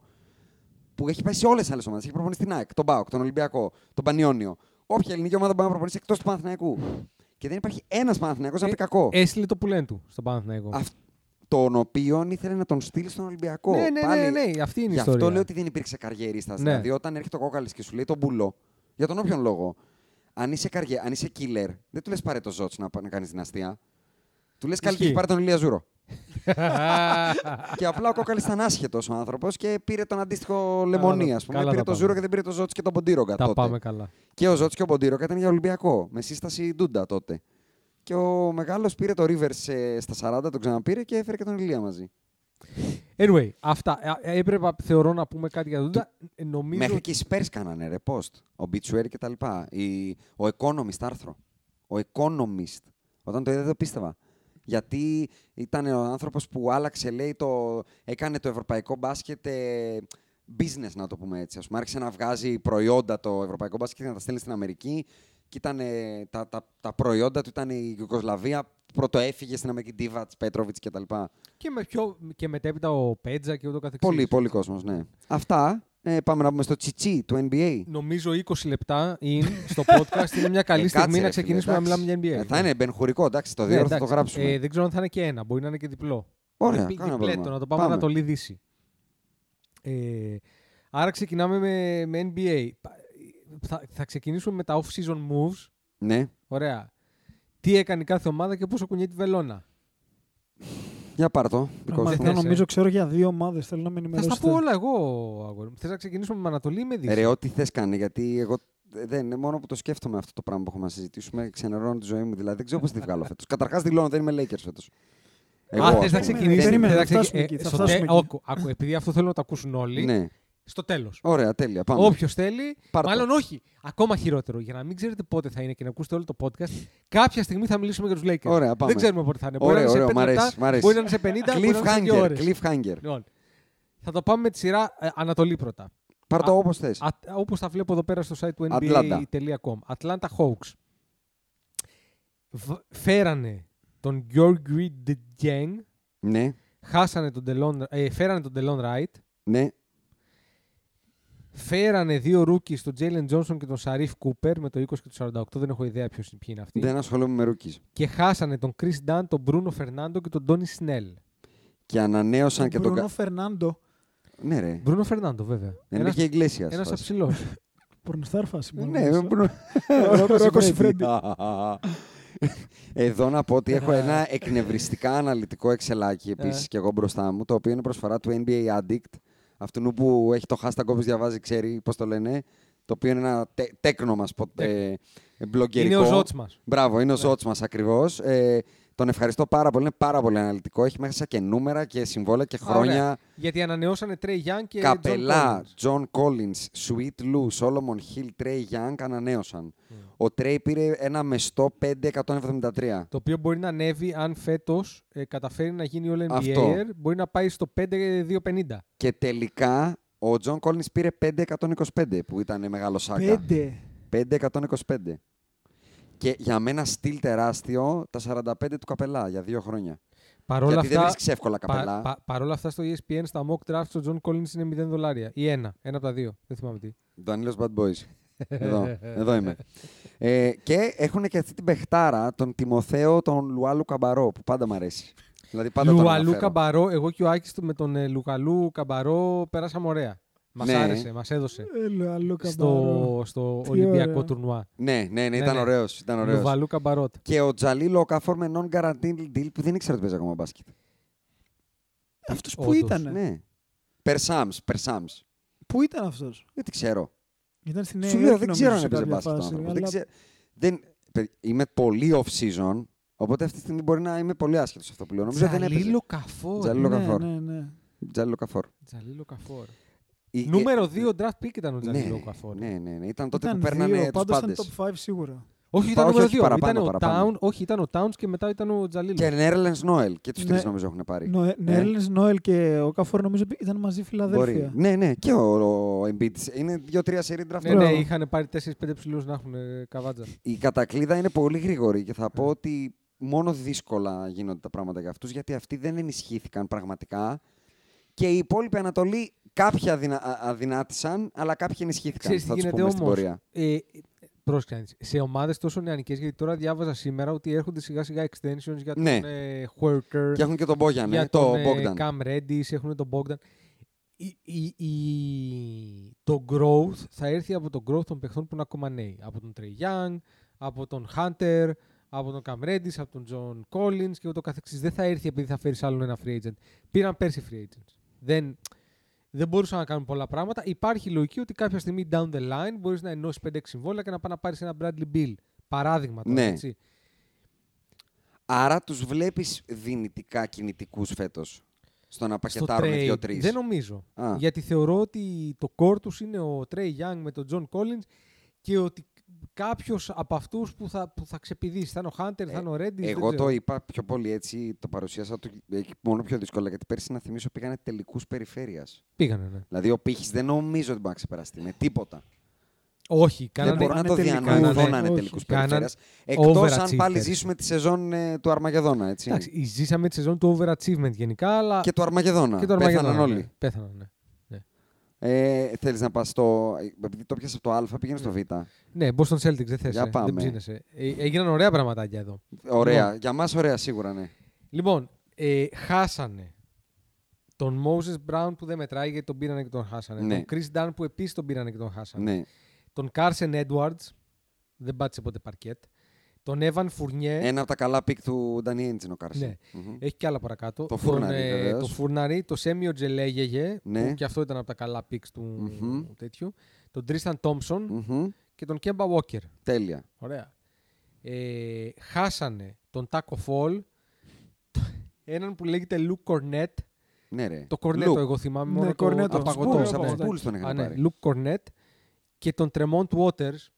[SPEAKER 3] που έχει πάει σε όλες τις άλλες ομάδες. Έχει προπονήσει την ΑΕΚ, τον ΠΑΟΚ, τον Ολυμπιακό, τον Πανιόνιο. Όποια ελληνική ομάδα μπορεί να προπονήσει εκτός του Παναθηναϊκού. Και δεν υπάρχει ένας Παναθυνιακό
[SPEAKER 5] Ε,
[SPEAKER 3] να πει κακό.
[SPEAKER 5] Έστειλε το πουλέν του στον Παναθηναϊκό.
[SPEAKER 3] Αυτ- Τον οποίο ήθελε να τον στείλει στον Ολυμπιακό.
[SPEAKER 5] Ναι, ναι, ναι,
[SPEAKER 3] Πάλι-
[SPEAKER 5] ναι, ναι, αυτή είναι η
[SPEAKER 3] Γι' αυτό
[SPEAKER 5] ιστορία.
[SPEAKER 3] λέω ότι δεν υπήρξε καριερίστας.
[SPEAKER 5] Ναι.
[SPEAKER 3] Δηλαδή, όταν έρχεται ο κόκαλη και σου λέει τον μπουλό, για τον όποιον λόγο, αν είσαι, καριε, αν είσαι killer, δεν του λες πάρε το ζότσο να, πα- να κάνεις δυναστεία. Του λες καλύτερα
[SPEAKER 5] Ισχύει.
[SPEAKER 3] πάρε τον Ηλία Ζούρο. και απλά ο κόκαλης ήταν άσχετος ο άνθρωπος και πήρε τον αντίστοιχο λεμονί,
[SPEAKER 5] τα-
[SPEAKER 3] ας πούμε.
[SPEAKER 5] καλά
[SPEAKER 3] Πήρε το
[SPEAKER 5] τα πάμε.
[SPEAKER 3] Ζούρο και δεν πήρε το Ζότσι και τον Ποντίρογκα.
[SPEAKER 5] Τα
[SPEAKER 3] τότε.
[SPEAKER 5] πάμε καλά.
[SPEAKER 3] Και ο Ζότσι και ο Ποντίρογκα ήταν για Ολυμπιακό, με σύσταση Ντούντα τότε. Και ο μεγάλος πήρε το Ρίβερ στα 40, τον ξαναπήρε και έφερε και τον Ηλία μαζί.
[SPEAKER 5] Anyway, αυτά. Ε, Έπρεπε, θεωρώ, να πούμε κάτι για τον Ντούντα. Ε, Νομίζω.
[SPEAKER 3] Μέχρι και οι Spurs κάνανε ρε post. Ο Μπιτσουέρ και τα λοιπά. Η- Ο Economist άρθρο. Ο Economist. Όταν το είδα δεν το πίστευα. Γιατί ήταν ο άνθρωπος που άλλαξε, λέει, το... έκανε το ευρωπαϊκό μπάσκετ ε, business, να το πούμε έτσι. Ας πούμε, άρχισε να βγάζει προϊόντα το ευρωπαϊκό μπάσκετ και να τα στέλνει στην Αμερική. Και ήταν, ε, τα, τα, τα προϊόντα του ήταν η Ιουγκοσλαβία. Πρώτο έφυγε στην Αμερική, Ντίβατ, Πέτροβιτ κτλ.
[SPEAKER 5] Και, με πιο... και μετέπειτα ο Πέτζα και ούτω καθεξής.
[SPEAKER 3] Πολύ, πολύ κόσμος, ναι. Αυτά. Ε, πάμε να πούμε στο τσιτσί του NBA.
[SPEAKER 5] Νομίζω 20 λεπτά in στο podcast είναι μια καλή
[SPEAKER 3] Ε,
[SPEAKER 5] στιγμή
[SPEAKER 3] κάτσε,
[SPEAKER 5] να
[SPEAKER 3] ρε,
[SPEAKER 5] ξεκινήσουμε
[SPEAKER 3] φίλε,
[SPEAKER 5] να
[SPEAKER 3] εντάξει.
[SPEAKER 5] μιλάμε για NBA.
[SPEAKER 3] Ε, θα είναι μπενχουρικό, εντάξει, το
[SPEAKER 5] Ναι,
[SPEAKER 3] δύο ώρα θα το
[SPEAKER 5] εντάξει.
[SPEAKER 3] γράψουμε.
[SPEAKER 5] Ε, δεν ξέρω αν θα είναι και ένα, μπορεί να είναι και διπλό.
[SPEAKER 3] Ωραία,
[SPEAKER 5] Διπλ-
[SPEAKER 3] κανένα
[SPEAKER 5] διπλέτο,
[SPEAKER 3] πρόβλημα.
[SPEAKER 5] να το πάμε,
[SPEAKER 3] Πάμε.
[SPEAKER 5] να το λυδίσει. Ε, άρα ξεκινάμε με, με NBA. Πα- Θα, θα ξεκινήσουμε με τα off-season moves.
[SPEAKER 3] Ναι,
[SPEAKER 5] Ωραία. Τι έκανε κάθε ομάδα και πόσο κουνιέται τη βελόνα.
[SPEAKER 3] για πάρ' το. Δικό σου.
[SPEAKER 5] θες,
[SPEAKER 4] Πραγματικά
[SPEAKER 5] ε.
[SPEAKER 4] νομίζω ξέρω για δύο ομάδες. Θέλω να με
[SPEAKER 5] Θα
[SPEAKER 4] ενημερώσετε.
[SPEAKER 5] στα πω όλα εγώ, αγόρι μου. Θες να ξεκινήσουμε με Ανατολή ή με Δύση.
[SPEAKER 3] Ρε, ό,τι θες κάνει, γιατί εγώ ε, δεν είναι μόνο που το σκέφτομαι αυτό το πράγμα που έχουμε να συζητήσουμε, ξενερώνω τη ζωή μου. Δηλαδή, δεν ξέρω πώς τη βγάλω φέτος. Καταρχάς, δηλώνω δεν είμαι Lakers φέτος.
[SPEAKER 5] Α, θες
[SPEAKER 4] πούμε.
[SPEAKER 5] να ξεκινήσεις.
[SPEAKER 4] Περίμενε,
[SPEAKER 5] θες να
[SPEAKER 4] θα φτάσουμε
[SPEAKER 5] ξεκι-
[SPEAKER 4] εκεί,
[SPEAKER 5] ε,
[SPEAKER 4] θα
[SPEAKER 5] στο
[SPEAKER 4] φτάσουμε
[SPEAKER 5] τε-
[SPEAKER 4] εκεί.
[SPEAKER 5] όκου, άκου, επειδή αυτό θέλω να το ακούσουν όλοι,
[SPEAKER 3] Ναι,
[SPEAKER 5] στο τέλος.
[SPEAKER 3] ωραία, τέλεια. Πάμε.
[SPEAKER 5] Όποιος θέλει.
[SPEAKER 3] Πάρ' το.
[SPEAKER 5] μάλλον όχι. Ακόμα χειρότερο. Για να μην ξέρετε πότε θα είναι και να ακούσετε όλο το podcast, κάποια στιγμή θα μιλήσουμε για τους Lakers.
[SPEAKER 3] Ωραία, πάμε.
[SPEAKER 5] Δεν ξέρουμε πότε θα είναι.
[SPEAKER 3] Ωραίο,
[SPEAKER 5] μπορεί να είναι
[SPEAKER 3] ωραίο,
[SPEAKER 5] σε
[SPEAKER 3] μ'
[SPEAKER 5] 5
[SPEAKER 3] αρέσει, μ'
[SPEAKER 5] λεπτά,
[SPEAKER 3] αρέσει.
[SPEAKER 5] μπορεί να είναι σε 50, μπορεί να είναι σε δύο
[SPEAKER 3] Cliffhanger.
[SPEAKER 5] ώρες.
[SPEAKER 3] cliffhanger.
[SPEAKER 5] Λοιπόν, θα το πάμε με τη σειρά ε, Ανατολή πρώτα.
[SPEAKER 3] Πάρ' το όπως θες.
[SPEAKER 5] Α- όπως τα βλέπω εδώ πέρα στο site του
[SPEAKER 3] Ατλάντα.
[SPEAKER 5] nba.com. Atlanta Hawks. Β- Φέρανε τον George Deng,
[SPEAKER 3] Ναι,
[SPEAKER 5] χάσανε τον Delon, ε, φέρανε τον Delon Wright,
[SPEAKER 3] ναι,
[SPEAKER 5] φέρανε δύο rookies, τον Jalen Johnson και τον Sharif Cooper με το 20 και το 48, δεν έχω ιδέα ποιος, ποιοι είναι αυτοί.
[SPEAKER 3] δεν ασχολούμαι με ρούκι.
[SPEAKER 5] Και χάσανε τον Chris Dunn, τον Bruno Fernando και τον Tony Snell.
[SPEAKER 3] Και
[SPEAKER 5] Ε,
[SPEAKER 3] ανανέωσαν και τον.
[SPEAKER 4] Μπρουνό
[SPEAKER 3] κα-
[SPEAKER 4] Φερνάντο.
[SPEAKER 3] Ναι, ρε.
[SPEAKER 5] Bruno Fernando βέβαια.
[SPEAKER 3] Δεν είναι
[SPEAKER 5] Ένας,
[SPEAKER 3] και η Εγκλέσια.
[SPEAKER 5] ένας αψηλός.
[SPEAKER 4] Πορνστάρ φάση. μόνο.
[SPEAKER 3] Ναι, Μπρουνο-
[SPEAKER 4] Ρόκο Σιφρέντι.
[SPEAKER 3] Εδώ να πω ότι έχω ένα εκνευριστικά αναλυτικό εξελάκι επίση
[SPEAKER 5] Ε.
[SPEAKER 3] και εγώ μπροστά μου, το οποίο είναι προσφορά του NBA Addict, αυτού που έχει το hashtag όπως διαβάζει, ξέρει πώς το λένε, το οποίο είναι ένα τε- τέκνο μας
[SPEAKER 5] Τέκνο.
[SPEAKER 3] μπλογκερικό.
[SPEAKER 5] είναι ο Ζώτς Ναι. μας.
[SPEAKER 3] Μπράβο, είναι ο Ζώτς μας ακριβώς. Ε, τον ευχαριστώ πάρα πολύ, είναι πάρα πολύ αναλυτικό. Έχει μέσα και νούμερα και συμβόλαια και χρόνια.
[SPEAKER 5] Ωραία. Γιατί ανανεώσανε Trey Young και
[SPEAKER 3] Καπελά,
[SPEAKER 5] John
[SPEAKER 3] John
[SPEAKER 5] Collins.
[SPEAKER 3] Collins, Sweet Lou, Solomon Hill, Trey Young ανανέωσαν. Ο Trey πήρε ένα μεστό 5,173.
[SPEAKER 5] Το οποίο μπορεί να ανέβει αν φέτος καταφέρει να γίνει All
[SPEAKER 3] Αυτό.
[SPEAKER 5] NBA. Μπορεί να πάει στο 5-2-50.
[SPEAKER 3] Και τελικά ο John Collins πήρε 5,125 που ήταν μεγάλο σάκα.
[SPEAKER 4] Πέντε.
[SPEAKER 3] 5,125. Και για μένα στυλ τεράστιο τα 45 του Καπελά για δύο χρόνια.
[SPEAKER 5] Παρόλα
[SPEAKER 3] Γιατί δεν
[SPEAKER 5] αυτά,
[SPEAKER 3] βρίσκεις εύκολα καπελά.
[SPEAKER 5] παρόλα αυτά στο E ESPN στα mock drafts ο John Collins είναι 0 δολάρια ή ένα. Ένα από τα δύο. Δεν θυμάμαι τι.
[SPEAKER 3] Δανίλος Bad Boys. Εδώ, εδώ είμαι. Ε, και έχουν και αυτή την παιχτάρα, τον Τιμοθέο, τον Λουάλου Καμπαρό, που πάντα μ' αρέσει. Δηλαδή πάντα τον
[SPEAKER 5] Λουαλού
[SPEAKER 3] αναφέρω.
[SPEAKER 5] Καμπαρό, εγώ και ο Άκης του με τον ε, Λουκαλού Καμπαρό πέρασαμε ωραία. Μας
[SPEAKER 3] Ναι.
[SPEAKER 5] άρεσε, μας έδωσε.
[SPEAKER 4] Έλα, άλλο καμπάρο.
[SPEAKER 5] Στο, στο
[SPEAKER 4] Τι
[SPEAKER 5] Ολυμπιακό
[SPEAKER 4] ωραία.
[SPEAKER 5] τουρνουά.
[SPEAKER 3] Ναι, ναι, ναι,
[SPEAKER 5] Ναι,
[SPEAKER 3] ήταν
[SPEAKER 5] ναι.
[SPEAKER 3] ωραίος. Ήταν ωραίος.
[SPEAKER 5] Λουβαλού Καμπαρότ.
[SPEAKER 3] Και ο Τζαλίλο Οκαφόρ με non-guaranteed deal που δεν ήξερα ότι παίζει ακόμα μπάσκετ.
[SPEAKER 4] Αυτός που
[SPEAKER 5] Όντως.
[SPEAKER 4] ήταν.
[SPEAKER 3] Ναι. Περσάμς, περσάμς.
[SPEAKER 4] Πού ήταν αυτός.
[SPEAKER 3] Δεν τη ξέρω.
[SPEAKER 4] Ήταν στην Νέα
[SPEAKER 3] Σου λέω,
[SPEAKER 4] Υόρκη,
[SPEAKER 3] δεν
[SPEAKER 4] Ναι,
[SPEAKER 3] ξέρω
[SPEAKER 4] νομίζω,
[SPEAKER 3] αν
[SPEAKER 4] σε
[SPEAKER 3] έπαιζε
[SPEAKER 4] κάποια
[SPEAKER 3] μπάσκετ. τον
[SPEAKER 4] φάση,
[SPEAKER 3] άνθρωπος.
[SPEAKER 4] αλλά
[SPEAKER 3] Δεν ξέρω. Δεν... Παι- Είμαι πολύ off-season, οπότε αυτή τη στιγμή μπορεί να είμαι πολύ άσχετος αυτό που λέω. Νομίζω δεν έπαιζε.
[SPEAKER 5] Τζαλίλο Καφόρ.
[SPEAKER 3] Τζαλίλο
[SPEAKER 4] ναι,
[SPEAKER 3] Καφόρ.
[SPEAKER 4] ναι, ναι.
[SPEAKER 3] Τζαλίλο Καφόρ.
[SPEAKER 5] Τζαλίλο Καφόρ.
[SPEAKER 3] Η-
[SPEAKER 5] Νούμερο 2 draft pick ήταν ο
[SPEAKER 3] ε,
[SPEAKER 5] Τζαλίλο
[SPEAKER 3] ναι,
[SPEAKER 5] Καφόρ.
[SPEAKER 3] Ναι, ναι, ναι. Ήταν τότε
[SPEAKER 4] Ήταν
[SPEAKER 3] που παίρνανε
[SPEAKER 4] δύο,
[SPEAKER 3] τους
[SPEAKER 4] πάντως
[SPEAKER 3] πάντε.
[SPEAKER 4] ήταν top 5 σίγουρα.
[SPEAKER 5] Όχι,
[SPEAKER 3] Πα-
[SPEAKER 5] ήταν νούμερο
[SPEAKER 3] όχι,
[SPEAKER 5] 2.
[SPEAKER 3] παραπάνω,
[SPEAKER 5] ήταν
[SPEAKER 3] παραπάνω.
[SPEAKER 5] ο Town, όχι, ήταν ο Towns και μετά ήταν ο Τζαλίλο.
[SPEAKER 3] Και Νέρλεν Νόελ. Και τους
[SPEAKER 4] Ναι.
[SPEAKER 3] τρεις νομίζω έχουν πάρει.
[SPEAKER 4] Νο- Νέλης, Νόελ και ο Καφόρ νομίζω ήταν μαζί Φιλαδέλφια.
[SPEAKER 3] Ναι, ναι. Και ο, ο Embiid. Είναι δύο-τρία σερή draft.
[SPEAKER 5] Ναι, ναι,
[SPEAKER 4] Μπράβο.
[SPEAKER 5] είχαν πάρει 4-5 ψηλούς να έχουν ε, καβάτζα.
[SPEAKER 3] Η κατακλίδα είναι πολύ γρήγορη και θα
[SPEAKER 4] Ναι.
[SPEAKER 3] πω ότι μόνο δύσκολα γίνονται τα πράγματα για αυτούς, γιατί αυτοί δεν ενισχύθηκαν πραγματικά και οι υπόλοιποι Ανατολή κάποια αδυνα... α- αδυνάτησαν, αλλά κάποιοι ενισχύθηκαν,
[SPEAKER 5] Ξέρεις τι
[SPEAKER 3] θα τους
[SPEAKER 5] γίνεται
[SPEAKER 3] πούμε στην
[SPEAKER 5] όμως.
[SPEAKER 3] πορεία.
[SPEAKER 5] Ε, Πρόσεχε, Άννη, σε ομάδες τόσο νεανικές, γιατί τώρα διάβαζα σήμερα ότι έρχονται σιγά σιγά extensions για τον
[SPEAKER 3] Ναι.
[SPEAKER 5] ε, Huerter,
[SPEAKER 3] Και έχουν και τον Μπόγιαν,
[SPEAKER 5] για
[SPEAKER 3] ε, το
[SPEAKER 5] τον ε,
[SPEAKER 3] Bogdan.
[SPEAKER 5] Cam Reddish, έχουν τον Bogdan. Η, η, η- το growth θα έρθει από το growth των παιχτών που είναι ακόμα νέοι. Από τον Trey Young, από τον Hunter, από τον Cam Reddish, από τον John Collins και ούτω καθεξής. Δεν θα έρθει επειδή θα φέρεις άλλον ένα free agent. Πήραν πέρσι free agents. Δεν, δεν μπορούσαν να κάνουν πολλά πράγματα. Υπάρχει η λογική ότι κάποια στιγμή down the line μπορείς να ενώσεις 5-6 συμβόλαια και να πάει να πάρεις ένα Bradley Bill. Παράδειγμα τώρα,
[SPEAKER 3] Ναι.
[SPEAKER 5] έτσι.
[SPEAKER 3] Άρα τους βλέπεις δυνητικά κινητικούς φέτος στο να πακετάρουν
[SPEAKER 5] trade,
[SPEAKER 3] δύο-τρεις.
[SPEAKER 5] Δεν νομίζω.
[SPEAKER 3] Α.
[SPEAKER 5] Γιατί θεωρώ ότι το κόρ τους είναι ο Τρέι Young με τον Τζον Collins και ότι κάποιος από αυτούς που θα, που θα ξεπηδήσει. Θα είναι ο Hunter, θα είναι ο Reddish. δεν
[SPEAKER 3] Ε, Εγώ
[SPEAKER 5] ξέρω.
[SPEAKER 3] το είπα πιο πολύ έτσι, το παρουσίασα το, ε, μόνο πιο δύσκολα, γιατί πέρσι να θυμίσω πήγανε τελικούς περιφέρειας.
[SPEAKER 5] Πήγανε, ναι.
[SPEAKER 3] Δηλαδή ο Πύχης δεν νομίζω ότι μπορεί να ξεπεραστεί με τίποτα.
[SPEAKER 5] Όχι,
[SPEAKER 3] δεν
[SPEAKER 5] κάνανε. ναι,
[SPEAKER 3] μπορώ να το
[SPEAKER 4] τελικούς.
[SPEAKER 3] διανοηθώ
[SPEAKER 5] Κάνανε-
[SPEAKER 3] να είναι
[SPEAKER 4] όχι.
[SPEAKER 3] τελικούς
[SPEAKER 5] Κάνανε
[SPEAKER 3] περιφέρειας. Εκτός αν πάλι
[SPEAKER 5] overachievers.
[SPEAKER 3] ζήσουμε τη σεζόν ε, του Αρμαγεδόνα, έτσι.
[SPEAKER 5] Εντάξει, ζήσαμε τη σεζόν του overachievement γενικά, αλλά.
[SPEAKER 3] Και του Αρμαγεδόνα.
[SPEAKER 5] και το Armageddon,
[SPEAKER 3] Πέθαναν
[SPEAKER 5] ναι.
[SPEAKER 3] όλοι.
[SPEAKER 5] Πέθαναν, ναι.
[SPEAKER 3] Ε, θέλεις να πας στο... Επειδή το πιάσες από το Α, πήγαινε στο Β.
[SPEAKER 5] Ναι, Boston Celtics δεν θες,
[SPEAKER 3] Για πάμε.
[SPEAKER 5] δεν ψήνεσαι. Ε, έγιναν ωραία πραγματάκια εδώ.
[SPEAKER 3] Ωραία. Για μας ωραία σίγουρα, ναι.
[SPEAKER 5] Λοιπόν, ε, χάσανε τον Moses Brown που δεν μετράει γιατί τον πήρανε και τον χάσανε.
[SPEAKER 3] Ναι.
[SPEAKER 5] Τον Chris Dunn που επίσης τον πήρανε και τον χάσανε.
[SPEAKER 3] ναι.
[SPEAKER 5] Τον Carson Edwards, δεν πάτησε ποτέ παρκέτ. Τον Evan Fournier,
[SPEAKER 3] Ένα από τα καλά πικ του Ντανί Έντζιν ο Κάρσον.
[SPEAKER 5] Ναι.
[SPEAKER 3] Μμμ.
[SPEAKER 5] έχει και άλλα παρακάτω. ε,
[SPEAKER 3] Το Fournari, βεβαίως.
[SPEAKER 5] το Φουρναρί, το Σέμιο Τζελέγεγε,
[SPEAKER 3] Ναι.
[SPEAKER 5] που και αυτό ήταν από τα καλά picks του
[SPEAKER 3] Μμμ.
[SPEAKER 5] τέτοιου. Τον Tristan Thompson
[SPEAKER 3] Μμμ.
[SPEAKER 5] και τον Kemba Walker.
[SPEAKER 3] Τέλεια.
[SPEAKER 5] Ωραία. Ε, χάσανε τον Taco Fall, έναν που λέγεται Luke Cornett.
[SPEAKER 3] Ναι, ρε.
[SPEAKER 5] Το Κορνέτο,
[SPEAKER 3] Luke.
[SPEAKER 5] εγώ θυμάμαι.
[SPEAKER 4] Ναι,
[SPEAKER 5] μόνο
[SPEAKER 4] Cornetto,
[SPEAKER 5] το
[SPEAKER 4] από τους
[SPEAKER 5] απαγωτό.
[SPEAKER 4] Bulls, από
[SPEAKER 5] ναι.
[SPEAKER 4] τους
[SPEAKER 3] Bulls τον είχαν
[SPEAKER 5] Α, ναι,
[SPEAKER 3] πάρει.
[SPEAKER 5] Luke Cornett και τον Tremont Waters,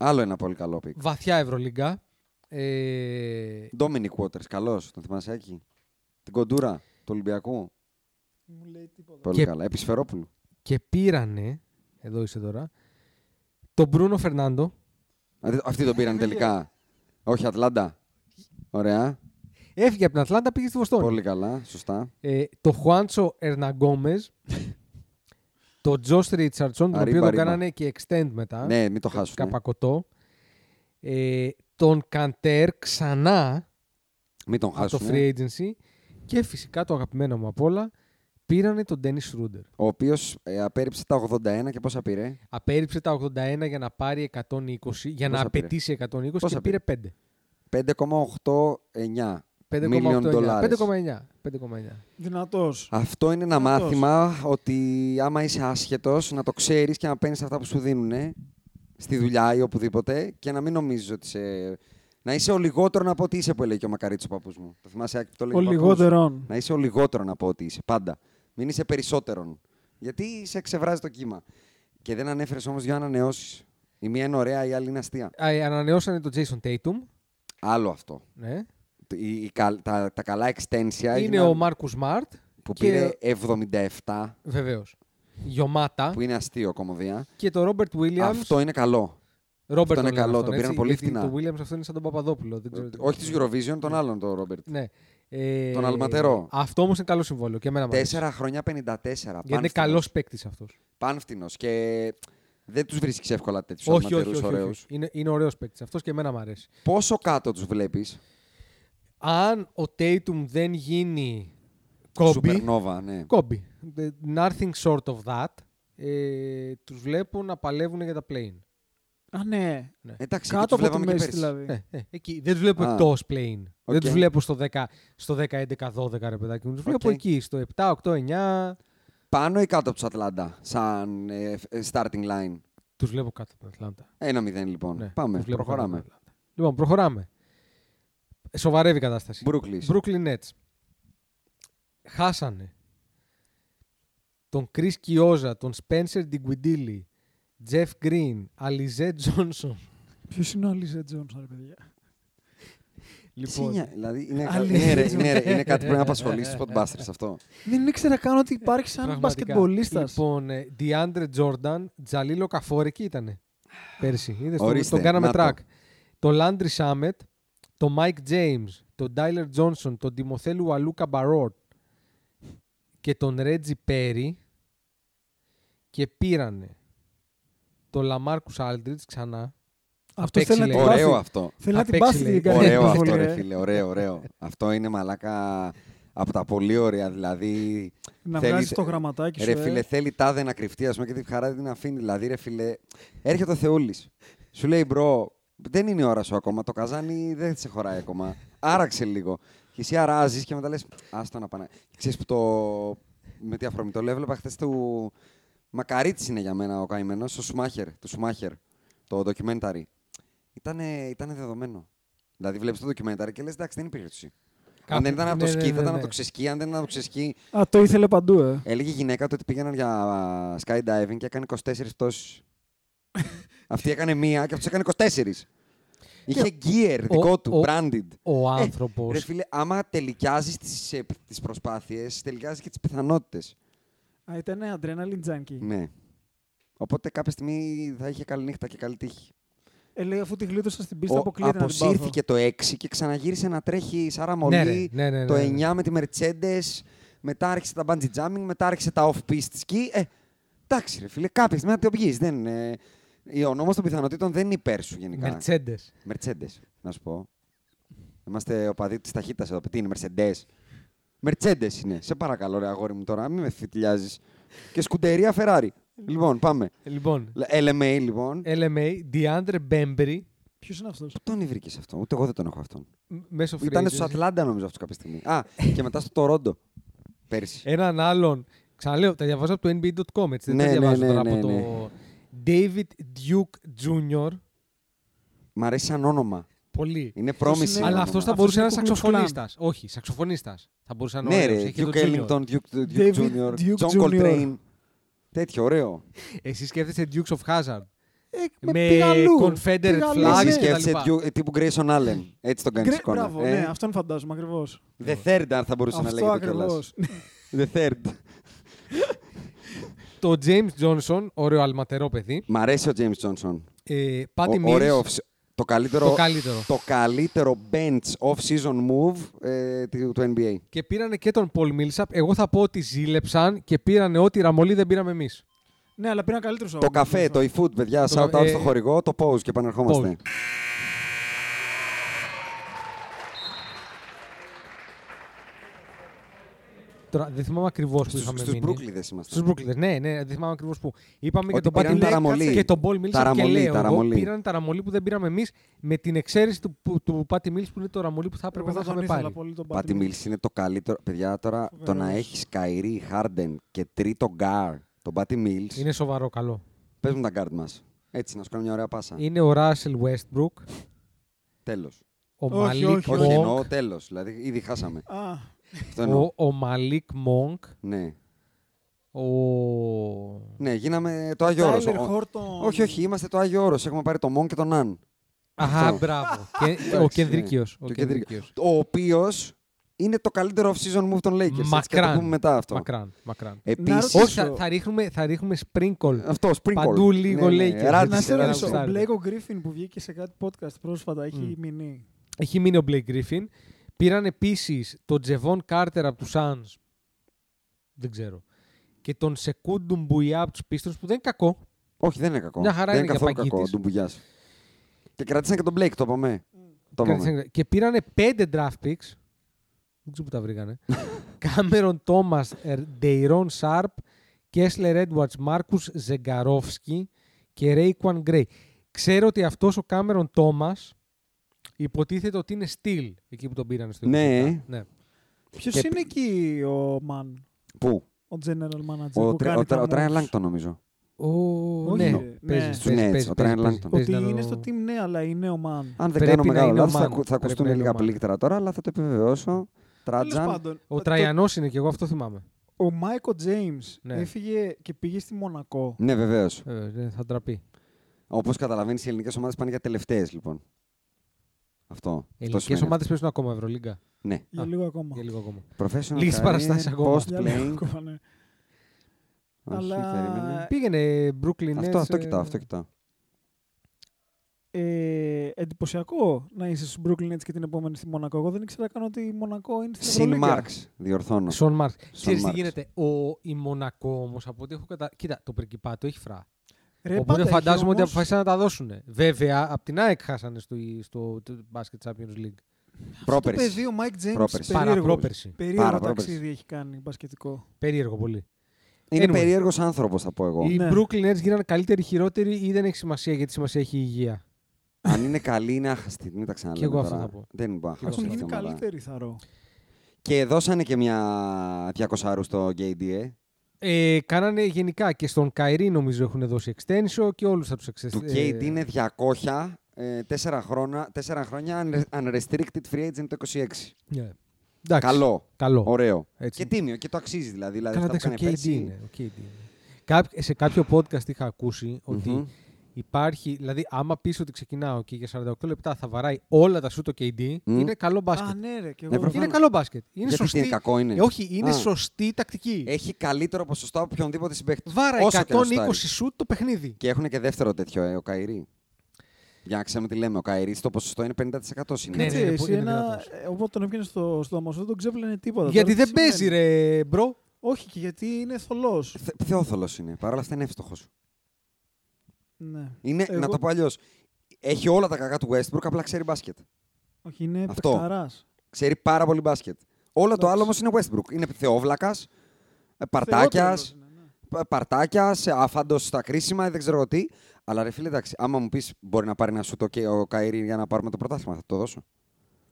[SPEAKER 3] Άλλο ένα πολύ καλό πικ.
[SPEAKER 5] βαθιά Ευρωλίγκα. Ε,
[SPEAKER 3] Dominic Waters, καλός. Τον θυμάσαι εκεί. Την κοντούρα του Ολυμπιακού. Πολύ
[SPEAKER 5] Και-
[SPEAKER 3] καλά. Ε, Επισφερόπουλου.
[SPEAKER 5] και πήρανε, εδώ είσαι τώρα, τον Μπρούνο Φερνάντο.
[SPEAKER 3] Α, δε- Αυτοί τον πήραν τελικά. Όχι, Ατλάντα. Ωραία.
[SPEAKER 5] Έφυγε από την Ατλάντα, πήγε στη Βοστόνη.
[SPEAKER 3] Πολύ καλά. Σωστά.
[SPEAKER 5] Ε, το Χουάντσο Ερναγκόμες, το Τζος Ρίτσαρτσον, τον
[SPEAKER 3] Αρίμπα,
[SPEAKER 5] οποίο τον
[SPEAKER 3] αρίμπα.
[SPEAKER 5] κάνανε και extend μετά.
[SPEAKER 3] Ναι, μην το χάσουν.
[SPEAKER 5] Καπακοτό. Ε, τον Καντέρ ξανά,
[SPEAKER 3] Μην τον
[SPEAKER 5] από το
[SPEAKER 3] χάσουν.
[SPEAKER 5] free agency. Και φυσικά το αγαπημένο μου απ' όλα, πήρανε τον Dennis Schroeder.
[SPEAKER 3] Ο οποίος απέριψε τα 81 και πόσα πήρε.
[SPEAKER 5] Απέριψε τα 81 για να πάρει 120, για να
[SPEAKER 3] Πόσα πήρε?
[SPEAKER 5] απαιτήσει 120
[SPEAKER 3] Πόσα
[SPEAKER 5] και πήρε 5.
[SPEAKER 3] 5,89 million
[SPEAKER 5] 5,89.
[SPEAKER 3] dollars.
[SPEAKER 5] 5,9. 5,9.
[SPEAKER 4] Δυνατός.
[SPEAKER 3] Αυτό είναι ένα
[SPEAKER 4] Αυτός.
[SPEAKER 3] μάθημα ότι άμα είσαι άσχετος να το ξέρεις και να παίρνεις αυτά που σου δίνουν στη δουλειά ή οπουδήποτε και να μην νομίζεις ότι είσαι... Να είσαι ο λιγότερο από ό,τι είσαι που έλεγε και ο Μακαρίτη ο παππούς μου. Το θυμάσαι Άκη, που το
[SPEAKER 4] Ο
[SPEAKER 3] έλεγε παππούς?
[SPEAKER 4] λιγότερον.
[SPEAKER 3] Να είσαι ο λιγότερο από ό,τι είσαι πάντα. Μην είσαι περισσότερον. Γιατί σε ξεβράζει το κύμα. Και δεν ανέφερες όμως δύο ανανεώσεις. Η μία είναι ωραία, η άλλη είναι αστεία.
[SPEAKER 5] Α, ε, Ανανεώσανε τον Jason Tatum.
[SPEAKER 3] Άλλο αυτό.
[SPEAKER 5] Ναι.
[SPEAKER 3] Η- η καλ- τα, τα καλά extensia
[SPEAKER 5] Είναι
[SPEAKER 3] έγιναν-
[SPEAKER 5] ο Marcus Smart.
[SPEAKER 3] που
[SPEAKER 5] και-
[SPEAKER 3] πήρε 77,
[SPEAKER 5] Βεβαίως. Γιωμάτα.
[SPEAKER 3] που είναι αστείο κομμωδία.
[SPEAKER 5] Και το Robert Williams.
[SPEAKER 3] Αυτό είναι καλό.
[SPEAKER 5] Robert
[SPEAKER 3] αυτό
[SPEAKER 5] τον
[SPEAKER 3] είναι
[SPEAKER 5] λένε
[SPEAKER 3] καλό,
[SPEAKER 5] αυτόν,
[SPEAKER 3] τον πήραν
[SPEAKER 5] έτσι,
[SPEAKER 3] πολύ
[SPEAKER 5] γιατί
[SPEAKER 3] φτηνά.
[SPEAKER 5] Το Williams αυτό είναι σαν τον Παπαδόπουλο. Δεν ξέρω. τι-
[SPEAKER 3] Όχι της Eurovision, τον άλλον τον Ρόμπερτ.
[SPEAKER 5] Ναι. Ε,
[SPEAKER 3] Τον Αλματερό.
[SPEAKER 5] Αυτό όμως είναι καλό συμβόλαιο. Και εμένα μου αρέσει.
[SPEAKER 3] Τέσσερα χρονιά 54.
[SPEAKER 5] Γιατί είναι καλός παίκτης αυτός.
[SPEAKER 3] Πάνφτινο. Και δεν τους βρίσκεις εύκολα τέτοιους
[SPEAKER 5] Όχι, όχι,
[SPEAKER 3] αματερού
[SPEAKER 5] όχι,
[SPEAKER 3] ωραίου.
[SPEAKER 5] όχι. Είναι, είναι ωραίος παίκτης. Αυτός και εμένα μου αρέσει.
[SPEAKER 3] Πόσο κάτω τους βλέπεις,
[SPEAKER 5] Αν ο Tatum δεν γίνει κόμπι,
[SPEAKER 3] Supernova, ναι.
[SPEAKER 5] κόμπι. The- Nothing short of that. Ε, τους βλέπω να παλεύουν για τα play
[SPEAKER 4] Α, ναι.
[SPEAKER 3] Εντάξει,
[SPEAKER 4] Κάτω
[SPEAKER 3] τους
[SPEAKER 4] από τη
[SPEAKER 3] βλέπαμε και
[SPEAKER 4] μέση
[SPEAKER 3] πέρσι.
[SPEAKER 4] δηλαδή.
[SPEAKER 5] Ναι, ναι, εκεί. Δεν τους βλέπω
[SPEAKER 3] Α.
[SPEAKER 5] εκτός play Δεν
[SPEAKER 3] Οκ.
[SPEAKER 5] τους βλέπω στο 10, στο 10 11, 12 ρε παιδάκι μου. Τους βλέπω
[SPEAKER 3] Οκ.
[SPEAKER 5] εκεί, στο 7, 8, 9.
[SPEAKER 3] Πάνω ή κάτω από τους Ατλάντα, σαν ε, ε, starting line.
[SPEAKER 5] Τους βλέπω κάτω από την Ατλάντα.
[SPEAKER 3] Ένα-0 λοιπόν.
[SPEAKER 5] Ναι,
[SPEAKER 3] Πάμε,
[SPEAKER 5] τους βλέπω κάτω από
[SPEAKER 3] προχωράμε.
[SPEAKER 5] την Ατλάντα. Λοιπόν, προχωράμε. Ε, Σοβαρεύει η κατάσταση.
[SPEAKER 3] Brooklyn.
[SPEAKER 5] Brooklyn Nets. Χάσανε τον Chris Κιόζα, τον Spencer Dinwiddie, Jeff Green, Alize Johnson.
[SPEAKER 4] Ποιος είναι ο Λίζε Τζόνσον, ρε παιδιά.
[SPEAKER 5] Λοιπόν,
[SPEAKER 3] Ξύνια, δηλαδή είναι, κα-
[SPEAKER 4] Αλήθεια.
[SPEAKER 3] είναι, ρε- είναι, ρε- είναι κάτι που πρέπει να απασχολήσει τους Podbusters αυτό.
[SPEAKER 4] Δεν ήξερα καν ότι υπάρχει σαν
[SPEAKER 5] πραγματικά.
[SPEAKER 4] μπασκετμπολίστας.
[SPEAKER 5] Λοιπόν, ε, DeAndre Jordan, Τζαλίλο Καφόρη, εκεί ήτανε πέρσι. Είδες, τον,
[SPEAKER 3] Ορίστε,
[SPEAKER 5] τον κάναμε
[SPEAKER 3] να το.
[SPEAKER 5] track. Το Landry Summit, το Mike James, τον Tyler Johnson, τον Τιμοθέλου Αλού Καμπαρόρ και τον Reggie Perry και πήρανε το Lamarcus Aldridge ξανά
[SPEAKER 4] Αυτό θέλει να την
[SPEAKER 5] λέει.
[SPEAKER 4] πάθει.
[SPEAKER 3] Ωραίο αυτό.
[SPEAKER 4] Θέλει να
[SPEAKER 5] Απ'
[SPEAKER 4] την
[SPEAKER 5] έξι,
[SPEAKER 4] πάθει
[SPEAKER 5] λέει.
[SPEAKER 4] την καρδιά.
[SPEAKER 3] Ωραίο
[SPEAKER 4] του,
[SPEAKER 3] αυτό,
[SPEAKER 4] πολύ,
[SPEAKER 3] ρε
[SPEAKER 4] ε.
[SPEAKER 3] φίλε. Ωραίο, ωραίο. αυτό είναι μαλάκα από τα πολύ ωραία. Δηλαδή.
[SPEAKER 4] Να
[SPEAKER 3] θέλει-
[SPEAKER 4] βγάζεις το γραμματάκι σου,
[SPEAKER 3] Ρε
[SPEAKER 4] ε.
[SPEAKER 3] φίλε, θέλει τάδε να κρυφτεί, ας πούμε, και τη χαρά την αφήνει. Δηλαδή, ρε φίλε, έρχεται ο Θεούλης. Σου λέει, μπρο, δεν είναι η ώρα σου ακόμα. Το καζάνι δεν σε χωράει ακόμα. Άραξε λίγο. Και εσύ αράζεις και μετά λες, άστο να πάνε. Ξέρεις που το. Με τι αφορμή το έβλεπα χθες του. Μακαρίτη είναι για μένα ο καημένος, ο Σουμάχερ, του Σουμάχερ, το documentary. Ήτανε, ήτανε δεδομένο. Δηλαδή, βλέπεις το documentary και λες, εντάξει, δεν υπήρχε περίπτωση. Αν
[SPEAKER 5] Κάπου-
[SPEAKER 3] δεν ήταν από το
[SPEAKER 5] ναι, ναι,
[SPEAKER 3] σκι, θα
[SPEAKER 5] ναι,
[SPEAKER 3] ήταν
[SPEAKER 5] ναι.
[SPEAKER 3] από το ξεσκι. Αν δεν ήταν από το ξεσκι,
[SPEAKER 4] Α, το ήθελε παντού, ε.
[SPEAKER 3] Έλεγε η γυναίκα του ότι πήγαιναν για α, skydiving και έκανε 24 πτώσεις. Αυτή έκανε μία και αυτός έκανε 24. Είχε gear δικό
[SPEAKER 5] ο-
[SPEAKER 3] του,
[SPEAKER 5] ο-
[SPEAKER 3] branded.
[SPEAKER 5] Ο
[SPEAKER 3] Ε,
[SPEAKER 5] άνθρωπος.
[SPEAKER 3] Ρε φίλε, άμα τελικιάζεις τις τις προσπάθειες, τελικιάζεις και τις πιθανότητες.
[SPEAKER 4] Α, ήταν adrenaline junkie.
[SPEAKER 3] Ναι. Οπότε κάποια στιγμή θα είχε καλή νύχτα και καλή τύχη.
[SPEAKER 4] Ε, λέει, αφού τη γλίτωσα στην
[SPEAKER 3] Ο-
[SPEAKER 4] πίστα, αποκλείεται να την πάθω.
[SPEAKER 3] αποσύρθηκε το 6 και ξαναγύρισε να τρέχει Σάρα Μολή,
[SPEAKER 5] Ναι, ρε. Ναι, ναι, ναι,
[SPEAKER 3] το
[SPEAKER 5] ναι.
[SPEAKER 3] 9 με τη Mercedes, μετά άρχισε τα bungee jumping, μετά άρχισε τα off-piste ski. Ε, εντάξει ρε φίλε, κάποια στιγμή να το πηγείς. Δεν, ε, ο νόμος των πιθανότητων δεν είναι υπέρ σου γενικά.
[SPEAKER 5] Μερτσέντες.
[SPEAKER 3] Mercedes, να σου πω. Είμαστε οπαδοί της ταχύτητας εδώ. Τι είναι, Mercedes. Mercedes είναι. Σε παρακαλώ, ρε αγόρι μου τώρα, μην με φιτιλιάζει. Και σκουντερία Ferrari. Λοιπόν, πάμε.
[SPEAKER 5] Λοιπόν,
[SPEAKER 3] LMA, λοιπόν.
[SPEAKER 5] Ε, LMA, DeAndre Bembry,
[SPEAKER 4] Ποιος είναι αυτός.
[SPEAKER 3] Τον βρήκες αυτό. Ούτε εγώ δεν τον έχω αυτόν.
[SPEAKER 5] μ- μέσω free
[SPEAKER 3] Ήταν
[SPEAKER 5] agency.
[SPEAKER 3] στου Ατλάντα νομίζω αυτό κάποια στιγμή. Α, και μετά στο Τορόντο. Πέρσι.
[SPEAKER 5] Έναν άλλον. Ξαναλέω, τα διαβάζω από το NBA.com, έτσι.
[SPEAKER 3] Ναι,
[SPEAKER 5] δεν
[SPEAKER 3] ναι,
[SPEAKER 5] τα διαβάζω
[SPEAKER 3] ναι,
[SPEAKER 5] τώρα
[SPEAKER 3] ναι,
[SPEAKER 5] από το. David Duke Jr.
[SPEAKER 3] Μ' αρέσει σαν όνομα.
[SPEAKER 5] Πολύ.
[SPEAKER 3] Είναι πρόμηση.
[SPEAKER 4] είναι-
[SPEAKER 5] Αλλά
[SPEAKER 4] όνομα.
[SPEAKER 3] ναι.
[SPEAKER 5] αυτός θα
[SPEAKER 4] Αυτός
[SPEAKER 5] μπορούσε να
[SPEAKER 4] είναι
[SPEAKER 5] είναι
[SPEAKER 4] Ku Klux Klan.
[SPEAKER 5] σαξοφωνίστας. Όχι, σαξοφωνίστας. Θα μπορούσε να είναι
[SPEAKER 3] Ναι,
[SPEAKER 5] ωραίος.
[SPEAKER 3] ρε.
[SPEAKER 5] Έχει
[SPEAKER 3] Duke
[SPEAKER 5] τον Junior.
[SPEAKER 3] Ellington, Duke, Duke
[SPEAKER 4] David
[SPEAKER 3] Junior,
[SPEAKER 4] Duke
[SPEAKER 3] John
[SPEAKER 4] Jr.
[SPEAKER 3] Coltrane. Τέτοιο, ωραίο.
[SPEAKER 5] Εσύ σκέφτεσαι Dukes of Hazard.
[SPEAKER 4] Ε,
[SPEAKER 5] Με
[SPEAKER 4] πήγα αλλού.
[SPEAKER 5] Confederate
[SPEAKER 4] Πήγα αλλού,
[SPEAKER 5] flags
[SPEAKER 4] ναι.
[SPEAKER 3] Εσύ
[SPEAKER 5] και τα
[SPEAKER 3] σκέφτεσαι
[SPEAKER 5] λοιπά.
[SPEAKER 3] Duke- τύπου Grayson Allen. Έτσι τον κάνεις
[SPEAKER 4] Γκρε-
[SPEAKER 3] εικόνα.
[SPEAKER 4] Μπράβο,
[SPEAKER 3] ε.
[SPEAKER 4] ναι, αυτόν φαντάζομαι ακριβώς.
[SPEAKER 3] The third, αν θα μπορούσε να
[SPEAKER 4] Αυτό
[SPEAKER 3] λέγεται κιόλας.
[SPEAKER 4] ακριβώς.
[SPEAKER 3] The third.
[SPEAKER 5] Το James Johnson, ωραίο αλματερό παιδί.
[SPEAKER 3] Μ' αρέσει ο James Johnson.
[SPEAKER 5] Ε,
[SPEAKER 3] Ο-
[SPEAKER 5] Πάτη
[SPEAKER 3] Ωραίο. off- Το καλύτερο,
[SPEAKER 5] Το καλύτερο.
[SPEAKER 3] το καλύτερο bench off-season move ε, του του NBA.
[SPEAKER 5] Και πήρανε και τον Πολ Μίλσαπ. Εγώ θα πω ότι ζήλεψαν και πήρανε ό,τι ραμολί δεν πήραμε εμείς.
[SPEAKER 4] Ναι, αλλά πήραν καλύτερο
[SPEAKER 3] Το καφέ, το e-food, παιδιά,
[SPEAKER 5] Το
[SPEAKER 3] shout
[SPEAKER 5] κα-
[SPEAKER 3] out
[SPEAKER 5] ε,
[SPEAKER 3] στο χορηγό, το pause και επανερχόμαστε.
[SPEAKER 5] pause. Τώρα δεν θυμάμαι ακριβώς που
[SPEAKER 3] Στους-
[SPEAKER 5] είχαμε
[SPEAKER 3] Στους
[SPEAKER 5] μείνει.
[SPEAKER 3] Μπρούκλιδες είμαστε.
[SPEAKER 5] Στου Μπρούκλιδε, ναι, ναι, δεν θυμάμαι ακριβώς που. Είπαμε
[SPEAKER 3] Ότι
[SPEAKER 5] και τον
[SPEAKER 3] πήραν
[SPEAKER 5] Πάτη
[SPEAKER 3] τα Ραμολί.
[SPEAKER 5] και τον Πολ
[SPEAKER 3] Τα
[SPEAKER 5] Μίλσαπ και
[SPEAKER 3] Ραμολί,
[SPEAKER 5] λέω
[SPEAKER 3] τα
[SPEAKER 5] εγώ,
[SPEAKER 3] Ραμολί.
[SPEAKER 5] πήραν τα ραμολί που δεν πήραμε εμείς με την εξαίρεση του, που- του Πάτη Μίλς που είναι το ραμολί που θα έπρεπε
[SPEAKER 4] Εγώ
[SPEAKER 5] να
[SPEAKER 4] θα τον
[SPEAKER 5] είχαμε
[SPEAKER 4] ήθελα
[SPEAKER 5] πάρει.
[SPEAKER 4] πολύ τον
[SPEAKER 3] Πάτη Μίλς είναι το καλύτερο. Παιδιά, τώρα το να
[SPEAKER 4] Φοβερός.
[SPEAKER 3] έχεις Καϊρή, Χάρντεν και τρίτο γκάρ, τον Πάτη Μίλς,
[SPEAKER 5] Είναι σοβαρό καλό.
[SPEAKER 3] παίζουν τα γκάρτ μας. Έτσι, να σου κάνω μια ωραία πάσα.
[SPEAKER 5] Είναι ο Ράσελ Westbrook,
[SPEAKER 3] Τέλος.
[SPEAKER 5] ο
[SPEAKER 4] Όχι,
[SPEAKER 5] Μαλίκ
[SPEAKER 4] όχι,
[SPEAKER 3] Όχι, εννοώ
[SPEAKER 5] Monk,
[SPEAKER 3] τέλος. Δηλαδή, ήδη χάσαμε.
[SPEAKER 4] Α,
[SPEAKER 3] Αυτό εννοώ.
[SPEAKER 5] ο, ο Μαλίκ Monk,
[SPEAKER 3] Ναι.
[SPEAKER 5] ο...
[SPEAKER 3] Ναι, γίναμε το Άγιο Όρος.
[SPEAKER 4] Tyler
[SPEAKER 3] Ο-
[SPEAKER 4] Horton.
[SPEAKER 3] Όχι, όχι, είμαστε το Άγιο Όρος. Έχουμε πάρει το Μον και τον Αν.
[SPEAKER 5] Αχα,
[SPEAKER 3] Αυτό.
[SPEAKER 5] μπράβο. Και- ο Κενδρίκιος. Ο
[SPEAKER 3] Το κεντρικό.
[SPEAKER 5] Κενδρίκιος.
[SPEAKER 3] Ο οποίος είναι το καλύτερο off-season move των Lakers. έτσι, Και θα το
[SPEAKER 5] Μακράν.
[SPEAKER 3] πούμε μετά αυτό.
[SPEAKER 5] Μακράν, μακράν.
[SPEAKER 3] Επίσης,
[SPEAKER 4] Να
[SPEAKER 5] Όχι, θα, θα ρίχνουμε, θα ρίχνουμε sprinkle.
[SPEAKER 3] αυτό, sprinkle.
[SPEAKER 5] Παντού
[SPEAKER 3] Ναι,
[SPEAKER 5] λίγο Lakers.
[SPEAKER 3] ράτσε,
[SPEAKER 4] να σε
[SPEAKER 5] ξέρω,
[SPEAKER 3] ράτσε.
[SPEAKER 4] ρωτήσω, ο
[SPEAKER 5] ξέρω.
[SPEAKER 4] Μπλέγκο Γκρίφιν που βγήκε σε κάτι podcast πρόσφατα έχει
[SPEAKER 5] Mm.
[SPEAKER 4] μείνει.
[SPEAKER 5] Έχει μείνει ο Blake Griffin. Πήραν επίσης τον Τζεβόν Κάρτερ από τους Suns. Δεν ξέρω. Και τον Σεκούντου Μπουιά από τους Pistons που δεν είναι κακό.
[SPEAKER 3] Όχι, δεν είναι κακό.
[SPEAKER 5] Μια χαρά
[SPEAKER 3] δεν
[SPEAKER 5] είναι για
[SPEAKER 3] καθόλου
[SPEAKER 5] παγκίτης.
[SPEAKER 3] κακό. Τον μπουγιάς. Και κρατήσαν και τον Blake, το είπαμε. Το είπαμε.
[SPEAKER 5] Και πήρανε πέντε draft picks. Δεν ξέρω που τα βρήκανε. Κάμερον Τόμας, Ντέιρον Σάρπ, Κέσλερ Έντουαρτ, Μάρκους Ζεγκαρόφσκι και Ρέικουαν Γκρέι. Ξέρω ότι αυτός ο Κάμερον Τόμας υποτίθεται ότι είναι στυλ εκεί που τον πήρανε στο
[SPEAKER 3] Ναι.
[SPEAKER 5] 27. ναι.
[SPEAKER 4] Ποιος
[SPEAKER 3] Και-
[SPEAKER 4] είναι εκεί ο Μαν,
[SPEAKER 3] Πού?
[SPEAKER 4] ο general manager.
[SPEAKER 3] Ο,
[SPEAKER 4] που
[SPEAKER 3] Τρε-
[SPEAKER 4] κάνει
[SPEAKER 3] ο, Τρε- ο
[SPEAKER 4] χαμούς?
[SPEAKER 3] Τράιν Λάγκτον νομίζω.
[SPEAKER 5] Ο...
[SPEAKER 4] Όχι,
[SPEAKER 5] Ναι,
[SPEAKER 4] ναι.
[SPEAKER 5] παίζει.
[SPEAKER 4] Στους
[SPEAKER 5] παίζει,
[SPEAKER 3] Nets,
[SPEAKER 5] παίζει,
[SPEAKER 3] ο
[SPEAKER 5] παίζει,
[SPEAKER 3] Trent
[SPEAKER 5] παίζει,
[SPEAKER 3] Langton.
[SPEAKER 5] παίζει
[SPEAKER 4] Ότι
[SPEAKER 5] να το-
[SPEAKER 4] είναι στο team, ναι, αλλά είναι ο Μαν.
[SPEAKER 3] Αν δεν
[SPEAKER 5] Πρέπει
[SPEAKER 3] κάνω
[SPEAKER 5] να
[SPEAKER 3] μεγάλο
[SPEAKER 5] είναι ο
[SPEAKER 3] λάθος θα,
[SPEAKER 5] Μαν.
[SPEAKER 3] ακου- θα
[SPEAKER 5] Πρέπει
[SPEAKER 3] ακουστούν
[SPEAKER 5] να είναι
[SPEAKER 3] λίγα
[SPEAKER 5] ο Μαν.
[SPEAKER 3] πλήκτρα τώρα, αλλά θα το επιβεβαιώσω. Τράτζαν.
[SPEAKER 5] Ο Τραϊανός είναι και εγώ αυτό θυμάμαι.
[SPEAKER 4] Ο Μάικο James
[SPEAKER 5] Ναι.
[SPEAKER 4] έφυγε και πήγε στη Μονακό.
[SPEAKER 3] Ναι, βεβαίως.
[SPEAKER 5] Ε, ναι, θα ντραπεί.
[SPEAKER 3] Όπως καταλαβαίνεις, οι ελληνικές ομάδες πάνε για τελευταίες, λοιπόν. Αυτό. Αυτό
[SPEAKER 5] Ελληνικές
[SPEAKER 3] σημαίνει.
[SPEAKER 5] ομάδες παίζουν ακόμα Ευρωλίγκα.
[SPEAKER 3] Ναι.
[SPEAKER 4] Για
[SPEAKER 5] Α,
[SPEAKER 4] λίγο ακόμα.
[SPEAKER 5] Για λίγο ακόμα.
[SPEAKER 3] Professional
[SPEAKER 5] Λίγες
[SPEAKER 3] career,
[SPEAKER 5] παραστάσεις ακόμα.
[SPEAKER 3] Post
[SPEAKER 4] Για λίγο
[SPEAKER 3] playing.
[SPEAKER 4] ακόμα, ναι.
[SPEAKER 3] Όχι,
[SPEAKER 4] Αλλά-
[SPEAKER 3] περίμενε.
[SPEAKER 5] Πήγαινε Brooklyn Nets.
[SPEAKER 3] Αυτό, αυτό
[SPEAKER 5] ε,
[SPEAKER 3] κοιτάω, αυτό κοιτάω.
[SPEAKER 4] Ε, εντυπωσιακό να είσαι στους Brooklyn Nets και την επόμενη στη Μονακό. Εγώ δεν ήξερα καν ότι η Μονακό είναι στην
[SPEAKER 3] Συν
[SPEAKER 4] Ευρωλίγκα.
[SPEAKER 3] Μάρξ, διορθώνω.
[SPEAKER 5] Σον Μάρκ. Ξέρεις τι
[SPEAKER 3] Μάρκς.
[SPEAKER 5] γίνεται. Ο, η Μονακό όμως από ό,τι έχω κατά... Κοίτα, το Περκυπάτο έχει φρά.
[SPEAKER 4] Ρε,
[SPEAKER 5] Οπότε
[SPEAKER 4] πάντα
[SPEAKER 5] φαντάζομαι
[SPEAKER 4] έχει
[SPEAKER 5] ότι
[SPEAKER 4] όμως-
[SPEAKER 5] αποφάσισαν να τα δώσουν. Βέβαια, απ' την ΑΕΚ χάσανε στο, στο, το Basket Champions League.
[SPEAKER 4] Το
[SPEAKER 3] Πρόπερση.
[SPEAKER 4] παιδί ο Mike James
[SPEAKER 3] Πρόπερση.
[SPEAKER 4] περίεργο,
[SPEAKER 5] Παραπρόπερση.
[SPEAKER 4] περίεργο
[SPEAKER 3] Παραπρόπερση.
[SPEAKER 4] ταξίδι έχει κάνει μπασκετικό.
[SPEAKER 5] Περίεργο πολύ.
[SPEAKER 3] Είναι
[SPEAKER 5] Anyway.
[SPEAKER 3] περίεργος άνθρωπος, θα πω εγώ.
[SPEAKER 5] Οι
[SPEAKER 4] Ναι.
[SPEAKER 5] Brooklyn Nets γίνανε καλύτεροι, χειρότεροι ή δεν έχει σημασία γιατί σημασία έχει η υγεία.
[SPEAKER 3] Αν είναι καλή, είναι άχαστη. Μην τα ξαναλέμε.
[SPEAKER 5] εγώ αυτό
[SPEAKER 3] τώρα.
[SPEAKER 5] θα πω.
[SPEAKER 3] Δεν μπορώ να χάσω
[SPEAKER 4] Έχουν
[SPEAKER 3] τα
[SPEAKER 4] γίνει
[SPEAKER 3] θέματα.
[SPEAKER 4] καλύτεροι, θα ρω.
[SPEAKER 3] Και δώσανε και μια 200 στο JDA.
[SPEAKER 5] Ε, κάνανε γενικά και στον Καϊρή νομίζω έχουν δώσει extension και όλους θα τους εξε...
[SPEAKER 3] Του
[SPEAKER 5] ε,
[SPEAKER 3] KD είναι 200, ε, τέσσερα, χρόνια, τέσσερα χρόνια unre- unrestricted free agent το 26.
[SPEAKER 5] ναι. Εντάξει.
[SPEAKER 3] Καλό.
[SPEAKER 5] Καλό.
[SPEAKER 3] Ωραίο.
[SPEAKER 5] Έτσι.
[SPEAKER 3] Και τίμιο και το αξίζει δηλαδή. δηλαδή
[SPEAKER 5] Καλά,
[SPEAKER 3] αυτά που
[SPEAKER 5] εντάξει, ο
[SPEAKER 3] έκανε
[SPEAKER 5] KD
[SPEAKER 3] πέρσι-
[SPEAKER 5] είναι. ο KD είναι. Κάποι- σε κάποιο podcast είχα ακούσει ότι υπάρχει, δηλαδή άμα πεις ότι ξεκινάω και για 48 λεπτά θα βαράει όλα τα σου το KD,
[SPEAKER 3] Μμμ.
[SPEAKER 5] είναι καλό μπάσκετ.
[SPEAKER 4] Α, ναι, ρε, και
[SPEAKER 3] Ναι,
[SPEAKER 4] εγώ.
[SPEAKER 3] προφανώς.
[SPEAKER 5] Είναι καλό μπάσκετ. Είναι
[SPEAKER 3] Γιατί
[SPEAKER 5] σωστή.
[SPEAKER 3] τι είναι, κακό είναι.
[SPEAKER 5] Ε, όχι, είναι
[SPEAKER 3] Α.
[SPEAKER 5] σωστή τακτική.
[SPEAKER 3] Έχει καλύτερο ποσοστό από οποιονδήποτε συμπέχτη.
[SPEAKER 5] Βάρα
[SPEAKER 3] Όσο και να
[SPEAKER 5] 120
[SPEAKER 3] σουτάρει.
[SPEAKER 5] σουτ το παιχνίδι.
[SPEAKER 3] Και έχουν και δεύτερο τέτοιο, ε, ο Καϊρή. Για να ξέρουμε τι λέμε. Ο Καϊρή το ποσοστό είναι 50% συνήθως.
[SPEAKER 5] Ναι,
[SPEAKER 4] Κάτσε,
[SPEAKER 5] ναι, είναι
[SPEAKER 4] εσύ
[SPEAKER 5] πολύ
[SPEAKER 4] ένα...
[SPEAKER 5] δυνατός.
[SPEAKER 4] ε, Όποτε τον έπιανε στο, στο δωμάτιο, δεν τον ξέβλενε τίποτα.
[SPEAKER 5] Γιατί
[SPEAKER 4] Τώρα
[SPEAKER 5] δεν
[SPEAKER 4] τι
[SPEAKER 5] παίζει,
[SPEAKER 4] σημαίνει.
[SPEAKER 5] ρε μπρο.
[SPEAKER 4] Όχι, και γιατί είναι θολός.
[SPEAKER 3] Θε, Θεόθωλο είναι. Παρ' όλα αυτά είναι εύστοχος.
[SPEAKER 4] Ναι.
[SPEAKER 3] Είναι,
[SPEAKER 4] Εγώ-
[SPEAKER 3] να το πω αλλιώς. Έχει όλα τα κακά του Westbrook, απλά ξέρει μπάσκετ.
[SPEAKER 4] Όχι, είναι
[SPEAKER 3] Αυτό.
[SPEAKER 4] παιχταράς.
[SPEAKER 3] Ξέρει πάρα πολύ μπάσκετ. Όλο το
[SPEAKER 4] Εντάξει.
[SPEAKER 3] άλλο όμως είναι Westbrook. Είναι ε, θεόβλακα, παρτάκια,
[SPEAKER 4] ναι,
[SPEAKER 3] ε, παρτάκιας, άφαντος στα κρίσιμα, ε, δεν ξέρω εγώ τι. Αλλά ρε φίλε, εντάξει, άμα μου πεις μπορεί να πάρει ένα σουτ και ο Καΐρη για να πάρουμε το πρωτάθλημα, θα το δώσω.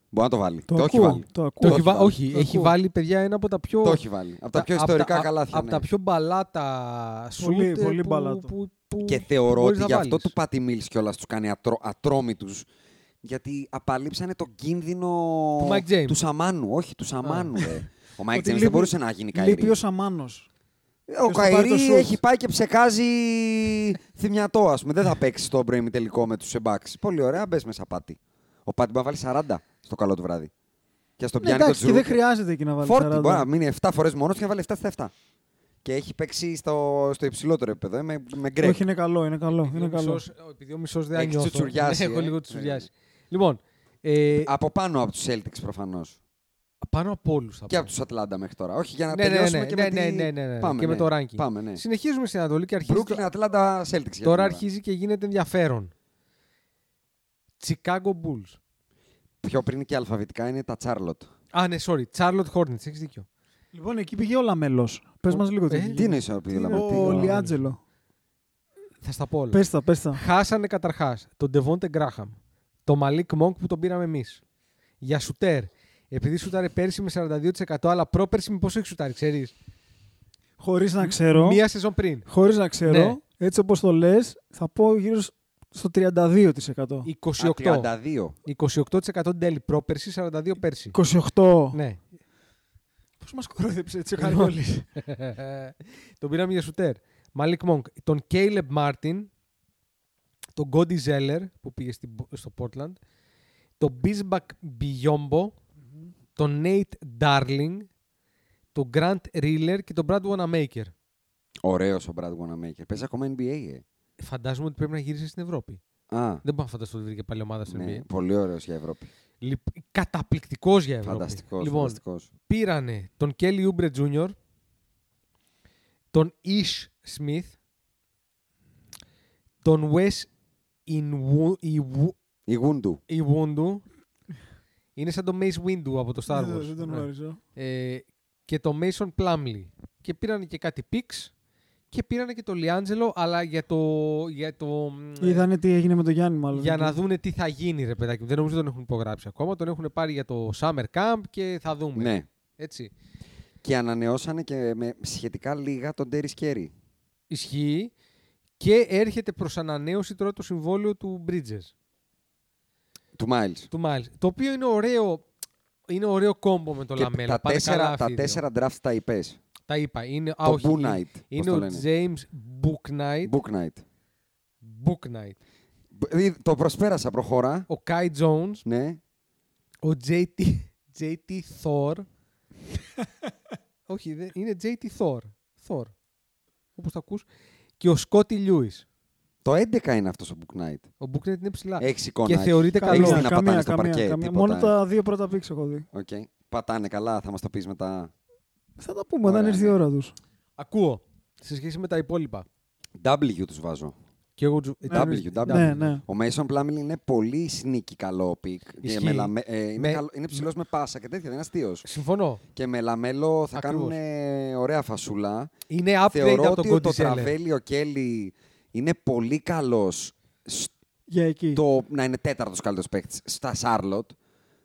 [SPEAKER 3] Μπορεί να το βάλει.
[SPEAKER 4] Το,
[SPEAKER 3] έχει
[SPEAKER 4] ακούω,
[SPEAKER 3] βάλει.
[SPEAKER 4] το ακούω.
[SPEAKER 3] Το έχει
[SPEAKER 5] Το έχει βα-
[SPEAKER 3] βάλει.
[SPEAKER 5] Όχι,
[SPEAKER 4] Το
[SPEAKER 5] έχει
[SPEAKER 4] ακούω.
[SPEAKER 5] βάλει παιδιά ένα από τα πιο.
[SPEAKER 3] Το έχει βάλει.
[SPEAKER 4] Ε,
[SPEAKER 3] Από τα πιο ιστορικά καλάθια.
[SPEAKER 5] Από
[SPEAKER 3] ναι.
[SPEAKER 5] τα πιο μπαλάτα σου.
[SPEAKER 4] Πολύ- πολύ μπαλάτο.
[SPEAKER 5] Που, που,
[SPEAKER 3] Και θεωρώ
[SPEAKER 5] μπορείς
[SPEAKER 3] ότι
[SPEAKER 5] να
[SPEAKER 3] γι' αυτό
[SPEAKER 5] βάλεις.
[SPEAKER 3] του Πάτι Μίλ κιόλας τους κάνει ατρό, ατρόμητους. Γιατί απαλείψανε τον κίνδυνο
[SPEAKER 5] Του Mike James.
[SPEAKER 3] του Σαμάνου. Όχι, του Σαμάνου. ρε. Ο Mike James
[SPEAKER 4] Ότι λείπει-
[SPEAKER 3] δεν μπορούσε να γίνει Καϊρή.
[SPEAKER 4] Λείπει ο Σαμάνος.
[SPEAKER 3] Ο
[SPEAKER 4] θα πάρει το
[SPEAKER 3] Καϊρή
[SPEAKER 4] shoot.
[SPEAKER 3] έχει πάει και ψεκάζει θυμιατό, ας πούμε. Δεν θα παίξει το πρωί τελικό με τους Σεμπάξ. Πολύ ωραία, μπες μέσα πάτη. Ο Πάτη μπορεί να βάλει 40 στο καλό του βράδυ. Και α το
[SPEAKER 4] Ναι,
[SPEAKER 3] πιάνει το
[SPEAKER 4] εντάξει, και
[SPEAKER 3] τζουρού.
[SPEAKER 4] δεν χρειάζεται εκεί να βάλει.
[SPEAKER 3] Φόρτι,
[SPEAKER 4] 40.
[SPEAKER 3] μπορεί να μείνει 7 φορές μόνος και να βάλει 7 στα 7. Και έχει παίξει στο, στο υψηλότερο επίπεδο ε, με, με γκρέκ.
[SPEAKER 4] Όχι, είναι καλό, είναι καλό.
[SPEAKER 5] Επειδή ο
[SPEAKER 4] Είναι καλό.
[SPEAKER 5] μισός- Επειδή ο μισός δεν
[SPEAKER 3] Έχεις
[SPEAKER 5] νιώθω. Ναι,
[SPEAKER 3] τσουτσουριάσει,
[SPEAKER 5] Έχω
[SPEAKER 3] ε.
[SPEAKER 5] λίγο τσουτσουριάσει. Λοιπόν, ε,
[SPEAKER 3] Από πάνω από τους Celtics προφανώς.
[SPEAKER 5] πάνω από όλους θα
[SPEAKER 3] Και
[SPEAKER 5] πω.
[SPEAKER 3] από τους Ατλάντα μέχρι τώρα. Όχι, για να
[SPEAKER 5] Ναι, ναι,
[SPEAKER 3] τελειώσουμε
[SPEAKER 5] ναι,
[SPEAKER 3] και
[SPEAKER 5] ναι,
[SPEAKER 3] με,
[SPEAKER 5] ναι,
[SPEAKER 3] τη-
[SPEAKER 5] ναι, ναι, ναι.
[SPEAKER 3] Πάμε,
[SPEAKER 5] και με
[SPEAKER 3] ναι.
[SPEAKER 5] το ranking.
[SPEAKER 3] Πάμε, ναι.
[SPEAKER 5] Συνεχίζουμε στην Ανατολή και αρχίζει. το-
[SPEAKER 3] Brooklyn, Ατλάντα, Celtics. για την ώρα.
[SPEAKER 5] Τώρα αρχίζει και γίνεται ενδιαφέρον. Chicago Bulls.
[SPEAKER 3] Πιο πριν και αλφαβητικά είναι τα Charlotte.
[SPEAKER 5] Α, ναι, sorry. Charlotte Hornets, έχεις δίκιο.
[SPEAKER 4] Λοιπόν, εκεί πήγε ο Λαμέλος. Πες
[SPEAKER 5] Ο-
[SPEAKER 4] μας λίγο τι.
[SPEAKER 5] ε,
[SPEAKER 3] Τι
[SPEAKER 4] έγινε.
[SPEAKER 3] είναι ισορροπή, δηλαδή. τι Ε.
[SPEAKER 4] Ο
[SPEAKER 3] είναι.
[SPEAKER 4] Λιάντζελο.
[SPEAKER 5] Θα στα πω όλα.
[SPEAKER 4] Πες τα, πες τα.
[SPEAKER 5] Χάσανε καταρχάς τον Ντεβόντε Γκράχαμ, τον Μαλίκ Monk που τον πήραμε εμείς. Για σουτέρ. Επειδή σουτάρε πέρσι με 42%, αλλά πρόπερσι με πόσο έχει σουτάρει, ξέρεις.
[SPEAKER 4] Χωρίς να ξέρω.
[SPEAKER 5] Μία σεζόν πριν.
[SPEAKER 4] Χωρίς να ξέρω.
[SPEAKER 5] Ναι.
[SPEAKER 4] Έτσι όπως το λες, θα πω γύρω στο 32%.
[SPEAKER 5] 28.
[SPEAKER 3] Α, 32.
[SPEAKER 5] 28% τέλει πρόπερσι, 42% πέρσι.
[SPEAKER 4] 28.
[SPEAKER 5] Ναι.
[SPEAKER 4] Πώς μας κορόιδεψε έτσι ο
[SPEAKER 5] Λοιπόν.
[SPEAKER 4] Καριόλη.
[SPEAKER 5] τον πήραμε για σουτέρ. Μαλίκ Monk. Τον Κέιλεμ Μάρτιν. Τον Γκόντι Ζέλερ που πήγε στην- στο Portland. Τον Μπίσμπακ Μπιγιόμπο. Τον Νέιτ Ντάρλινγκ. Τον Γκραντ Ρίλερ και τον Μπραντ Wanamaker.
[SPEAKER 3] Ωραίος ο Brad Wanamaker. Παίζει ακόμα NBA,
[SPEAKER 5] Φαντάζομαι ότι πρέπει να γύρισε στην Ευρώπη.
[SPEAKER 3] ε. Α,
[SPEAKER 5] Δεν μπορώ να φανταστώ ότι βρήκε πάλι ομάδα στην
[SPEAKER 3] ναι.
[SPEAKER 5] ναι.
[SPEAKER 3] Πολύ ωραίος για Ευρώπη.
[SPEAKER 5] Λοιπόν, Καταπληκτικός για Ευρώπη.
[SPEAKER 3] Φανταστικός.
[SPEAKER 5] Λοιπόν,
[SPEAKER 3] φανταστικός.
[SPEAKER 5] πήρανε τον Κέλλη Ούμπρε Τζούνιορ, τον Ισ Σμιθ, τον Wes Inwu- Iwu-
[SPEAKER 3] Η Γούντου.
[SPEAKER 5] Iwundu. Είναι σαν το Mace Windu από το Star
[SPEAKER 4] Δεν-
[SPEAKER 5] Wars.
[SPEAKER 4] Δεν τον
[SPEAKER 5] Ναι.
[SPEAKER 4] γνωρίζω.
[SPEAKER 5] Ε, και τον Mason Plumley. Και πήρανε και κάτι picks και πήρανε και τον Λιάντζελο, αλλά για το. Για το μ,
[SPEAKER 4] Είδανε τι έγινε με τον Γιάννη, μάλλον.
[SPEAKER 5] Ναι. Για
[SPEAKER 4] εκεί.
[SPEAKER 5] να δούνε τι θα γίνει, ρε παιδάκι. μου. Δεν νομίζω τον έχουν υπογράψει ακόμα. Τον έχουν πάρει για το summer camp και θα δούμε.
[SPEAKER 3] Ναι.
[SPEAKER 5] Έτσι.
[SPEAKER 3] Και ανανεώσανε και με σχετικά λίγα τον Τέρι Σκέρι.
[SPEAKER 5] Ισχύει. Και έρχεται προς ανανέωση τώρα το συμβόλαιο του Bridges,
[SPEAKER 3] Του Miles.
[SPEAKER 5] του Miles. Το οποίο είναι ωραίο, είναι ωραίο κόμπο με το
[SPEAKER 3] Και
[SPEAKER 5] Λαμέλο.
[SPEAKER 3] τα,
[SPEAKER 5] Πάνε καλά
[SPEAKER 3] τέσσερα,
[SPEAKER 5] αυτοί
[SPEAKER 3] τα
[SPEAKER 5] οι δύο.
[SPEAKER 3] τέσσερα drafts τα είπες.
[SPEAKER 5] Τα είπα. Είναι, α,
[SPEAKER 3] Το
[SPEAKER 5] όχι,
[SPEAKER 3] Book
[SPEAKER 5] είναι-
[SPEAKER 3] Knight, πώς
[SPEAKER 5] Είναι
[SPEAKER 3] το
[SPEAKER 5] ο
[SPEAKER 3] λένε.
[SPEAKER 5] James Book Knight.
[SPEAKER 3] Book Night.
[SPEAKER 5] Book Knight.
[SPEAKER 3] Μπ- ε, Το προσπέρασα, προχώρα.
[SPEAKER 5] Ο Kai Jones.
[SPEAKER 3] Ναι.
[SPEAKER 5] Ο JT, JT Thor. Όχι, δεν- είναι JT Thor. Thor. Όπως το ακούς. Και ο Σκότι Λιούις.
[SPEAKER 3] Το 11 είναι αυτός ο Book Knight.
[SPEAKER 5] Ο Booknet είναι ψηλά.
[SPEAKER 3] Έχεις εικόνα.
[SPEAKER 5] Και
[SPEAKER 3] έχεις.
[SPEAKER 5] θεωρείται
[SPEAKER 3] Έχεις
[SPEAKER 5] καλό.
[SPEAKER 3] δει να πατάνε στο παρκέ. τίποτα,
[SPEAKER 4] Μόνο
[SPEAKER 3] ε.
[SPEAKER 4] τα δύο πρώτα πίξ έχω δει.
[SPEAKER 3] Οκ. Πατάνε καλά, θα μας το πεις μετά.
[SPEAKER 4] Θα τα πούμε όταν
[SPEAKER 3] Ωραία,
[SPEAKER 4] έρθει η
[SPEAKER 3] ναι.
[SPEAKER 4] ώρα τους.
[SPEAKER 5] Ακούω. Σε σχέση με τα υπόλοιπα.
[SPEAKER 3] W τους βάζω.
[SPEAKER 5] Και εγώ τζου- ε,
[SPEAKER 3] W, W.
[SPEAKER 4] Ναι, ναι.
[SPEAKER 3] Ο Mason Plumlee είναι πολύ sneaky καλό πικ.
[SPEAKER 5] Ισχύει.
[SPEAKER 3] Με λαμε- ε, είναι,
[SPEAKER 5] Με-
[SPEAKER 3] καλό- είναι ψηλός με πάσα και τέτοια, δεν είναι αστείος.
[SPEAKER 5] Συμφωνώ.
[SPEAKER 3] Και με λαμέλο θα
[SPEAKER 5] Ακριβώς.
[SPEAKER 3] κάνουν ε, ωραία φασούλα.
[SPEAKER 5] Είναι upgrade
[SPEAKER 3] Θεωρώ
[SPEAKER 5] από
[SPEAKER 3] ότι
[SPEAKER 5] τον
[SPEAKER 3] ο- το
[SPEAKER 5] Κοντιζέλε.
[SPEAKER 3] τραβέλι ο Κέλλη είναι πολύ καλός στο
[SPEAKER 4] Για εκεί.
[SPEAKER 3] να είναι τέταρτος καλύτερος παίκτης στα Σάρλοτ.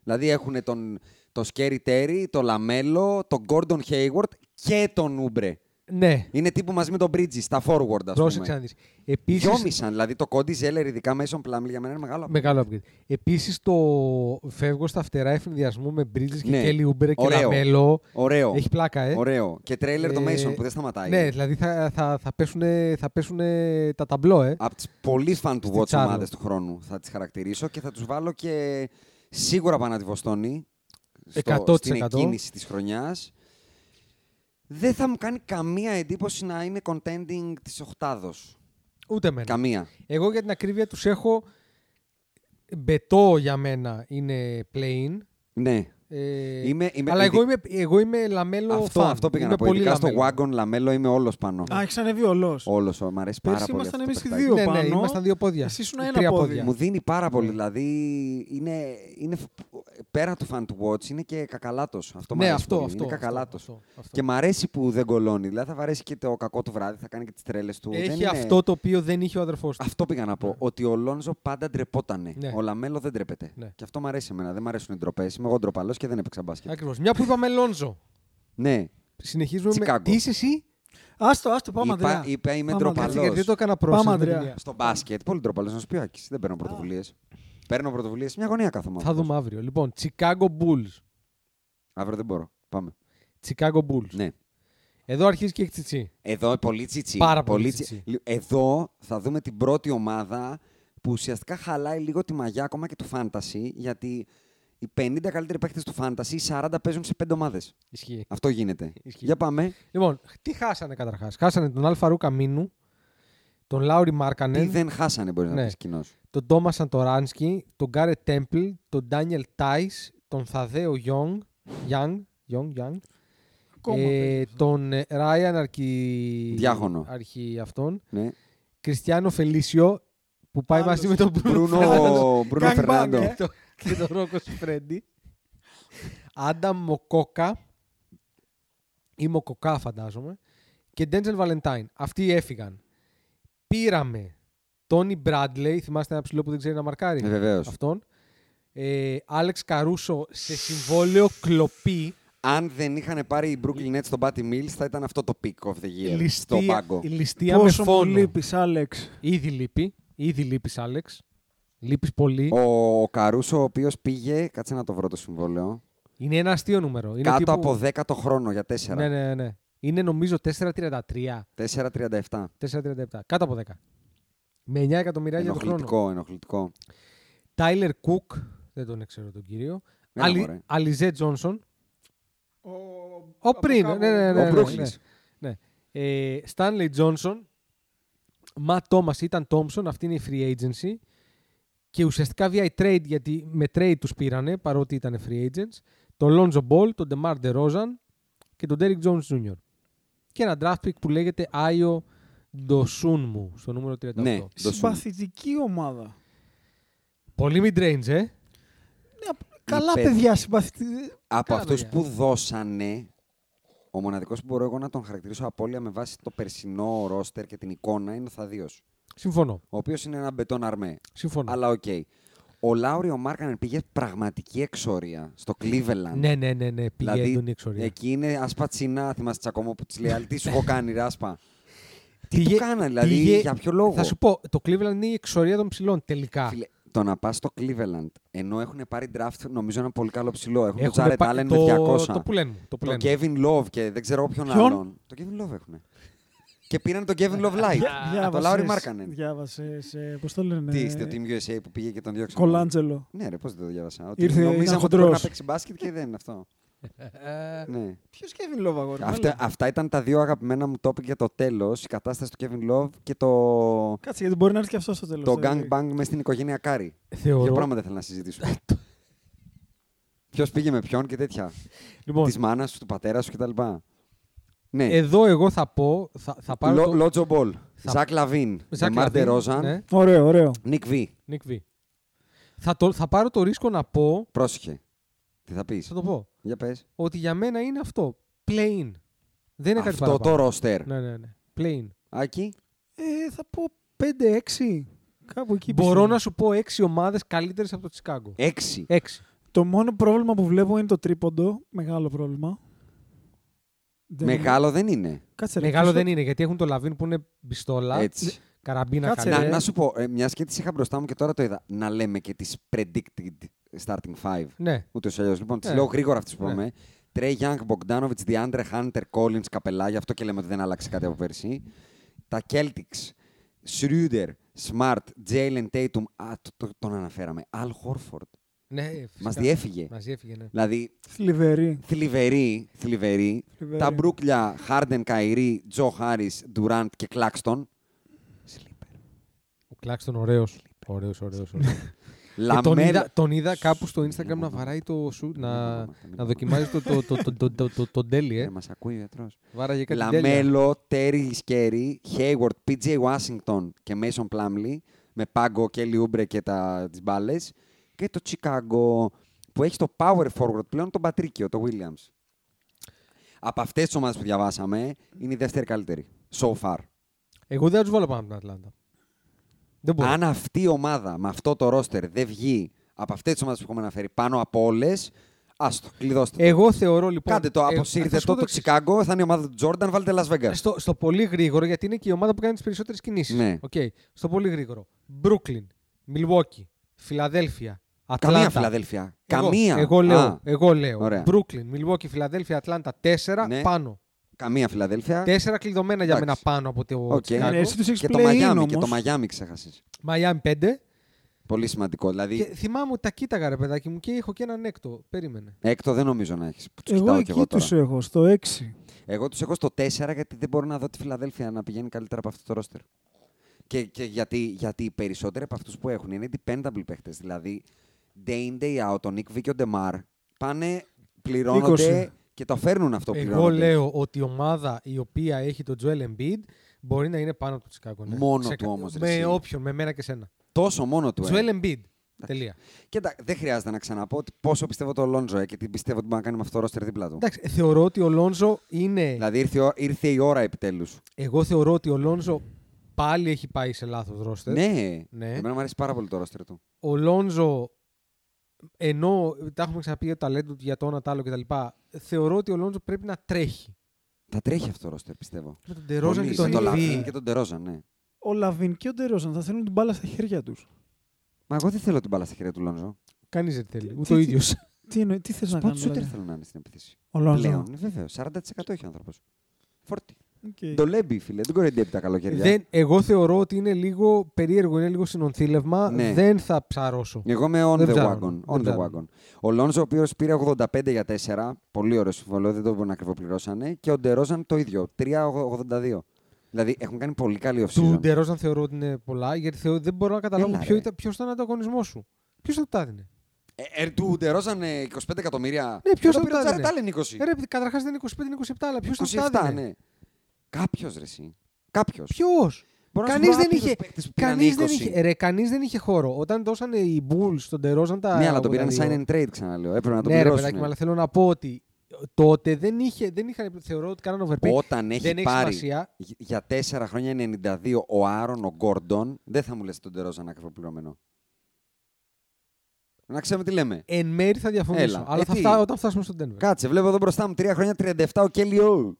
[SPEAKER 3] Δηλαδή έχουν τον, τον Σκέρι Τέρι, τον Λαμέλο, τον Γκόρντον Χέιγουαρτ και τον Ούμπρε.
[SPEAKER 5] Ναι,
[SPEAKER 3] Είναι τύπου μαζί με τον Bridges, τα forward ας
[SPEAKER 5] πρόσεξε να
[SPEAKER 3] πούμε.
[SPEAKER 5] δεις. Επίσης,
[SPEAKER 3] Δυόμισαν, δηλαδή το Κόντι Ζέλερ, ειδικά Mason Plumlee, για μένα είναι μεγάλο.
[SPEAKER 5] Μεγάλο upgrade. Επίσης, το φεύγω στα φτερά ευνηδιασμού με Bridges και
[SPEAKER 3] Ναι.
[SPEAKER 5] Kelly Uber και
[SPEAKER 3] Ωραίο.
[SPEAKER 5] Λαμέλο.
[SPEAKER 3] Ωραίο.
[SPEAKER 5] Έχει πλάκα, ε.
[SPEAKER 3] Ωραίο. Και τρέιλερ το
[SPEAKER 5] Ε,
[SPEAKER 3] Mason που δεν σταματάει.
[SPEAKER 5] Ναι, δηλαδή θα, θα, θα, πέσουν, θα πέσουνε τα ταμπλό, ε.
[SPEAKER 3] από τις πολύ fan του
[SPEAKER 5] Στη
[SPEAKER 3] Watch
[SPEAKER 5] Charlotte.
[SPEAKER 3] ομάδες του χρόνου. Θα τις χαρακτηρίσω και θα τους βάλω και σίγουρα πάνω από τη Βοστόνη. Στο,
[SPEAKER 5] 100%.
[SPEAKER 3] στην εκκίνηση της χρονιάς. Δεν θα μου κάνει καμία εντύπωση να είναι contending της οχτάδο.
[SPEAKER 5] Ούτε εμένα.
[SPEAKER 3] Καμία.
[SPEAKER 5] Εγώ για την ακρίβεια τους έχω. Μπετό για μένα είναι plain.
[SPEAKER 3] Ναι.
[SPEAKER 5] Ε,
[SPEAKER 3] Είμαι- είμαι-
[SPEAKER 5] αλλά
[SPEAKER 3] ειδι-
[SPEAKER 5] εγώ είμαι, εγώ είμαι λαμέλο
[SPEAKER 3] Αυτό,
[SPEAKER 5] fan.
[SPEAKER 3] αυτό πήγα
[SPEAKER 5] Είμαι
[SPEAKER 3] να πω.
[SPEAKER 5] πολύ
[SPEAKER 3] Ειδικά στο
[SPEAKER 5] λαμέλο.
[SPEAKER 3] Wagon Lamello είμαι όλος πάνω.
[SPEAKER 4] Α, έχεις ανέβει ο Λος.
[SPEAKER 3] Όλο. Μ' αρέσει πάρα
[SPEAKER 4] Πέρσι
[SPEAKER 3] πολύ. αυτό
[SPEAKER 4] ήμασταν
[SPEAKER 3] το
[SPEAKER 4] εμείς οι
[SPEAKER 3] παιχτάκι.
[SPEAKER 4] δύο
[SPEAKER 5] Ναι,
[SPEAKER 4] πάνω.
[SPEAKER 5] ναι, ήμασταν δύο Ναι. πόδια.
[SPEAKER 4] Εσύ ήσουν
[SPEAKER 5] Ή
[SPEAKER 4] ένα
[SPEAKER 5] τρία
[SPEAKER 4] πόδι.
[SPEAKER 5] πόδια.
[SPEAKER 3] Μου δίνει πάρα πολύ. Δηλαδή είναι, είναι φ- πέρα του fan του Watch, είναι και κακαλάτος. Αυτό μου
[SPEAKER 5] Ναι,
[SPEAKER 3] αρέσει
[SPEAKER 5] αυτό,
[SPEAKER 3] πολύ.
[SPEAKER 5] αυτό,
[SPEAKER 3] είναι
[SPEAKER 5] αυτό,
[SPEAKER 3] κακαλάτος.
[SPEAKER 5] αυτό, αυτό.
[SPEAKER 3] Και μ' αρέσει που δεν κολώνει. Δηλαδή θα βαρέσει και το κακό του βράδυ, θα κάνει και τις τρέλες του. δεν
[SPEAKER 5] Έχει
[SPEAKER 3] είναι-
[SPEAKER 5] αυτό το οποίο δεν είχε ο αδερφός του.
[SPEAKER 3] Αυτό πήγα να πω. Ότι ο Λόνζο πάντα ντρεπότανε.
[SPEAKER 5] Ναι.
[SPEAKER 3] Ο Λαμέλο δεν ντρέπεται.
[SPEAKER 5] Ναι.
[SPEAKER 3] Και αυτό μου αρέσει εμένα. Δεν μου αρέσουν οι ντροπές. Είμαι εγώ ντροπαλός και δεν έπαιξα μπάσκετ.
[SPEAKER 5] Ακριβώς. Μια που είπαμε Λόνζο.
[SPEAKER 3] Ναι,
[SPEAKER 5] Συνεχίζουμε.
[SPEAKER 3] Τσικάγκο.
[SPEAKER 5] με... Τι είσαι εσύ,
[SPEAKER 4] Άστο, άστο, πάμε
[SPEAKER 3] Είπα-
[SPEAKER 4] Ανδρέα.
[SPEAKER 3] είπα, είμαι
[SPEAKER 4] Πάμε, Ανδρέα.
[SPEAKER 5] Κάτσε, γιατί δεν το έκανα
[SPEAKER 4] Πάμε,
[SPEAKER 5] πρόσφατα.
[SPEAKER 4] Ανδρέα.
[SPEAKER 3] στο μπάσκετ. Πολύ ντροπαλός να σου πει ο Άκης. Δεν παίρνω πρωτοβουλίες. Παίρνω πρωτοβουλίες. Μια γωνία κάθομαι.
[SPEAKER 5] Θα δούμε αύριο. Λοιπόν, Chicago Bulls.
[SPEAKER 3] Αύριο δεν μπορώ. Πάμε.
[SPEAKER 5] Chicago Bulls.
[SPEAKER 3] Ναι.
[SPEAKER 5] Εδώ αρχίζει και η τσιτσί.
[SPEAKER 3] Εδώ πολύ τσιτσί.
[SPEAKER 5] Πάρα πολύ τσιτσί.
[SPEAKER 3] Λι- Εδώ θα δούμε την πρώτη ομάδα που ουσιαστικά χαλάει λίγο τη μαγιά ακόμα και του φάνταση, γιατί οι 50 καλύτεροι παίκτες του φάνταση, οι 40 παίζουν σε 5 ομάδες.
[SPEAKER 5] Ισχύει.
[SPEAKER 3] Αυτό γίνεται.
[SPEAKER 5] Ισχύει.
[SPEAKER 3] Για πάμε.
[SPEAKER 5] Λοιπόν, τι χάσανε καταρχάς. Χάσανε τον Αλφαρού Καμίνου, τον Λάουρι
[SPEAKER 3] Τι
[SPEAKER 5] Μάρκανεν,
[SPEAKER 3] δεν χάσανε, μπορείς να
[SPEAKER 5] Ναι.
[SPEAKER 3] πεις κοινώς.
[SPEAKER 5] τον Τόμας Σαντοράνσκι, τον Γκάρε Τέμπλ, τον Ντάνιελ Τάις, τον Θαδέο Γιόγκ, Young, Young, Young,
[SPEAKER 4] Ακόμα
[SPEAKER 5] ε,
[SPEAKER 4] παίζεις.
[SPEAKER 5] τον ε, Ράιαν Αρκι...
[SPEAKER 3] Διάχωνο.
[SPEAKER 5] Αρχι αυτόν,
[SPEAKER 3] Ναι.
[SPEAKER 5] Κριστιανό Φελίσιο, που πάει
[SPEAKER 4] Άλλος.
[SPEAKER 5] μαζί με τον Μπρούνο
[SPEAKER 3] Μπρούνο, Μπρούνο
[SPEAKER 4] Gangbang,
[SPEAKER 3] Φερνάντο.
[SPEAKER 4] ε.
[SPEAKER 5] και το- και τον Ρόκο Φρέντι. Άνταμ Μοκόκα ή Μοκοκά φαντάζομαι και Ντέντζελ Βαλεντάιν. Αυτοί έφυγαν. Πήραμε Τόνι Μπράντλεϊ, θυμάστε ένα ψηλό που δεν ξέρει να μαρκάρει.
[SPEAKER 3] Ε, βεβαίως.
[SPEAKER 5] Αυτόν. Ε, Άλεξ Καρούσο σε συμβόλαιο κλοπή.
[SPEAKER 3] Αν δεν είχαν πάρει οι Brooklyn Nets τον Patty Mills, θα ήταν αυτό το peak of the year. Ε, στο
[SPEAKER 5] Ληστεία,
[SPEAKER 3] πάγκο.
[SPEAKER 5] ληστεία με
[SPEAKER 4] Πόσο μου
[SPEAKER 5] φόνο.
[SPEAKER 4] λείπει, Άλεξ.
[SPEAKER 5] Ήδη λείπει. Ήδη λείπεις Άλεξ. Λείπεις πολύ.
[SPEAKER 3] Ο Καρούσο, ο οποίος πήγε, κάτσε να το βρω το συμβόλαιο,
[SPEAKER 5] Είναι ένα αστείο νούμερο. Είναι
[SPEAKER 3] κάτω
[SPEAKER 5] τύπου-
[SPEAKER 3] από 10 το χρόνο για 4.
[SPEAKER 5] Ναι, ναι, ναι. Είναι νομίζω 4,33.
[SPEAKER 3] 4,37.
[SPEAKER 5] 4,37. Κάτω από 10. Με 9 εκατομμύρια για τον χρόνο.
[SPEAKER 3] Ενοχλητικό, ενοχλητικό.
[SPEAKER 5] Τάιλερ Κουκ. Δεν τον ξέρω τον κύριο.
[SPEAKER 3] Έλα,
[SPEAKER 5] Αλι-
[SPEAKER 3] μωρέ.
[SPEAKER 5] Αλιζέ Τζόνσον. Ο
[SPEAKER 4] από
[SPEAKER 5] πριν. Ναι,
[SPEAKER 4] κάπου-
[SPEAKER 5] ναι, ναι,
[SPEAKER 3] Ο
[SPEAKER 5] ναι,
[SPEAKER 3] Μπρούκλης.
[SPEAKER 5] ναι. ναι. Ε, Στάνλεϊ Τζόνσον. Μα Τόμας ήταν Τόμσον. Αυτή είναι η free agency. Και ουσιαστικά via trade, γιατί με trade τους πήρανε, παρότι ήταν free agents. Τον Λόντζο Μπολ, τον Ντεμάρ Ντερόζαν και τον Derek Jones Jr. Και ένα draft pick που λέγεται Άιο Ντοσούνμου, στο νούμερο 38.
[SPEAKER 3] Ναι. Ντοσούν.
[SPEAKER 4] Συμπαθητική ομάδα.
[SPEAKER 5] Πολύ mid-range, ε.
[SPEAKER 4] Ναι, απ- Καλά
[SPEAKER 3] παιδιά.
[SPEAKER 4] παιδιά, συμπαθητική.
[SPEAKER 3] Από
[SPEAKER 5] Καλά,
[SPEAKER 3] αυτούς
[SPEAKER 5] παιδιά.
[SPEAKER 3] που δώσανε, ο μοναδικός που μπορώ εγώ να τον χαρακτηρίσω απώλεια με βάση το περσινό ρόστερ και την εικόνα είναι ο Θαδίος,
[SPEAKER 5] Συμφωνώ.
[SPEAKER 3] ο οποίος είναι ένα μπετόν αρμέ.
[SPEAKER 5] Συμφωνώ.
[SPEAKER 3] Αλλά οκ. Ο Λάουριο Μάρκανεν πήγε πραγματική εξορία στο Cleveland.
[SPEAKER 5] Ναι, ναι, ναι, ναι. Πήγε
[SPEAKER 3] Δηλαδή,
[SPEAKER 5] έντονη εξορία.
[SPEAKER 3] Εκεί είναι άσπα τσινά, θυμάσαι τσακωμό που της λέει. «Αλλά Τι σου έχω κάνει, Ράσπα. Τι
[SPEAKER 5] Πήγε-
[SPEAKER 3] του κάνανε, δηλαδή,
[SPEAKER 5] πήγε-
[SPEAKER 3] για ποιο λόγο.
[SPEAKER 5] Θα σου πω, το Cleveland είναι η εξορία των ψηλών τελικά.
[SPEAKER 3] Φίλε, το να πας στο Cleveland, ενώ έχουν πάρει draft, νομίζω ένα πολύ καλό ψηλό. Έχουν,
[SPEAKER 5] Έχουνε
[SPEAKER 3] τον Τζάρετ
[SPEAKER 5] πα-
[SPEAKER 3] Άλεν με
[SPEAKER 5] το,
[SPEAKER 3] 200.
[SPEAKER 5] Το που λένε. Το που
[SPEAKER 3] τον
[SPEAKER 5] λένε.
[SPEAKER 3] Kevin Love και δεν ξέρω ποιον,
[SPEAKER 4] Ποιον?
[SPEAKER 3] άλλον. Το Kevin Love έχουν. και πήραν τον Kevin Love Light. το Λάουρι Μάρκανεν.
[SPEAKER 4] Διάβασες. Πώ ε, το
[SPEAKER 5] ναι.
[SPEAKER 4] λένε.
[SPEAKER 3] Τι είστε, Team USA που πήγε και τον διώξε.
[SPEAKER 4] Κολάντζελο.
[SPEAKER 3] Ναι, ρε, πώς δεν το διάβασα. Ότι
[SPEAKER 4] Ήρθε, ήταν
[SPEAKER 3] νομίζαμε ότι
[SPEAKER 4] χοντρός.
[SPEAKER 3] μπορεί να παίξει μπάσκετ και δεν είναι αυτό.
[SPEAKER 5] Ε,
[SPEAKER 3] ναι.
[SPEAKER 4] Ποιος Κέβιν Λόβα, αγόρι. μου,
[SPEAKER 3] Αυτά,
[SPEAKER 4] έλα.
[SPEAKER 3] αυτά ήταν τα δύο αγαπημένα μου topic για το τέλος. Η κατάσταση του Kevin Love και το,
[SPEAKER 4] Κάτσε, γιατί μπορεί να έρθει και αυτός στο τέλος.
[SPEAKER 3] το gangbang μες στην οικογένεια Κάρι. Δύο
[SPEAKER 5] Θεωρώ. Ε,
[SPEAKER 3] πράγματα θέλω να συζητήσουμε. Ποιος πήγε με ποιον και τέτοια.
[SPEAKER 5] Λοιπόν,
[SPEAKER 3] Της μάνας σου, του πατέρα σου κτλ. Ναι.
[SPEAKER 5] Εδώ εγώ θα πω. Θα, θα πάρω.
[SPEAKER 3] Λο-
[SPEAKER 5] το...
[SPEAKER 3] Λότζο Μπολ.
[SPEAKER 5] Ε, Θα-
[SPEAKER 3] Ζακ Λαβίν.
[SPEAKER 5] Ζακ
[SPEAKER 3] Μάρτε
[SPEAKER 5] Λαβίν,
[SPEAKER 3] Ρόζαν.
[SPEAKER 5] ναι.
[SPEAKER 4] Ωραίο, ωραίο.
[SPEAKER 3] Νικ Βι.
[SPEAKER 5] Nick V. Θα, το, θα πάρω το ρίσκο να πω.
[SPEAKER 3] Πρόσεχε. Τι θα πεις.
[SPEAKER 5] Θα το πω.
[SPEAKER 3] Για πες.
[SPEAKER 5] Ότι για μένα είναι αυτό. Play-in. Δεν είναι κάτι
[SPEAKER 3] Αυτό το
[SPEAKER 5] παραπάνω.
[SPEAKER 3] ρόστερ.
[SPEAKER 5] Ναι, ναι, ναι. Play-in.
[SPEAKER 3] Άκη.
[SPEAKER 4] Ε, θα πω 5-6. Κάπου εκεί.
[SPEAKER 5] Μπορώ
[SPEAKER 4] πιστεύω.
[SPEAKER 5] να σου πω έξι ομάδες καλύτερες από το Τσικάγκο.
[SPEAKER 3] Έξι.
[SPEAKER 5] Έξι.
[SPEAKER 4] Το μόνο πρόβλημα που βλέπω είναι το τρίποντο. Μεγάλο πρόβλημα. Δεν-
[SPEAKER 3] Μεγάλο δεν είναι.
[SPEAKER 4] Κάτσε, ρε,
[SPEAKER 5] Μεγάλο
[SPEAKER 4] ποιος
[SPEAKER 5] δεν είναι γιατί έχουν το Λαβίν που είναι πιστόλα.
[SPEAKER 3] Έτσι.
[SPEAKER 5] Καραμπίνα
[SPEAKER 4] Κάτσε,
[SPEAKER 5] καλή.
[SPEAKER 3] Να,
[SPEAKER 4] ρε.
[SPEAKER 3] να σου πω, ε, μιας και τις είχα μπροστά μου και τώρα το είδα. Να λέμε και τις predicted starting five.
[SPEAKER 5] Ναι.
[SPEAKER 3] Ούτως ή αλλιώς. Λοιπόν, τις
[SPEAKER 5] Ναι.
[SPEAKER 3] λέω γρήγορα αυτές που
[SPEAKER 5] Ναι.
[SPEAKER 3] είπαμε. Τρέι Γιάνγκ, Μπογκδάνοβιτ, Διάντρε, Χάντερ, Κόλλιν, Καπελά, γι' αυτό και λέμε ότι δεν άλλαξε κάτι από πέρσι. Τα Celtics, Σρούντερ, Σμαρτ, Τζέιλεν Τέιτουμ. Α, το- το- τον αναφέραμε. Αλ Χόρφορντ.
[SPEAKER 5] ναι
[SPEAKER 3] Μας διέφυγε.
[SPEAKER 5] Μας διέφυγε, ναι.
[SPEAKER 3] Δηλαδή,
[SPEAKER 4] Θλιβερή.
[SPEAKER 3] θλιβερή, θλιβερή.
[SPEAKER 4] Θλιβερή.
[SPEAKER 3] Τα μπρούκλια, Χάρντεν, Καϊρή, Τζο Χάρις, Ντουραντ και Κλάξτον.
[SPEAKER 5] Ο Κλάξτον ωραίος. Ωραίος, ωραίος.
[SPEAKER 3] Λαμέλα.
[SPEAKER 5] Τον είδα, τον είδα κάπου στο Instagram να βαράει το σου, να,
[SPEAKER 3] Μην γαμάτα, μην
[SPEAKER 5] να δοκιμάζει το, το, το, το, το, το, το, το ντέλι, ε.
[SPEAKER 3] Δεν μας ακούει ο γιατρός.
[SPEAKER 5] Βάραγε κάτι τέλεια.
[SPEAKER 3] Λαμέλο, Τέρι Σκέρι, Hayward, PJ Washington και Mason Plumley με πάγκο και Λιούμπρε και τα, τις μπάλες. Και το Chicago που έχει στο power forward πλέον τον Πατρίκιο, το Williams. Από αυτές τις ομάδες που διαβάσαμε είναι η δεύτερη καλύτερη. So far.
[SPEAKER 5] Εγώ δεν θα τους βάλω πάνω από την Ατλάντα. Δεν μπορώ.
[SPEAKER 3] Αν αυτή η ομάδα με αυτό το roster δεν βγει από αυτές τις ομάδες που έχουμε αναφέρει πάνω από όλες, άστο, κλειδώστε. το.
[SPEAKER 5] Εγώ θεωρώ λοιπόν.
[SPEAKER 3] Κάντε το,
[SPEAKER 5] ε, θα
[SPEAKER 3] αποσύρτε
[SPEAKER 5] σου πω
[SPEAKER 3] το, το
[SPEAKER 5] εξής.
[SPEAKER 3] Chicago, θα είναι η ομάδα του Jordan, βάλτε Las Vegas.
[SPEAKER 5] Στο, στο πολύ γρήγορο, γιατί είναι και η ομάδα που κάνει τις περισσότερες κινήσεις.
[SPEAKER 3] Ναι.
[SPEAKER 5] Στο πολύ γρήγορο. Brooklyn, Milwaukee, Φιλαδέλφια, Ατλάντα.
[SPEAKER 3] Καμία Φιλαδέλφια.
[SPEAKER 5] Εγώ-
[SPEAKER 3] Καμία.
[SPEAKER 5] Εγώ, λέω.
[SPEAKER 3] Α,
[SPEAKER 5] Εγώ λέω.
[SPEAKER 3] Ωραία.
[SPEAKER 5] Brooklyn, Milwaukee, Φιλαδέλφια, Ατλάντα. Τέσσερα
[SPEAKER 3] Ναι.
[SPEAKER 5] πάνω.
[SPEAKER 3] Καμία Φιλαδέλφια.
[SPEAKER 5] Τέσσερα κλειδωμένα για
[SPEAKER 3] Εντάξει.
[SPEAKER 5] μένα πάνω από το
[SPEAKER 3] Οκ.
[SPEAKER 5] Chicago.
[SPEAKER 4] Ναι, εσύ τους έχεις
[SPEAKER 3] Και το
[SPEAKER 4] play-in
[SPEAKER 3] Μαγιάμι.
[SPEAKER 4] όμως.
[SPEAKER 3] Και το Μαγιάμι ξέχασες.
[SPEAKER 5] Miami πέντε.
[SPEAKER 3] Πολύ σημαντικό. Δηλαδή,
[SPEAKER 5] Και θυμάμαι ότι τα κοίταγα ρε παιδάκι μου και έχω και έναν έκτο. Περίμενε.
[SPEAKER 3] έκτο δεν νομίζω να έχεις. Τους
[SPEAKER 4] Εγώ
[SPEAKER 3] κοιτάω κι
[SPEAKER 4] εκεί
[SPEAKER 3] εγώ τώρα.
[SPEAKER 4] του έχω, στο 6.
[SPEAKER 5] ε-
[SPEAKER 3] Εγώ τους έχω στο 4 γιατί δεν μπορώ να δω τη Φιλαδέλφια να πηγαίνει καλύτερα από αυτό το ρόστερ. Και, και γιατί, γιατί οι περισσότεροι από αυτούς που έχουν είναι dependable παίχτες. Δηλαδή, day in, day out, ο Νίκ Βίκιο Ντεμάρ πάνε, πληρώνονται
[SPEAKER 4] 20.
[SPEAKER 3] και το ναι. φέρνουν αυτό που
[SPEAKER 5] Εγώ
[SPEAKER 3] πληρώνονται.
[SPEAKER 5] λέω ότι η ομάδα η οποία έχει τον Joel Embiid μπορεί να είναι πάνω από το Τσικάγκο. Ναι.
[SPEAKER 3] Μόνο
[SPEAKER 5] Ξεκα-
[SPEAKER 3] του όμως, ρε, εσύ.
[SPEAKER 5] Με όποιον, με μένα και σένα.
[SPEAKER 3] Τόσο μόνο του. ε.
[SPEAKER 5] Joel Embiid. Τελεία.
[SPEAKER 3] Κοίτα, δεν χρειάζεται να ξαναπώ ότι πόσο πιστεύω το Λόντζο ε, και τι πιστεύω ότι μπορεί να κάνει με αυτό το ρόστερ δίπλα του.
[SPEAKER 5] Εντάξει, θεωρώ ότι ο Λόνζο είναι.
[SPEAKER 3] Δηλαδή ήρθε, η ω- ήρθε η ώρα επιτέλους.
[SPEAKER 5] Εγώ θεωρώ ότι ο Λόνζο πάλι έχει πάει σε λάθος ρόστερ.
[SPEAKER 3] Ναι.
[SPEAKER 5] Ναι.
[SPEAKER 3] Εμένα μου αρέσει πάρα πολύ το ρόστερ του.
[SPEAKER 5] Ο Λόνζο, ενώ τα έχουμε ξαναπεί για το ταλέντο του, για το ένα το άλλο κτλ., θεωρώ ότι ο Λόνζο πρέπει να τρέχει.
[SPEAKER 3] Τα τρέχει αυτό το ρόστερ, πιστεύω.
[SPEAKER 5] Με τον Τερόζαν
[SPEAKER 3] Πολύ.
[SPEAKER 5] και τον
[SPEAKER 3] Με τον
[SPEAKER 5] Λαβίν.
[SPEAKER 3] Λαβίν και τον Ντερόζαν, ναι.
[SPEAKER 4] Ο Λαβίν και ο Ντερόζαν θα θέλουν την μπάλα στα χέρια τους.
[SPEAKER 3] Μα εγώ δεν θέλω την μπάλα στα χέρια του Λόνζο.
[SPEAKER 5] Κανείς δεν θέλει.
[SPEAKER 4] Τι-
[SPEAKER 5] Ούτε ο
[SPEAKER 4] τι-
[SPEAKER 5] ίδιος.
[SPEAKER 4] Τι, εννοεί, τι θες να
[SPEAKER 3] Πότε
[SPEAKER 4] κάνει.
[SPEAKER 3] σούτερ
[SPEAKER 4] δηλαδή.
[SPEAKER 3] θέλω να είναι στην επίθεση.
[SPEAKER 4] Ο Λόνζο.
[SPEAKER 3] Πλέον, ναι, βέβαια. 40% έχει ο άνθρωπος. Φόρτι.
[SPEAKER 4] Οκ.
[SPEAKER 3] Ντολέμπι, φίλε. Δεν κοροϊδεύει τα καλοκαιριά.
[SPEAKER 5] Δεν, εγώ θεωρώ ότι είναι λίγο περίεργο, είναι λίγο συνονθήλευμα.
[SPEAKER 3] Ναι.
[SPEAKER 5] Δεν θα ψαρώσω.
[SPEAKER 3] Εγώ είμαι on
[SPEAKER 5] Δεν
[SPEAKER 3] the
[SPEAKER 5] ψάχνω.
[SPEAKER 3] wagon.
[SPEAKER 5] Δεν
[SPEAKER 3] On the
[SPEAKER 5] ψάχνω.
[SPEAKER 3] wagon. Ο Λόνζο, ο οποίος πήρε 85 για 4, πολύ ωραίο συμβολό, δεν το ακριβοπληρώσανε. Και ο Ντερόζαν το ίδιο, 3,82. Δηλαδή έχουν κάνει πολύ καλή
[SPEAKER 5] Του
[SPEAKER 3] off-season.
[SPEAKER 5] Ντερόζαν θεωρώ ότι είναι πολλά, γιατί θεωρώ, δεν μπορώ να καταλάβω
[SPEAKER 3] Έλα,
[SPEAKER 5] ποιο
[SPEAKER 3] ρε.
[SPEAKER 5] ήταν, ποιος ήταν ο ανταγωνισμός σου. Ποιος θα του τα έδινε.
[SPEAKER 3] Ε, ε, του Ντερόζαν ε, 25 εκατομμύρια.
[SPEAKER 5] Ναι, ποιος
[SPEAKER 3] Εδώ
[SPEAKER 5] θα
[SPEAKER 3] πήρε ο
[SPEAKER 5] τα
[SPEAKER 3] Τζάρετ
[SPEAKER 5] έδινε.
[SPEAKER 3] Άλεν 20.
[SPEAKER 5] Ε, ρε, καταρχάς δεν είναι 25-27, αλλά ποιος θα του τα
[SPEAKER 3] 27,
[SPEAKER 5] έδινε.
[SPEAKER 3] ναι. Κάποιος ρε εσύ. Κάποιος.
[SPEAKER 5] Ποιος.
[SPEAKER 3] Μπορώ να σου
[SPEAKER 5] Κανείς
[SPEAKER 3] βρω
[SPEAKER 5] δεν
[SPEAKER 3] άπειρους
[SPEAKER 5] είχε.
[SPEAKER 3] παίκτες που πήραν
[SPEAKER 5] Κανείς δεν
[SPEAKER 3] 20.
[SPEAKER 5] είχε, Ε, ρε, κανείς δεν είχε χώρο. Όταν δώσανε οι Bulls στον Τερόζαν τα.
[SPEAKER 3] Ναι, αλλά το πήραν
[SPEAKER 5] 82.
[SPEAKER 3] sign and trade ξαναλέω. Έπρεπε να το
[SPEAKER 5] Ναι, ρε
[SPEAKER 3] πληρώσουν.
[SPEAKER 5] παιδάκι, μου, αλλά θέλω να πω ότι τότε δεν είχε. Δεν είχαν, θεωρώ ότι κάνανε overpay.
[SPEAKER 3] Όταν έχει
[SPEAKER 5] δεν έχει
[SPEAKER 3] πάρει
[SPEAKER 5] σημασία.
[SPEAKER 3] γ- για 4 χρόνια 92 ο Άρον, ο Γκόρντον, δεν θα μου λες τον Τερόζαν ακριβοπληρωμένο. Να ξέρουμε τι λέμε.
[SPEAKER 5] Εν μέρη θα διαφωνήσω.
[SPEAKER 3] Έλα,
[SPEAKER 5] αλλά
[SPEAKER 3] ε,
[SPEAKER 5] θα
[SPEAKER 3] τι.
[SPEAKER 5] φτά, όταν φτάσουμε στον Denver.
[SPEAKER 3] Κάτσε, βλέπω εδώ μπροστά μου 3 χρόνια 37 ο Κέλιο.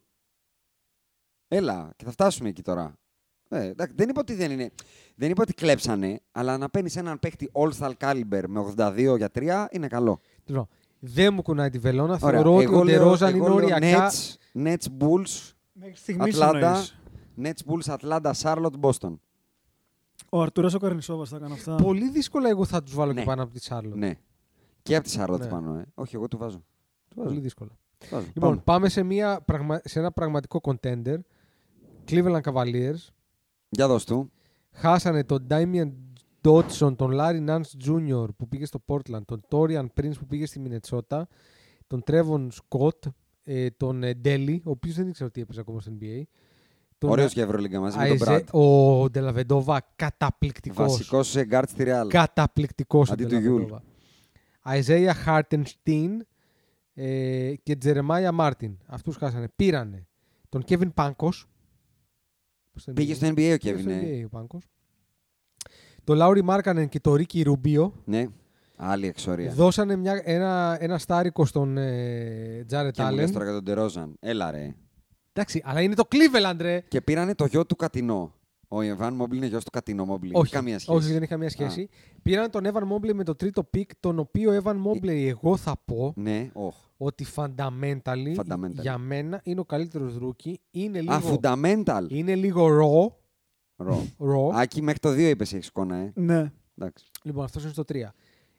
[SPEAKER 3] Έλα, και θα φτάσουμε εκεί τώρα. Ε, εντάξει, δεν είπα ότι δεν είναι. Δεν είπα ότι κλέψανε, αλλά να παίρνεις έναν παίχτη All-Star Caliber με 82 για 3 είναι καλό.
[SPEAKER 5] Τι λέω, Δεν μου κουνάει τη βελόνα.
[SPEAKER 3] Ωραία,
[SPEAKER 5] Θεωρώ ότι ο
[SPEAKER 3] λέω-
[SPEAKER 5] Ντερόζαν
[SPEAKER 3] εγώ
[SPEAKER 5] είναι
[SPEAKER 3] λέω
[SPEAKER 5] οριακά.
[SPEAKER 3] Nets, Nets Bulls,
[SPEAKER 4] Μέχρι στιγμής
[SPEAKER 3] Ατλάντα. Nets Bulls, Ατλάντα, Charlotte, Boston.
[SPEAKER 4] Ο Αρτούρα ο Καρνισόβα θα έκανε αυτά.
[SPEAKER 5] Πολύ δύσκολα εγώ θα τους βάλω
[SPEAKER 3] Ναι.
[SPEAKER 5] και πάνω από τη Σάρλοτ.
[SPEAKER 3] Ναι. Και από τη Charlotte
[SPEAKER 5] Ναι.
[SPEAKER 3] πάνω, ε. Όχι, εγώ του βάζω. Του βάζω.
[SPEAKER 5] Πολύ δύσκολα.
[SPEAKER 3] του βάζω.
[SPEAKER 5] Λοιπόν,
[SPEAKER 3] Πάμε.
[SPEAKER 5] πάμε, σε, μια, πραγμα- σε ένα πραγματικό contender. Cleveland Cavaliers.
[SPEAKER 3] Για δώσ' του.
[SPEAKER 5] Χάσανε τον Damian Dodson, τον Larry Nance Jr. που πήγε στο Portland, τον Torian Prince που πήγε στη Μινετσότα, τον Trevon Scott ε, τον ε, Ντέλη, ο οποίος δεν ήξερα ότι έπαιζε ακόμα στο NBA. Τον
[SPEAKER 3] Ωραίος
[SPEAKER 5] Α-
[SPEAKER 3] για Ευρωλίγκα μαζί με τον
[SPEAKER 5] Αιζε-
[SPEAKER 3] Μπραντ.
[SPEAKER 5] Ο Ντελαβεντόβα καταπληκτικός.
[SPEAKER 3] Βασικός σε γκάρτ στη Ρεάλ.
[SPEAKER 5] Καταπληκτικό
[SPEAKER 3] Αντί του Γιούλ.
[SPEAKER 5] Αιζέια Χάρτενστιν ε, και Τζερεμάια Μάρτιν. Αυτούς χάσανε. Πήρανε τον Κέβιν Πάνκο.
[SPEAKER 3] Πήγε στο NBA ο Κέβιν. ε.
[SPEAKER 5] NBA ο Πάνκος. Το Λάουρι Μάρκανεν και το Ρίκι Ρουμπίο
[SPEAKER 3] Ναι. Άλλη εξορία.
[SPEAKER 5] δώσανε μια, ένα, ένα στάρικο στον ε, Τζάρετ
[SPEAKER 3] Και μου λες
[SPEAKER 5] Άλεν.
[SPEAKER 3] τώρα για τον Τερόζαν. Έλα ρε.
[SPEAKER 5] Εντάξει, αλλά είναι το Cleveland, ρε.
[SPEAKER 3] Και πήρανε το γιο του Κατινό. Ο Ιβάν Μόμπλη είναι γιος του Κατινό Μόμπλη.
[SPEAKER 5] Όχι,
[SPEAKER 3] καμία σχέση.
[SPEAKER 5] όχι, δεν έχει καμία σχέση. Πήραν τον Evan Mobley με το τρίτο πικ, τον οποίο
[SPEAKER 3] Ε.
[SPEAKER 5] Evan Mobley εγώ θα πω
[SPEAKER 3] Ναι, όχι.
[SPEAKER 5] ότι fundamentally,
[SPEAKER 3] Fundamentally.
[SPEAKER 5] για μένα είναι ο καλύτερος ρούκι. Είναι λίγο,
[SPEAKER 3] Α, fundamental.
[SPEAKER 5] είναι λίγο raw.
[SPEAKER 3] Ρο.
[SPEAKER 5] raw.
[SPEAKER 3] Άκη μέχρι το 2 είπες έχεις εικόνα, ε.
[SPEAKER 4] Ναι.
[SPEAKER 3] Εντάξει.
[SPEAKER 5] Λοιπόν, αυτός είναι στο 3.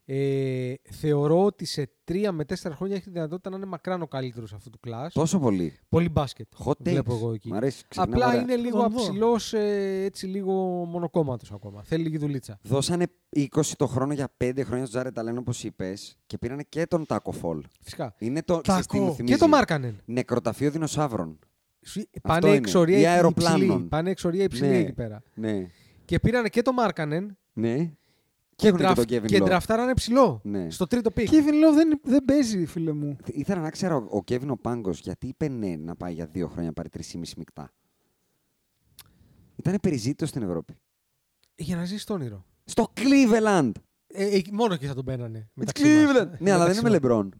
[SPEAKER 5] Ε, θεωρώ ότι σε 3 με 4 χρόνια έχει τη δυνατότητα να είναι μακράν ο καλύτερος αυτού του κλάσ.
[SPEAKER 3] Τόσο πολύ.
[SPEAKER 5] Πολύ μπάσκετ.
[SPEAKER 3] Hot takes.
[SPEAKER 5] Βλέπω εγώ εκεί.
[SPEAKER 3] Μ' αρέσει. Ξεκινάμε
[SPEAKER 5] Απλά
[SPEAKER 3] ωραία.
[SPEAKER 5] είναι λίγο
[SPEAKER 4] Θα δω.
[SPEAKER 5] αψηλός, ε, έτσι λίγο μονοκόμματος ακόμα. Θέλει λίγη δουλίτσα.
[SPEAKER 3] Δώσανε 20 το χρόνο για 5 χρόνια στον Τζάρετ Αλέν, όπως είπες, και πήρανε και τον Τάκο Φολ.
[SPEAKER 5] Φυσικά.
[SPEAKER 3] Είναι το. ξέρεις τι μου
[SPEAKER 5] Τάκο.
[SPEAKER 3] θυμίζει?
[SPEAKER 5] Και το Μάρκανεν.
[SPEAKER 3] Νεκροταφείο δεινοσαύρων.
[SPEAKER 5] Σου-
[SPEAKER 3] Αυτό
[SPEAKER 5] Πάνε
[SPEAKER 3] είναι.
[SPEAKER 5] εξορία
[SPEAKER 3] Ή
[SPEAKER 5] υψηλή.
[SPEAKER 3] αεροπλάνων.
[SPEAKER 5] Πάνε εξορία υψηλή
[SPEAKER 3] Ναι.
[SPEAKER 5] Ε, εκεί πέρα.
[SPEAKER 3] Ναι.
[SPEAKER 5] Και πήρανε και το Μάρκανεν
[SPEAKER 3] Ναι. Και έχουν και
[SPEAKER 5] Draft-
[SPEAKER 3] τον Kevin
[SPEAKER 5] και
[SPEAKER 3] Love.
[SPEAKER 5] ντραφτάρανε ψηλό.
[SPEAKER 3] Ναι.
[SPEAKER 5] Στο τρίτο πικ.
[SPEAKER 4] Kevin Love δεν, δεν παίζει, φίλε μου.
[SPEAKER 3] Ήθελα να ξέρω ο Κέβιν ο Πάγκος γιατί είπε ναι να πάει για δύο χρόνια να πάρει 3,5 μεικτά. Ήταν περιζήτητος στην Ευρώπη.
[SPEAKER 5] Για να ζήσει το όνειρο.
[SPEAKER 3] Στο Cleveland!
[SPEAKER 5] Ε, ε, μόνο εκεί θα τον παίρνανε. μεταξύ μας.
[SPEAKER 3] Cleveland! Ναι, αλλά δεν
[SPEAKER 5] Μεταξύ
[SPEAKER 3] είμαι
[SPEAKER 5] μας.
[SPEAKER 3] λεμπρόν.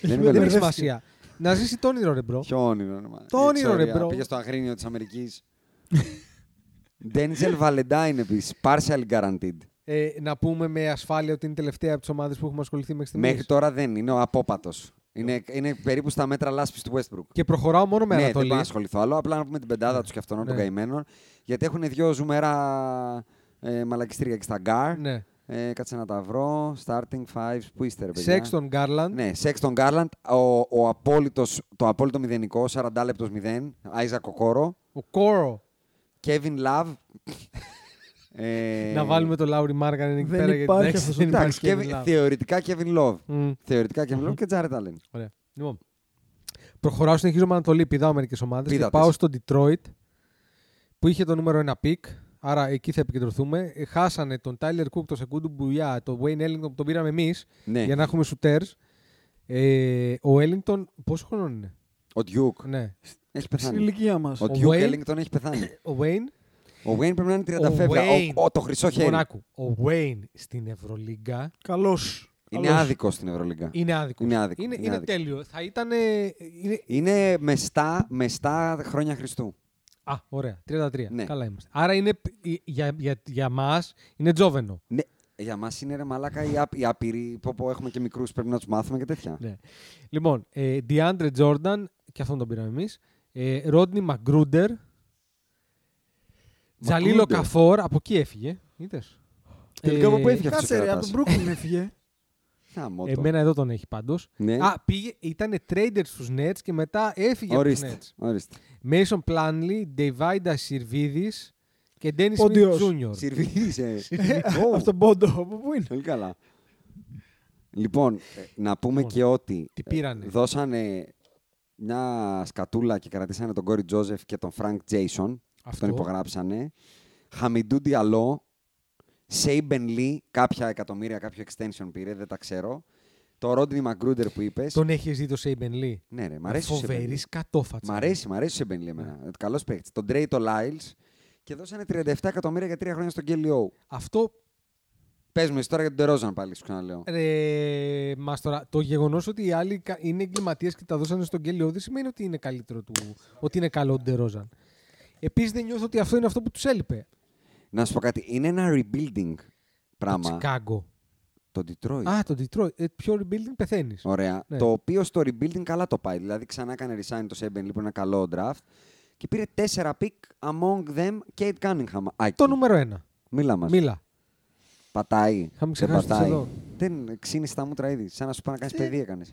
[SPEAKER 3] δεν είμαι
[SPEAKER 5] Δεν έχει
[SPEAKER 3] λεμπρόν.
[SPEAKER 5] σημασία. να ζήσει το όνειρο, ρε μπρο.
[SPEAKER 3] Ποιο όνειρο, ρε, μα.
[SPEAKER 5] Το όνειρο,
[SPEAKER 3] Εξορία.
[SPEAKER 5] ρε, μπρο.
[SPEAKER 3] Πήγες στο αγρίνιο της Αμερικής. Denzel Valentine επίσης. Partial guaranteed.
[SPEAKER 5] Ε, να πούμε με ασφάλεια ότι είναι η τελευταία από τις ομάδες που έχουμε ασχοληθεί μέχρι στιγμής.
[SPEAKER 3] Μέχρι τώρα δεν είναι ο απόπατος. Είναι, είναι περίπου στα μέτρα λάσπης του Westbrook.
[SPEAKER 5] Και προχωράω μόνο με
[SPEAKER 3] ναι, δεν
[SPEAKER 5] Ανατολή.
[SPEAKER 3] πάω να ασχοληθώ άλλο. Απλά να πούμε την πεντάδα τους και αυτών των
[SPEAKER 5] Ναι.
[SPEAKER 3] καημένων. Γιατί έχουν δύο ζουμερά ε, μαλακιστήρια και στα γκάρ.
[SPEAKER 5] Ναι.
[SPEAKER 3] Ε, κάτσε να τα βρω. Starting fives. Πού είστε, ρε παιδιά.
[SPEAKER 5] Σεξ τον Γκάρλαντ.
[SPEAKER 3] Ναι, Σέξτον Γκάρλαντ. Ο, ο απόλυτος, το απόλυτο μηδενικό. 40 λεπτό 0. Άιζα Κοκόρο.
[SPEAKER 5] Ο Κόρο.
[SPEAKER 3] Κέβιν Λαβ. ε,
[SPEAKER 5] Να βάλουμε το Λάουρι Μάργαν εκεί
[SPEAKER 4] δεν
[SPEAKER 5] πέρα. γιατί
[SPEAKER 4] υπάρχει
[SPEAKER 5] εντάξει,
[SPEAKER 4] αυτός ο
[SPEAKER 5] δεν
[SPEAKER 3] Εντάξει,
[SPEAKER 5] υπάρχει
[SPEAKER 3] Kevin-
[SPEAKER 5] Kevin Love.
[SPEAKER 3] θεωρητικά Kevin Love.
[SPEAKER 5] Μμμ.
[SPEAKER 3] Θεωρητικά Kevin Love και Jared Allen.
[SPEAKER 5] Ωραία. Λοιπόν, προχωράω, συνεχίζω με Ανατολή. Πηδάω μερικές ομάδες. Και
[SPEAKER 3] Πήδα
[SPEAKER 5] πάω
[SPEAKER 3] τις.
[SPEAKER 5] στο Detroit που είχε το νούμερο 1 πικ. Άρα εκεί θα επικεντρωθούμε. Ε, Χάσανε τον Tyler Cook, τον Σεκούντου Μπουλιά, τον Wayne Ellington που τον πήραμε εμείς
[SPEAKER 3] Ναι.
[SPEAKER 5] για να έχουμε σουτέρ. Ε, ο Ellington πόσο χρόνο είναι.
[SPEAKER 3] Ο Duke
[SPEAKER 5] Ναι.
[SPEAKER 3] έχει
[SPEAKER 4] Στην
[SPEAKER 3] πεθάνει.
[SPEAKER 4] ηλικία μας.
[SPEAKER 3] Ο
[SPEAKER 5] Ο
[SPEAKER 3] Duke
[SPEAKER 5] Wayne.
[SPEAKER 3] Ellington έχει πεθάνει.
[SPEAKER 5] Ο Wayne.
[SPEAKER 3] Ο Wayne πρέπει να είναι 30
[SPEAKER 5] Ο
[SPEAKER 3] φεύγα.
[SPEAKER 5] Wayne.
[SPEAKER 3] Ο, ο, το χρυσό χέρι.
[SPEAKER 5] Λοιπόν, άκου. Ο Wayne στην Ευρωλίγκα
[SPEAKER 4] Καλός.
[SPEAKER 3] Είναι άδικο στην Ευρωλίγκα.
[SPEAKER 5] είναι άδικος.
[SPEAKER 3] Είναι άδικος,
[SPEAKER 5] Είναι,
[SPEAKER 3] είναι
[SPEAKER 5] είναι
[SPEAKER 3] άδικος.
[SPEAKER 5] τέλειο. Θα ήταν. ε, Είναι...
[SPEAKER 3] Είναι μεστά, μεστά χρόνια Χριστού.
[SPEAKER 5] Α, ωραία. 33.
[SPEAKER 3] Ναι.
[SPEAKER 5] Καλά είμαστε. Άρα είναι, για, για, για μας είναι τζόβενο.
[SPEAKER 3] Ναι. Για μας είναι ρε μαλάκα οι, άπ, οι άπειροι. Πω, πω, έχουμε και μικρούς, πρέπει να τους μάθουμε και τέτοια.
[SPEAKER 5] Ναι. Λοιπόν, ε, DeAndre Jordan, και αυτόν τον πήραμε εμείς. Ε, Rodney McGruder. Τζαλίλο Καφόρ, από εκεί έφυγε. Είδες. Ε,
[SPEAKER 3] Τελικά από πού έφυγε αυτός ο
[SPEAKER 4] Κάτσε ρε, από
[SPEAKER 3] κρατάς.
[SPEAKER 4] τον Brooklyn έφυγε.
[SPEAKER 3] Να, μότο.
[SPEAKER 5] Εμένα εδώ τον έχει πάντως.
[SPEAKER 3] Ναι.
[SPEAKER 5] Α, πήγε, ήταν trader στους Nets και μετά έφυγε από
[SPEAKER 3] Ορίστε.
[SPEAKER 5] τους Nets.
[SPEAKER 3] Ορίστε.
[SPEAKER 5] Mason Planley, Devaida Sirvidis και Dennis Smith Ε,
[SPEAKER 4] Πόντιος.
[SPEAKER 5] Jr.
[SPEAKER 3] Συρβίδησε.
[SPEAKER 4] Από τον Πόντο. Από πού είναι.
[SPEAKER 3] Πολύ καλά. Λοιπόν, ε, να πούμε και ότι
[SPEAKER 5] τι
[SPEAKER 3] ε,
[SPEAKER 5] πήρανε.
[SPEAKER 3] δώσανε μια σκατούλα και κρατήσανε τον Κόρι Τζόζεφ και τον Φρανκ Τζέισον.
[SPEAKER 5] Αυτό.
[SPEAKER 3] Τον υπογράψανε. Χαμιντού Διαλό, Σέιμπεν Λί, κάποια εκατομμύρια, κάποιο extension πήρε, δεν τα ξέρω. Το Ρόντινι Μαγκρούντερ που είπες.
[SPEAKER 5] Τον έχεις δει το Σέιμπεν Λί.
[SPEAKER 3] Ναι, ρε, μ' αρέσει. ο Σέιμπεν Λί.
[SPEAKER 5] Φοβερής Ναι. κατόφατσα.
[SPEAKER 3] Μ' αρέσει, μ' αρέσει ο Σέιμπεν Λί εμένα. Καλός παίκτης. Τον Τρέι το Λάιλς και δώσανε 37 εκατομμύρια για τρία χρόνια στον Γκέλιο.
[SPEAKER 5] Αυτό
[SPEAKER 3] Πες μου εσύ τώρα για τον Τερόζαν πάλι, σου ξαναλέω.
[SPEAKER 5] Ε, Ρε, ε, μας τώρα, το γεγονός ότι οι άλλοι κα- είναι εγκληματίες και τα δώσανε στον Γκέλιο δεν σημαίνει ότι είναι καλύτερο του. Ότι είναι καλό του Ντερόζαν. Επίσης δεν νιώθω ότι αυτό είναι αυτό που τους έλειπε.
[SPEAKER 3] Να σου πω κάτι. Είναι ένα rebuilding
[SPEAKER 5] Το
[SPEAKER 3] πράγμα.
[SPEAKER 5] Τσικάγκο.
[SPEAKER 3] Το Detroit.
[SPEAKER 5] Α, το Detroit. Ε, πιο rebuilding πεθαίνεις.
[SPEAKER 3] Ωραία.
[SPEAKER 5] Ναι.
[SPEAKER 3] Το οποίο στο rebuilding καλά το πάει. Δηλαδή ξανά έκανε resign το Σέμπεν, λοιπόν, ένα καλό draft. Και πήρε 4 pick among them Kate Cunningham. Άκη,
[SPEAKER 5] Το νούμερο ένα.
[SPEAKER 3] Μίλα μας.
[SPEAKER 5] Μίλα.
[SPEAKER 3] Πατάει. Δεν
[SPEAKER 5] Είχαμε ξεχάσει
[SPEAKER 3] πατάει.
[SPEAKER 5] τις εδώ.
[SPEAKER 3] Δεν ξύνεις τα μούτρα ήδη. Σαν να σου πάει να κάνεις παιδί έκανες.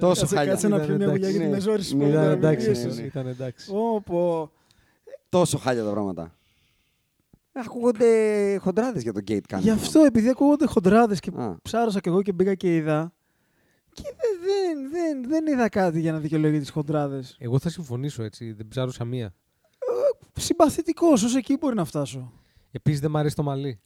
[SPEAKER 3] Τόσο
[SPEAKER 4] Κάτσε,
[SPEAKER 3] χάλια.
[SPEAKER 4] κάτσε να
[SPEAKER 5] Ήταν
[SPEAKER 4] πιω μια γουλιά
[SPEAKER 5] εντάξει,
[SPEAKER 4] γιατί
[SPEAKER 3] ναι.
[SPEAKER 4] με ζόρισε.
[SPEAKER 3] Ναι,
[SPEAKER 5] Ήταν
[SPEAKER 3] ναι,
[SPEAKER 5] εντάξει.
[SPEAKER 3] ναι, ναι.
[SPEAKER 5] Ήταν εντάξει.
[SPEAKER 4] Όπω.
[SPEAKER 3] Τόσο χάλια τα πράγματα. Ακούγονται χοντράδες για τον Gate Cunningham.
[SPEAKER 4] Γι' αυτό επειδή ακούγονται χοντράδες και
[SPEAKER 3] Α.
[SPEAKER 4] ψάρωσα κι εγώ και μπήκα και είδα. Και δεν, δεν, δεν, δεν είδα κάτι για να δικαιολογεί τις χοντράδες.
[SPEAKER 5] Εγώ θα συμφωνήσω έτσι, δεν ψάρωσα μία.
[SPEAKER 4] Συμπαθητικός, ως εκεί μπορεί να φτάσω.
[SPEAKER 5] Επίσης δεν μ' αρέσει το μαλλί.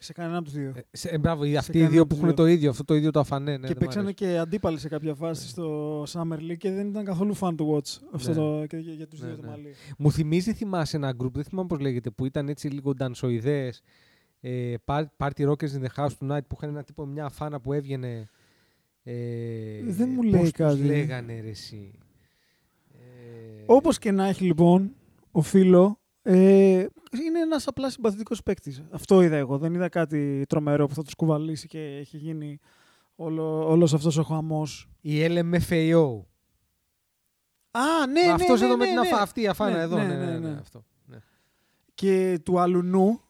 [SPEAKER 4] Σε κανένα από τους δύο.
[SPEAKER 5] Ε, σε, ε, μπράβο, οι- αυτοί οι
[SPEAKER 4] κανένα
[SPEAKER 5] δύο
[SPEAKER 4] από
[SPEAKER 5] που
[SPEAKER 4] τους
[SPEAKER 5] έχουν
[SPEAKER 4] δύο.
[SPEAKER 5] το ίδιο, αυτό το ίδιο το αφανέ. Ναι,
[SPEAKER 4] και
[SPEAKER 5] δεν μ'
[SPEAKER 4] παίξανε
[SPEAKER 5] αρέσει.
[SPEAKER 4] και αντίπαλοι σε κάποια φάση στο Summer League και δεν ήταν καθόλου fan to watch αυτό
[SPEAKER 5] Ναι.
[SPEAKER 4] το, και, για, για τους
[SPEAKER 5] Ναι,
[SPEAKER 4] δύο
[SPEAKER 5] ναι.
[SPEAKER 4] το μαλλί.
[SPEAKER 5] Μου θυμίζει, θυμάσαι ένα group, δεν θυμάμαι πώς λέγεται, που ήταν έτσι λίγο ντανσοειδές. Ε, par- party Rockers in the House Tonight που είχαν ένα τύπο, μια αφάνα που έβγαινε. Ε,
[SPEAKER 4] Δεν μου
[SPEAKER 5] πώς
[SPEAKER 4] λέει
[SPEAKER 5] τους
[SPEAKER 4] κάτι.
[SPEAKER 5] λέγανε ρε εσύ. Ε,
[SPEAKER 4] Όπως και να έχει λοιπόν, ο φίλο ε, είναι ένας απλά συμπαθητικός παίκτης. Αυτό είδα εγώ. Δεν είδα κάτι τρομερό που θα τους κουβαλήσει και έχει γίνει όλο όλος αυτός ο χαμός.
[SPEAKER 5] Η LMFAO.
[SPEAKER 4] Α, ναι, ναι.
[SPEAKER 5] Ναι, αυτός
[SPEAKER 4] ναι,
[SPEAKER 5] εδώ
[SPEAKER 4] ναι,
[SPEAKER 5] με την
[SPEAKER 4] ναι.
[SPEAKER 5] αφα- αυτή η αφάνα
[SPEAKER 4] Ναι,
[SPEAKER 5] εδώ.
[SPEAKER 4] ναι,
[SPEAKER 5] Ναι, ναι, ναι,
[SPEAKER 4] ναι, ναι.
[SPEAKER 5] αυτό. Ναι.
[SPEAKER 4] Και του αλουνού,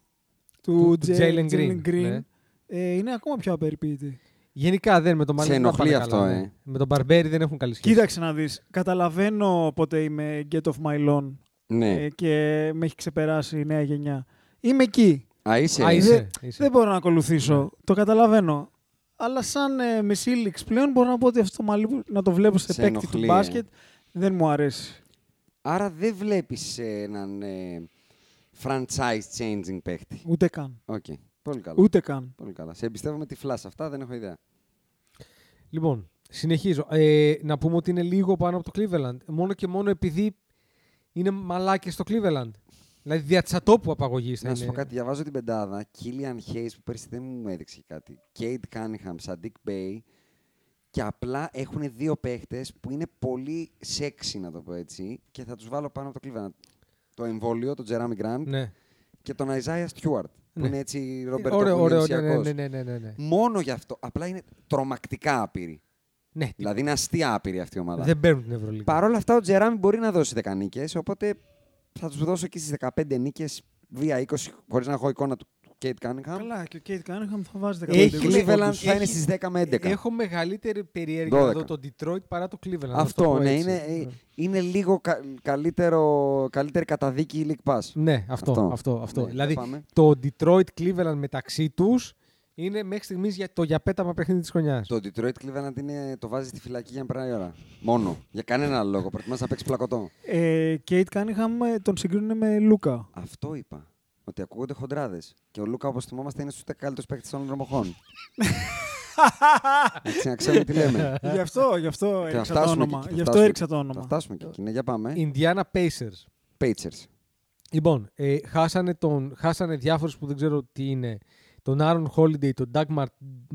[SPEAKER 4] του,
[SPEAKER 5] Του-
[SPEAKER 4] Jay-
[SPEAKER 5] του Jalen Green, ναι.
[SPEAKER 4] ε, είναι ακόμα πιο απεριποίητη.
[SPEAKER 5] Γενικά δεν με τον Μαρλίνο.
[SPEAKER 3] Σε
[SPEAKER 5] δεν τα πάνε
[SPEAKER 3] ενοχλεί αυτό,
[SPEAKER 5] καλά, ναι.
[SPEAKER 3] ε.
[SPEAKER 5] Με τον Μπαρμπέρι δεν έχουν καλή σχέση.
[SPEAKER 4] Κοίταξε να δεις. Καταλαβαίνω πότε είμαι get off my lawn
[SPEAKER 3] Ναι.
[SPEAKER 4] ε, και με έχει ξεπεράσει η νέα γενιά. Είμαι εκεί.
[SPEAKER 3] Α, είσαι.
[SPEAKER 5] Α, είσαι, είσαι.
[SPEAKER 4] Δεν μπορώ να ακολουθήσω. Το καταλαβαίνω. Αλλά σαν ε, μεσήλιξ πλέον μπορώ να πω ότι αυτό το μαλλί που να το βλέπω σε,
[SPEAKER 3] Σε
[SPEAKER 4] παίκτη
[SPEAKER 3] ενοχλεί,
[SPEAKER 4] του
[SPEAKER 3] ε.
[SPEAKER 4] μπάσκετ δεν μου αρέσει.
[SPEAKER 3] Άρα δεν βλέπεις ε, έναν ε, franchise changing παίχτη.
[SPEAKER 4] Ούτε καν.
[SPEAKER 3] Οκ. Πολύ καλά.
[SPEAKER 4] Ούτε καν.
[SPEAKER 3] Πολύ καλά. Σε εμπιστεύομαι τυφλά σε αυτά, δεν έχω ιδέα.
[SPEAKER 5] Λοιπόν, συνεχίζω. Ε, να πούμε ότι είναι λίγο πάνω από το Cleveland. Μόνο και μόνο επειδή είναι μαλάκες στο Cleveland. Δηλαδή διατσατόπου απαγωγής θα
[SPEAKER 3] Να σου
[SPEAKER 5] είναι.
[SPEAKER 3] πω κάτι, διαβάζω την πεντάδα. Κίλιαν Χέι που πέρσι δεν μου έδειξε κάτι. Κέιτ Κάνιχαμ, Σαντίκ Μπέι. Και απλά έχουν δύο παίχτες που είναι πολύ σεξι, να το πω έτσι, και θα τους βάλω πάνω από το Cleveland. Το εμβόλιο, τον Τζεράμι Γκραντ
[SPEAKER 5] Ναι.
[SPEAKER 3] και τον Αϊζάια Στιούαρτ. Που
[SPEAKER 5] Ναι.
[SPEAKER 3] είναι έτσι
[SPEAKER 5] Ε,
[SPEAKER 3] Ρόμπερτ
[SPEAKER 5] Ωραίο, ωραίο. Ναι, ναι, ναι, ναι, ναι, ναι, ναι.
[SPEAKER 3] Μόνο γι' αυτό. Απλά είναι τρομακτικά άπειροι.
[SPEAKER 5] ναι.
[SPEAKER 3] Δηλαδή είναι αστεία άπειρη αυτή η ομάδα.
[SPEAKER 5] Δεν παίρνουν την Ευρωλίγα.
[SPEAKER 3] Παρ' όλα αυτά, ο Τζεράμι μπορεί να δώσει 10 νίκες. Οπότε θα τους δώσω εκεί στι 15 νίκες βία 20, χωρίς να έχω εικόνα του Κέιτ Κάνιχαμ.
[SPEAKER 4] Καλά, και ο Κέιτ Κάνεχαμ θα βάζει 15
[SPEAKER 5] Έχει
[SPEAKER 3] Το
[SPEAKER 5] λέει,
[SPEAKER 3] Cleveland
[SPEAKER 5] όντως.
[SPEAKER 3] θα είναι
[SPEAKER 5] Έχει-
[SPEAKER 3] στις 10 με 11.
[SPEAKER 5] Ε, Έχω μεγαλύτερη περιέργεια να
[SPEAKER 3] 12.
[SPEAKER 5] δω τον Detroit παρά το Cleveland. να το
[SPEAKER 3] Αυτό,
[SPEAKER 5] πω
[SPEAKER 3] ναι,
[SPEAKER 5] έτσι.
[SPEAKER 3] είναι, ε, είναι λίγο κα- καλύτερο, καλύτερη καταδίκη η League Pass.
[SPEAKER 5] Ναι, αυτό,
[SPEAKER 3] Αυτό.
[SPEAKER 5] αυτό, αυτό.
[SPEAKER 3] Ναι, για
[SPEAKER 5] δηλαδή,
[SPEAKER 3] πάμε.
[SPEAKER 5] το Detroit Cleveland μεταξύ τους είναι μέχρι στιγμής το διαπέταμα παιχνίδι της χρονιάς.
[SPEAKER 3] Το Detroit Cleveland είναι, το βάζει στη φυλακή για να περνάει η ώρα. Μόνο. Για κανένα άλλο λόγο. Προτιμάς να παίξεις πλακωτό.
[SPEAKER 4] Ε, Κέιτ Κάνιχαμ ε, τον συγκρίνουν με Λούκα.
[SPEAKER 3] Αυτό είπα. Ότι ακούγονται χοντράδες. Και ο Λούκα, όπως θυμόμαστε, είναι στους 10 καλύτερους παίκτες των ρομοχών. Έτσι, να ξέρουμε τι λέμε.
[SPEAKER 4] γι' αυτό, γι αυτό
[SPEAKER 3] Και θα
[SPEAKER 4] έριξα το
[SPEAKER 3] φτάσουμε
[SPEAKER 4] όνομα.
[SPEAKER 3] εκεί, θα
[SPEAKER 4] Γι' αυτό
[SPEAKER 3] φτάσουμε
[SPEAKER 4] έριξα το
[SPEAKER 3] Θα
[SPEAKER 4] όνομα.
[SPEAKER 3] φτάσουμε και εκεί. Ναι, για πάμε.
[SPEAKER 5] Indiana Pacers.
[SPEAKER 3] Pacers.
[SPEAKER 5] Λοιπόν, ε, χάσανε, τον, χάσανε διάφορους που δεν ξέρω τι είναι. Τον Aaron Holiday, τον Doug Mar-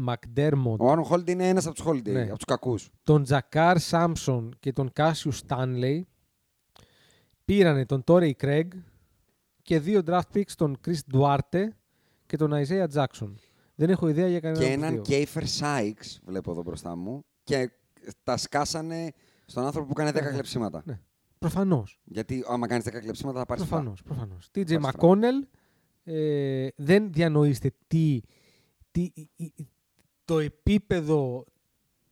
[SPEAKER 5] McDermott,
[SPEAKER 3] Ο Άρον Χόλντ είναι ένας από τους Holiday,
[SPEAKER 5] Ναι.
[SPEAKER 3] από τους κακούς.
[SPEAKER 5] τον Τζακάρ Σάμψον και τον Κάσιους Στάνλεϊ. Πήρανε τον Τόρεϊ Κρέγκ και δύο draft picks, τον Chris Duarte και τον Isaiah Jackson. Δεν έχω ιδέα για κανέναν
[SPEAKER 3] Και
[SPEAKER 5] από τους
[SPEAKER 3] έναν
[SPEAKER 5] δύο.
[SPEAKER 3] Κέιφερ Σάιξ, βλέπω εδώ μπροστά μου. Και τα σκάσανε στον άνθρωπο που κάνει 10
[SPEAKER 5] Ναι.
[SPEAKER 3] κλεψίματα.
[SPEAKER 5] Ναι. Προφανώς.
[SPEAKER 3] Γιατί άμα κάνεις 10 κλεψίματα θα πάρεις
[SPEAKER 5] Προφανώς, προφανώς. TJ
[SPEAKER 3] Πάρεις φρά.
[SPEAKER 5] McConnell, ε, δεν διανοείστε τι, τι, η- η- το επίπεδο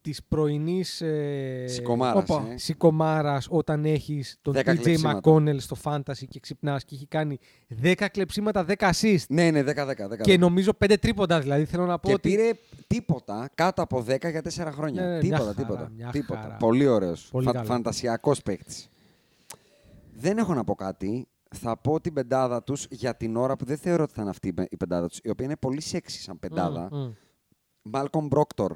[SPEAKER 5] της πρωινής ε,
[SPEAKER 3] Σικομάρας,
[SPEAKER 5] όπα,
[SPEAKER 3] ε.
[SPEAKER 5] σικομάρας όταν έχεις τον
[SPEAKER 3] Δέκα
[SPEAKER 5] TJ
[SPEAKER 3] κλεψίματα.
[SPEAKER 5] McConnell στο fantasy και ξυπνάς και έχει κάνει 10 κλεψίματα, 10 assist
[SPEAKER 3] Ναι, ναι, 10-10. 10,
[SPEAKER 5] και νομίζω 5 τρίποντα δηλαδή θέλω να πω
[SPEAKER 3] Και
[SPEAKER 5] ότι...
[SPEAKER 3] πήρε τίποτα κάτω από 10 για 4 χρόνια.
[SPEAKER 5] Ναι, ναι, μια
[SPEAKER 3] τίποτα,
[SPEAKER 5] χαρά,
[SPEAKER 3] τίποτα.
[SPEAKER 5] μια
[SPEAKER 3] τίποτα.
[SPEAKER 5] χαρά.
[SPEAKER 3] Πολύ ωραίος.
[SPEAKER 5] Πολύ
[SPEAKER 3] Φα,
[SPEAKER 5] καλό.
[SPEAKER 3] Φαντασιακός παίκτης. Δεν έχω να πω κάτι. Θα πω την πεντάδα τους για την ώρα που δεν θεωρώ ότι θα είναι αυτή η πε- η πεντάδα τους, η οποία είναι πολύ σεξι σαν πεντάδα.
[SPEAKER 5] Μμ, μμ.
[SPEAKER 3] Μάλκομ Μπρόκτορ.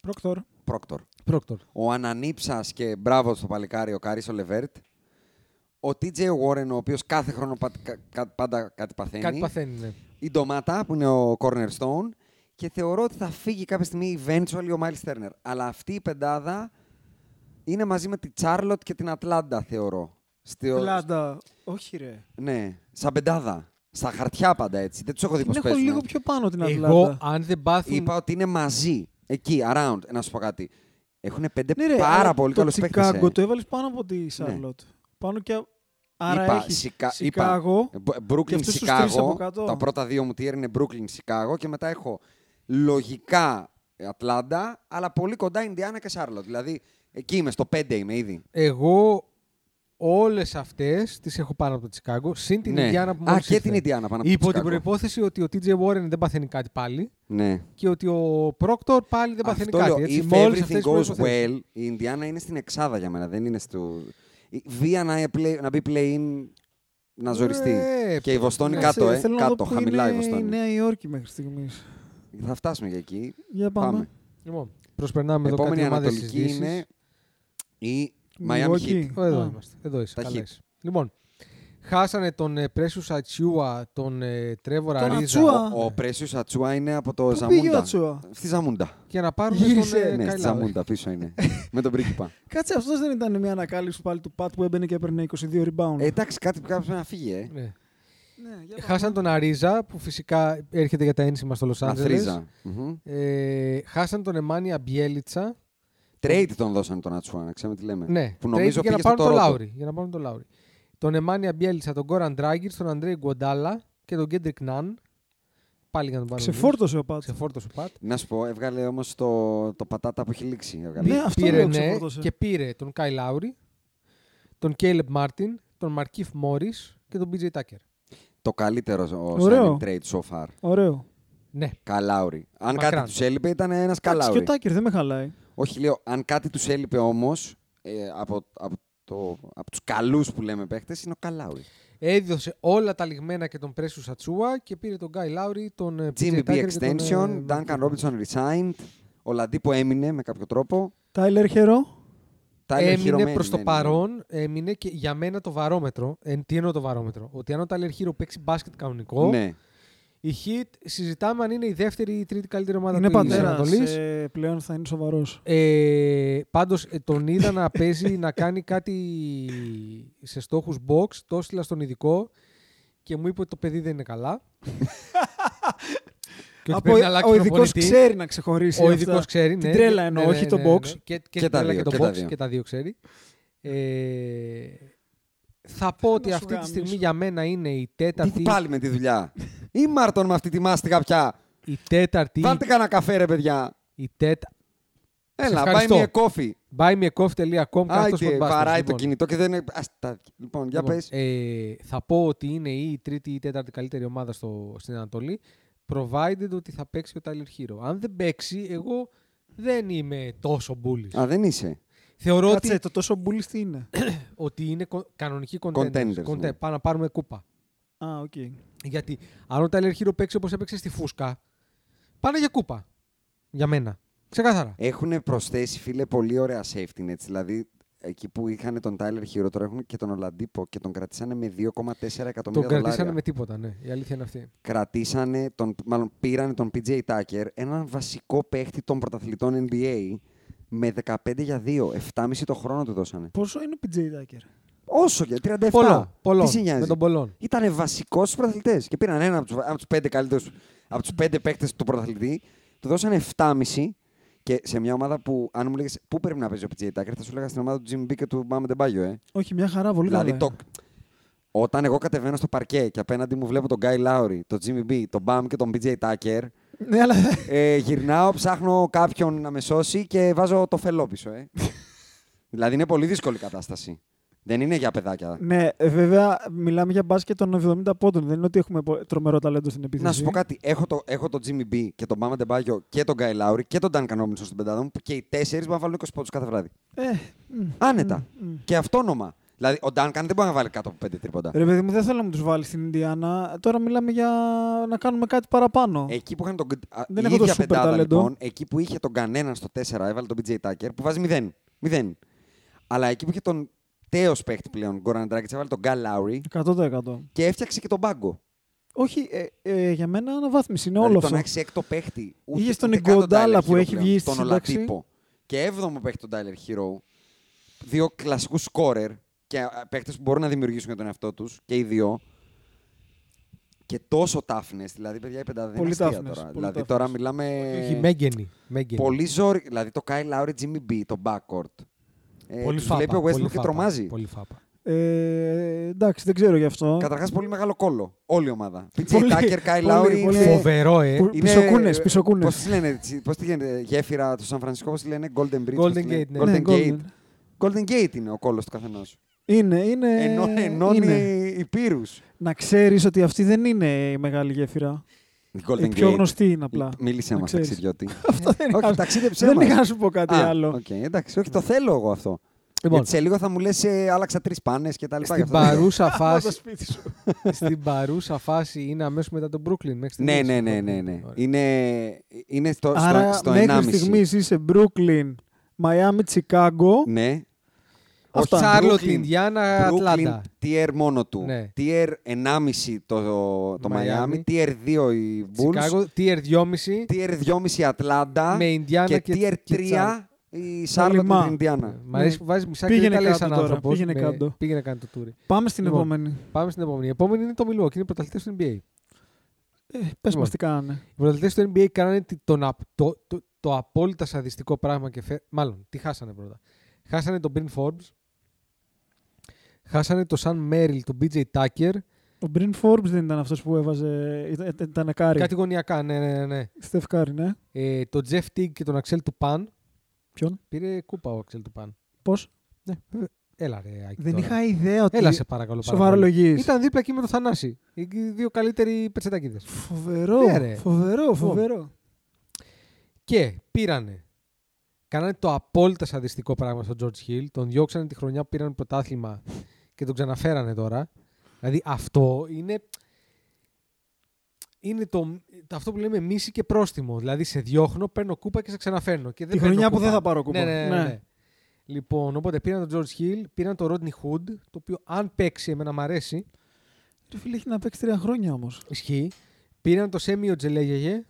[SPEAKER 4] Πρόκτορ.
[SPEAKER 3] Πρόκτορ.
[SPEAKER 5] Πρόκτορ.
[SPEAKER 3] ο Ανανύψας και μπράβο στο παλικάρι ο Κάρις ο Λεβέρτ. Ο TJ Warren, ο οποίος κάθε χρόνο πα- κα- κα- πάντα κάτι παθαίνει.
[SPEAKER 5] Κάτι παθαίνει, ναι.
[SPEAKER 3] Η Ντομάτα, που είναι ο Cornerstone. Και θεωρώ ότι θα φύγει κάποια στιγμή eventually ο Miles Turner. Αλλά αυτή η πεντάδα είναι μαζί με τη Charlotte και την Ατλάντα, θεωρώ. Στη-
[SPEAKER 4] Πλάντα. Όχι ρε.
[SPEAKER 3] Ναι, σαν πεντάδα. Στα χαρτιά πάντα έτσι. Δεν τους έχω δει
[SPEAKER 4] Την
[SPEAKER 3] πώς
[SPEAKER 4] έχω
[SPEAKER 3] παίζουν. ε.
[SPEAKER 4] λίγο πιο πάνω την Ατλάντα.
[SPEAKER 5] Εγώ αν δεν πάθουν...
[SPEAKER 3] Είπα ότι είναι μαζί. Εκεί, around. Ε, Να σου πω κάτι. Έχουν πέντε
[SPEAKER 4] Ναι, ρε,
[SPEAKER 3] πάρα
[SPEAKER 4] αλλά
[SPEAKER 3] πολύ ε.
[SPEAKER 4] το
[SPEAKER 3] καλούς παίκτες.
[SPEAKER 4] Σικάγκο το έβαλες πάνω από τη Σάρλοτ. Πάνω και. Άρα
[SPEAKER 3] Ναι. είπα,
[SPEAKER 4] έχεις
[SPEAKER 3] Σικα...
[SPEAKER 4] Σικάγο. και
[SPEAKER 3] Brooklyn,
[SPEAKER 4] αυτούς τους τρεις από
[SPEAKER 3] Σικάγο.
[SPEAKER 4] κάτω.
[SPEAKER 3] Τα πρώτα δύο μου tier είναι Brooklyn, Σικάγο και μετά έχω λογικά Ατλάντα, αλλά πολύ κοντά Ινδιάνα και Σάρλοτ. Δηλαδή εκεί είμαι, στο 5 είμαι ήδη.
[SPEAKER 5] Εγώ Όλες αυτές τις έχω πάνω από το Τσικάγκο, συν την
[SPEAKER 3] Ναι.
[SPEAKER 5] Ιντιάνα που
[SPEAKER 3] Α,
[SPEAKER 5] μόλις
[SPEAKER 3] και την Ιντιάνα πάνω από το
[SPEAKER 5] Υπό την
[SPEAKER 3] Τσικάγκο.
[SPEAKER 5] προπόθεση ότι ο TJ Warren δεν παθαίνει κάτι πάλι
[SPEAKER 3] Ναι.
[SPEAKER 5] και ότι ο Πρόκτορ πάλι δεν παθαίνει
[SPEAKER 3] Αυτό
[SPEAKER 5] κάτι.
[SPEAKER 3] λέω,
[SPEAKER 5] έτσι,
[SPEAKER 3] if
[SPEAKER 5] μόλις
[SPEAKER 3] everything
[SPEAKER 5] αυτές τις
[SPEAKER 3] goes
[SPEAKER 5] προϋποθέσεις.
[SPEAKER 3] well, η Ινδιάνα είναι στην εξάδα για μένα, δεν είναι στο... Η Βία να, play, να μπει play-in να ζοριστεί.
[SPEAKER 5] Ε,
[SPEAKER 3] και η Βοστόνη
[SPEAKER 5] ναι.
[SPEAKER 3] κάτω, ε,
[SPEAKER 4] Θέλω να δω
[SPEAKER 3] κάτω,
[SPEAKER 4] πού
[SPEAKER 3] χαμηλά η
[SPEAKER 4] είναι
[SPEAKER 3] Βοστόνη.
[SPEAKER 4] η Νέα Υόρκη μέχρι στιγμής.
[SPEAKER 3] Θα φτάσουμε για εκεί.
[SPEAKER 4] Για πάμε.
[SPEAKER 5] Λοιπόν, προσπερνάμε εδώ
[SPEAKER 3] Επόμενη
[SPEAKER 5] κάτι ομάδες
[SPEAKER 3] Ανατολική
[SPEAKER 5] συζήτησης.
[SPEAKER 3] είναι η Miami Heat.
[SPEAKER 4] Milwaukee.
[SPEAKER 5] Ω, Εδώ
[SPEAKER 4] Α.
[SPEAKER 5] είμαστε. Εδώ είσαι.
[SPEAKER 3] Τα
[SPEAKER 5] Καλά
[SPEAKER 3] hit.
[SPEAKER 5] είσαι. Λοιπόν, χάσανε τον ε, Πρέσου Ατσιούα, τον ε, Τρέβορα
[SPEAKER 4] Τον
[SPEAKER 5] Αρίζα
[SPEAKER 4] Ατσιούα.
[SPEAKER 3] Ο, ο Πρέσιος Ατσουά είναι από το
[SPEAKER 4] Πού πήγε ο
[SPEAKER 3] Ζαμούντα.
[SPEAKER 4] Ατσούα.
[SPEAKER 3] Στη Ζαμούντα.
[SPEAKER 5] και να πάρουν
[SPEAKER 4] Γύρισε.
[SPEAKER 5] τον ε,
[SPEAKER 3] ναι, στη
[SPEAKER 5] Καϊλάουρη.
[SPEAKER 3] Ζαμούντα πίσω είναι. Με τον πρίγκιπα.
[SPEAKER 4] Κάτσε, αυτός δεν ήταν μια ανακάλυψη πάλι του Πατ που έμπαινε και έπαιρνε 22 rebound.
[SPEAKER 3] Ε, εντάξει, κάτι που κάποιος πρέπει να φύγει, ε.
[SPEAKER 5] Ναι.
[SPEAKER 4] ναι, για πάμε.
[SPEAKER 5] Χάσαν τον Αρίζα που φυσικά έρχεται για τα ένσημα στο Λος Άντζελες.
[SPEAKER 3] Αθρίζα. Μμμ.
[SPEAKER 5] Ε, χάσαν τον Εμάνια Μπιέλιτσα.
[SPEAKER 3] Trade τον δώσαν τον Ατσουά, να ξέρουμε τι λέμε.
[SPEAKER 5] Ναι,
[SPEAKER 3] Που
[SPEAKER 5] trade
[SPEAKER 3] νομίζω
[SPEAKER 5] για να
[SPEAKER 3] πήγε στο
[SPEAKER 5] πάρουν τον
[SPEAKER 3] Τορόντο.
[SPEAKER 5] Λάουρι. Για να πάρουν τον Λάουρι. Τον Εμάνια Μπιέλιτσα, τον Κόραν Ντράγκερ, τον Αντρέι Γκοντάλα και τον Κέντρικ Ναν. Πάλι για να τον πάρουν.
[SPEAKER 4] Ξεφόρτωσε ο Πατ.
[SPEAKER 5] Σε φόρτωσε ο Πατ.
[SPEAKER 3] Να σου πω, έβγαλε όμως το, το πατάτα που έχει λήξει. Έβγαλε.
[SPEAKER 4] Ναι, αυτό
[SPEAKER 5] πήρε,
[SPEAKER 4] λέω,
[SPEAKER 5] ναι,
[SPEAKER 4] ξεφόρτωσε.
[SPEAKER 5] και πήρε τον Κάι Λάουρι, τον Κέιλεπ Μάρτιν, τον Μαρκίφ Μόρι και τον BJ Τάκερ.
[SPEAKER 3] Το καλύτερο ο
[SPEAKER 4] Ωραίο.
[SPEAKER 3] signing trade so far.
[SPEAKER 4] Ωραίο.
[SPEAKER 5] Ναι.
[SPEAKER 3] Καλάουρι. Αν
[SPEAKER 5] Μακράν.
[SPEAKER 3] κάτι τους έλειπε, ήταν ένας
[SPEAKER 4] Εντάξει, και ο
[SPEAKER 3] καλάουρι.
[SPEAKER 4] Τάκερ δεν με χαλάει.
[SPEAKER 3] Όχι, λέω, αν κάτι τους έλειπε όμως ε, από, από, το, από τους καλούς που λέμε παίχτε, είναι ο καλάουρι.
[SPEAKER 5] Έδωσε όλα τα λιγμένα και τον Πρέσου Σατσούα και πήρε τον Κάι Λάουρι, τον ε,
[SPEAKER 3] Jimmy
[SPEAKER 5] BJ
[SPEAKER 3] B
[SPEAKER 5] Tucker και τον,
[SPEAKER 3] extension,
[SPEAKER 5] ε,
[SPEAKER 3] Duncan
[SPEAKER 5] Markieff Morris.
[SPEAKER 3] Robinson resigned. Ο Λαντίπο έμεινε με κάποιο τρόπο.
[SPEAKER 4] Τάιλερ Χερό.
[SPEAKER 3] Tyler
[SPEAKER 5] Έμεινε
[SPEAKER 3] Hero
[SPEAKER 5] προ
[SPEAKER 3] μένει,
[SPEAKER 5] το
[SPEAKER 3] ναι, ναι.
[SPEAKER 5] παρόν, έμεινε και για μένα το βαρόμετρο. Ε, τι εννοώ το βαρόμετρο. Ότι αν ο Τάλερ Χείρο παίξει μπάσκετ κανονικό,
[SPEAKER 3] Ναι.
[SPEAKER 5] η Χιτ συζητάμε αν είναι η δεύτερη ή η τρίτη καλύτερη ομάδα
[SPEAKER 4] Είναι ε.
[SPEAKER 5] του
[SPEAKER 4] πατέρα.
[SPEAKER 5] Ανατολή.
[SPEAKER 4] Πλέον θα είναι σοβαρός.
[SPEAKER 5] Ε, πάντως ε, τον είδα να παίζει να κάνει κάτι σε στόχους box, το έστειλα στον ειδικό και μου είπε ότι το παιδί δεν είναι καλά. και ότι
[SPEAKER 4] Από-
[SPEAKER 5] πρέπει να αλλάξει
[SPEAKER 4] ο ειδικός
[SPEAKER 5] προπονητή.
[SPEAKER 4] ξέρει να ξεχωρίσει.
[SPEAKER 5] Ο
[SPEAKER 4] αυτά.
[SPEAKER 5] ειδικός ξέρει.
[SPEAKER 4] Την
[SPEAKER 5] ναι,
[SPEAKER 4] τρέλα
[SPEAKER 5] ναι,
[SPEAKER 4] εννοώ,
[SPEAKER 5] ναι,
[SPEAKER 4] όχι
[SPEAKER 5] ναι,
[SPEAKER 4] το
[SPEAKER 5] ναι,
[SPEAKER 4] box.
[SPEAKER 5] ναι. Και, και,
[SPEAKER 3] Και
[SPEAKER 5] την
[SPEAKER 3] τα
[SPEAKER 5] τρέλα
[SPEAKER 3] δύο,
[SPEAKER 5] και
[SPEAKER 3] και
[SPEAKER 5] το
[SPEAKER 3] τα
[SPEAKER 5] box.
[SPEAKER 3] δύο.
[SPEAKER 5] Και τα δύο ξέρει. Ε, θα πω ότι
[SPEAKER 4] σου
[SPEAKER 5] αυτή τη στιγμή
[SPEAKER 4] γαμίσω.
[SPEAKER 5] για μένα είναι η
[SPEAKER 3] Τι
[SPEAKER 5] τέταρτη.
[SPEAKER 3] πάλι με τη δουλειά. Ή Μάρτον με αυτή τη μάστιγα πια.
[SPEAKER 5] Η τέταρτη.
[SPEAKER 3] Βάλτε κανένα καφέ, ρε παιδιά.
[SPEAKER 5] Η τέτα...
[SPEAKER 3] Έλα, πάει
[SPEAKER 5] ευχαριστώ.
[SPEAKER 3] μια κόφη.
[SPEAKER 5] buymeacoff.com κάθετος
[SPEAKER 3] Άιτε,
[SPEAKER 5] podbusters,
[SPEAKER 3] παράει το
[SPEAKER 5] λοιπόν.
[SPEAKER 3] κινητό και δεν. Ας τα- Λοιπόν, για
[SPEAKER 5] Λοιπόν,
[SPEAKER 3] πες.
[SPEAKER 5] Ε, θα πω ότι είναι ή η τρίτη ή η τέταρτη καλύτερη ομάδα στο, στην Ανατολή, provided ότι θα παίξει ο Tyler Hero. Αν δεν παίξει, εγώ δεν είμαι τόσο bullish.
[SPEAKER 3] Α, δεν είσαι.
[SPEAKER 5] Θεωρώ
[SPEAKER 4] Κάτσε,
[SPEAKER 5] ότι,
[SPEAKER 4] το τόσο μπουλίστ είναι.
[SPEAKER 5] ότι είναι κο- κανονικοί contenders.
[SPEAKER 3] Contenders, ναι.
[SPEAKER 5] Πάμε να πάρουμε κούπα.
[SPEAKER 4] Α, οκ.
[SPEAKER 5] Γιατί αν ο Tyler Hero παίξει όπως έπαιξε στη Φούσκα, πάνε για κούπα. Για μένα. Ξεκάθαρα.
[SPEAKER 3] Έχουν προσθέσει, φίλε, πολύ ωραία safety nets. Δηλαδή, εκεί που είχαν τον Tyler Hero, τώρα έχουν και τον Ολαντίπο και τον κρατήσανε με 2,4
[SPEAKER 5] Τον
[SPEAKER 3] εκατομμύρια
[SPEAKER 5] κρατήσανε
[SPEAKER 3] δολάρια.
[SPEAKER 5] με τίποτα, ναι. Η αλήθεια είναι αυτή.
[SPEAKER 3] Κρατήσανε, τον, μάλλον πήρανε τον PJ Tucker, έναν βασικό παίχτη των πρωταθλητών NBA, με 15 για 2. 7,5 το χρόνο του δώσανε.
[SPEAKER 4] Πόσο είναι ο PJ Τάκερ.
[SPEAKER 3] Όσο για 37.
[SPEAKER 5] Πολλών.
[SPEAKER 3] Τι σε νοιάζει.
[SPEAKER 5] Με τον πολλών.
[SPEAKER 3] Ήταν βασικός στους πρωταθλητές. Και πήραν ένα από τους τους πέντε καλύτερους, από τους πέντε παίκτες του πρωταθλητή, του δώσανε 7,5 και σε μια ομάδα που, αν μου λέγες πού πρέπει να παίζει ο PJ Tucker, θα σου λέγα στην ομάδα του Jimmy B και του Mama Ντεμπάγιο. Ε.
[SPEAKER 4] Όχι, μια χαρά, πολύ
[SPEAKER 3] δηλαδή,
[SPEAKER 4] καλά.
[SPEAKER 5] ε.
[SPEAKER 3] το... όταν εγώ κατεβαίνω στο παρκέ και απέναντι μου βλέπω τον Guy Lowry, τον Jimmy B, τον Bam και τον PJ Tucker,
[SPEAKER 4] είναι. Ναι, αλλά
[SPEAKER 3] ε, γυρνάω, ψάχνω κάποιον να με σώσει και βάζω το φελό πίσω. Ε. δηλαδή είναι πολύ δύσκολη κατάσταση. Δεν είναι για παιδάκια.
[SPEAKER 4] Ναι, ε, βέβαια μιλάμε για μπάσκετ των 70 πόντων. Δεν είναι ότι έχουμε πο- τρομερό ταλέντο στην επίθεση.
[SPEAKER 3] Να σου πω κάτι. Έχω το, έχω το Jimmy B και τον Bama Ντεμπάγιο και τον Guy Lowry και τον Duncan Robinson στην πεντάδα μου που και οι τέσσερις μπορούν να βάλουν 20 πόντους κάθε βράδυ.
[SPEAKER 4] Ε, μ.
[SPEAKER 3] Άνετα. Και αυτόνομα. Δηλαδή, ο Duncan δεν μπορεί να βάλει κάτω από 5 τρίποντα.
[SPEAKER 4] Ρε παιδί μου, δεν θέλω να μου τους βάλει στην Ινδιάνα. Τώρα μιλάμε για να κάνουμε κάτι παραπάνω.
[SPEAKER 3] Εκεί που είχαν τον. α,
[SPEAKER 4] Δεν
[SPEAKER 3] η
[SPEAKER 4] έχω το
[SPEAKER 3] ίδια
[SPEAKER 4] super ε.
[SPEAKER 3] πεντάδα,
[SPEAKER 4] ταλέντο.
[SPEAKER 3] λοιπόν, εκεί που είχε τον κανένα στο 4, έβαλε τον BJ Tucker που βάζει 0. 0. Αλλά εκεί που είχε τον τέος παίχτη πλέον, Goran Dragic, έβαλε τον Guy Lowry
[SPEAKER 4] 100%.
[SPEAKER 3] και έφτιαξε και τον
[SPEAKER 4] Ναι,
[SPEAKER 3] πάγκο.
[SPEAKER 4] Όχι, ε, ε, για μένα αναβάθμιση είναι όλο
[SPEAKER 3] δηλαδή, τον
[SPEAKER 4] αυτό.
[SPEAKER 3] άξει έκτο παίχτη. ούτε-
[SPEAKER 4] Είχε τον
[SPEAKER 3] ούτε καν
[SPEAKER 4] Ιγκοντάλα
[SPEAKER 3] Tyler
[SPEAKER 4] που
[SPEAKER 3] Hero
[SPEAKER 4] έχει
[SPEAKER 3] πλέον,
[SPEAKER 4] βγει στη
[SPEAKER 3] Τον
[SPEAKER 4] σύνταξη.
[SPEAKER 3] Ολατύπο. Και έβδομο παίχτη τον Tyler Hero. Δύο κλασικούς σκόρερ και παίχτε που μπορούν να δημιουργήσουν για τον εαυτό τους και οι δύο. Και τόσο τάφνε. Δηλαδή, παιδιά, η πεντάδα δεν είναι
[SPEAKER 4] Πολύ
[SPEAKER 3] αστεία
[SPEAKER 4] toughness,
[SPEAKER 3] τώρα.
[SPEAKER 4] πολύ
[SPEAKER 3] δηλαδή,
[SPEAKER 4] toughness.
[SPEAKER 3] τώρα μιλάμε.
[SPEAKER 5] Όχι, Μέγενη. Μέγενη.
[SPEAKER 3] Πολύ ζόρι. Δηλαδή, το Kyle Lowry, Jimmy B, το backcourt. Ε,
[SPEAKER 5] Πολύ
[SPEAKER 3] τους βλέπει ο
[SPEAKER 5] πολύ
[SPEAKER 3] Westbrook και
[SPEAKER 5] φάπα,
[SPEAKER 3] τρομάζει.
[SPEAKER 5] Πολύ φάπα.
[SPEAKER 4] Ε, εντάξει, δεν ξέρω γι' αυτό.
[SPEAKER 3] Καταρχάς, πολύ μεγάλο κόλλο. Όλη η ομάδα. PJ
[SPEAKER 4] Πολύ,
[SPEAKER 3] Tucker, Kyle
[SPEAKER 4] πολύ,
[SPEAKER 3] Lowry.
[SPEAKER 4] πολύ.
[SPEAKER 3] είναι-
[SPEAKER 5] Φοβερό, ε.
[SPEAKER 4] Που- Πισωκούνες, πισωκούνες.
[SPEAKER 3] Πώς τη λένε, έτσι, πώς τη λένε, γέφυρα του Σαν Φρανσισκό, πώς τη λένε, Golden Bridge. πώς
[SPEAKER 5] Golden
[SPEAKER 3] τη λένε,
[SPEAKER 5] Gate, ναι.
[SPEAKER 3] Golden
[SPEAKER 4] Ναι,
[SPEAKER 3] Gate.
[SPEAKER 4] Golden.
[SPEAKER 3] Golden Gate είναι ο κόλλος του καθενός.
[SPEAKER 4] Είναι, είναι.
[SPEAKER 3] Ενώ, ενώνει
[SPEAKER 4] Ε, είναι.
[SPEAKER 3] υπήρου.
[SPEAKER 4] Να ξέρεις ότι αυτή δεν είναι η μεγάλη γέφυρα. Η Ε, πιο γνωστή είναι απλά.
[SPEAKER 3] Μίλησε
[SPEAKER 4] Να
[SPEAKER 3] μας,
[SPEAKER 4] ξέρεις.
[SPEAKER 3] ταξιδιώτη.
[SPEAKER 4] Αυτό δεν
[SPEAKER 3] όχι,
[SPEAKER 4] είχα-
[SPEAKER 3] ταξίδεψε
[SPEAKER 4] Δεν
[SPEAKER 3] μας.
[SPEAKER 4] είχα να σου πω κάτι
[SPEAKER 3] Α,
[SPEAKER 4] άλλο.
[SPEAKER 3] οκ, εντάξει, όχι, το θέλω εγώ αυτό.
[SPEAKER 5] Λοιπόν,
[SPEAKER 3] Γιατί σε λίγο θα μου λες, άλλαξα τρεις πάνες και τα λοιπά. γι'
[SPEAKER 5] στην
[SPEAKER 3] αυτό δεν θέλω.
[SPEAKER 5] παρούσα,
[SPEAKER 4] Από το
[SPEAKER 5] φάση,
[SPEAKER 4] σπίτι σου.
[SPEAKER 5] στην παρούσα φάση είναι αμέσως μετά τον Brooklyn. Μέχρι
[SPEAKER 3] Ναι,
[SPEAKER 5] στιγμής.
[SPEAKER 3] ναι, ναι, ναι. ναι.
[SPEAKER 5] Ωραία.
[SPEAKER 3] Είναι, είναι στο, στο-
[SPEAKER 4] Άρα
[SPEAKER 3] στο,
[SPEAKER 4] μέχρι
[SPEAKER 3] 1,5.
[SPEAKER 4] στιγμής είσαι Brooklyn, Miami, Chicago.
[SPEAKER 3] Ναι.
[SPEAKER 5] Όχι,
[SPEAKER 3] Αυτά.
[SPEAKER 5] Charlotte,
[SPEAKER 3] Brooklyn-
[SPEAKER 5] Indiana,
[SPEAKER 3] Brooklyn
[SPEAKER 5] Atlanta.
[SPEAKER 3] tier μόνο του.
[SPEAKER 5] Ναι.
[SPEAKER 3] Tier 1,5 το, το
[SPEAKER 5] Miami.
[SPEAKER 3] Miami. Tier 2 οι Bulls.
[SPEAKER 5] Chicago, tier 2,5.
[SPEAKER 3] Tier 2,5 η Ατλάντα.
[SPEAKER 5] Με Indiana
[SPEAKER 3] και,
[SPEAKER 5] και-
[SPEAKER 3] Tier
[SPEAKER 5] και
[SPEAKER 3] 3 η Charlotte
[SPEAKER 4] Λιμά.
[SPEAKER 3] με την Indiana.
[SPEAKER 5] Μ' αρέσει που βάζεις μισά
[SPEAKER 4] Ναι. Πήγαινε
[SPEAKER 5] και τα λέει
[SPEAKER 4] κάτω
[SPEAKER 5] σαν
[SPEAKER 4] τώρα,
[SPEAKER 5] άνθρωπος.
[SPEAKER 4] πήγαινε κάτω.
[SPEAKER 5] Πήγαινε κάτω το τούρι.
[SPEAKER 4] Πάμε στην
[SPEAKER 5] Λοιπόν.
[SPEAKER 4] επόμενη.
[SPEAKER 5] Πάμε στην επόμενη. Η επόμενη είναι το Milwaukee, είναι οι πρωταθλητές του NBA.
[SPEAKER 4] Ε, Πες
[SPEAKER 5] Λοιπόν.
[SPEAKER 4] μα τι κάνανε.
[SPEAKER 5] Οι πρωταθλητές του NBA κάνανε τη- τον, απ- το, το, το απόλυτα σαδιστικό πράγμα και φε... Μάλλον, τι χάσανε πρώτα. Χάσανε τον Bryn Forbes. Χάσανε τον Σαν Μέριλ, τον BJ Tucker.
[SPEAKER 4] Ο Μπριν Forbes δεν ήταν αυτός που έβαζε. Ήταν, ε, ήταν Κάρι.
[SPEAKER 5] Κατηγωνιακά, ναι, ναι, ναι. ναι.
[SPEAKER 4] Στεφ Κάρι, ναι.
[SPEAKER 5] Ε, τον Jeff Teague και τον Αξέλ του Παν.
[SPEAKER 4] Ποιον?
[SPEAKER 5] Πήρε κούπα ο Αξέλ του Παν.
[SPEAKER 4] Πώ.
[SPEAKER 5] Έλα ρε, Άκη,
[SPEAKER 4] Δεν
[SPEAKER 5] τώρα.
[SPEAKER 4] είχα ιδέα ότι.
[SPEAKER 5] Έλα σε παρακαλώ. πάρα πολύ.
[SPEAKER 4] Σοβαρολογίε.
[SPEAKER 5] Ήταν δίπλα εκεί με τον Θανάση. Οι δύο καλύτεροι πετσετακίδες.
[SPEAKER 4] Φοβερό,
[SPEAKER 5] Ναι, ρε.
[SPEAKER 4] φοβερό, φοβερό.
[SPEAKER 5] Και πήρανε. Κάνανε το απόλυτα σαδιστικό πράγμα στον George Hill. Τον διώξανε τη χρονιά που πήραν πρωτάθλημα και τον ξαναφέρανε τώρα. Δηλαδή αυτό είναι. Είναι το, το αυτό που λέμε μίση και πρόστιμο. Δηλαδή σε διώχνω, παίρνω κούπα και σε ξαναφέρνω. Και δεν
[SPEAKER 4] Τη
[SPEAKER 5] παίρνω
[SPEAKER 4] χρονιά που δεν θα πάρω κούπα.
[SPEAKER 5] Ναι, ναι, ναι,
[SPEAKER 4] Ναι.
[SPEAKER 5] ναι. Λοιπόν, οπότε πήραν τον George Hill, πήραν τον Rodney Hood, το οποίο αν παίξει, εμένα μου αρέσει,
[SPEAKER 4] Ρε φίλε, έχει να παίξει τρία χρόνια όμως.
[SPEAKER 5] ισχύει. Πήραν τον Σέμιο Τζελέγεγε,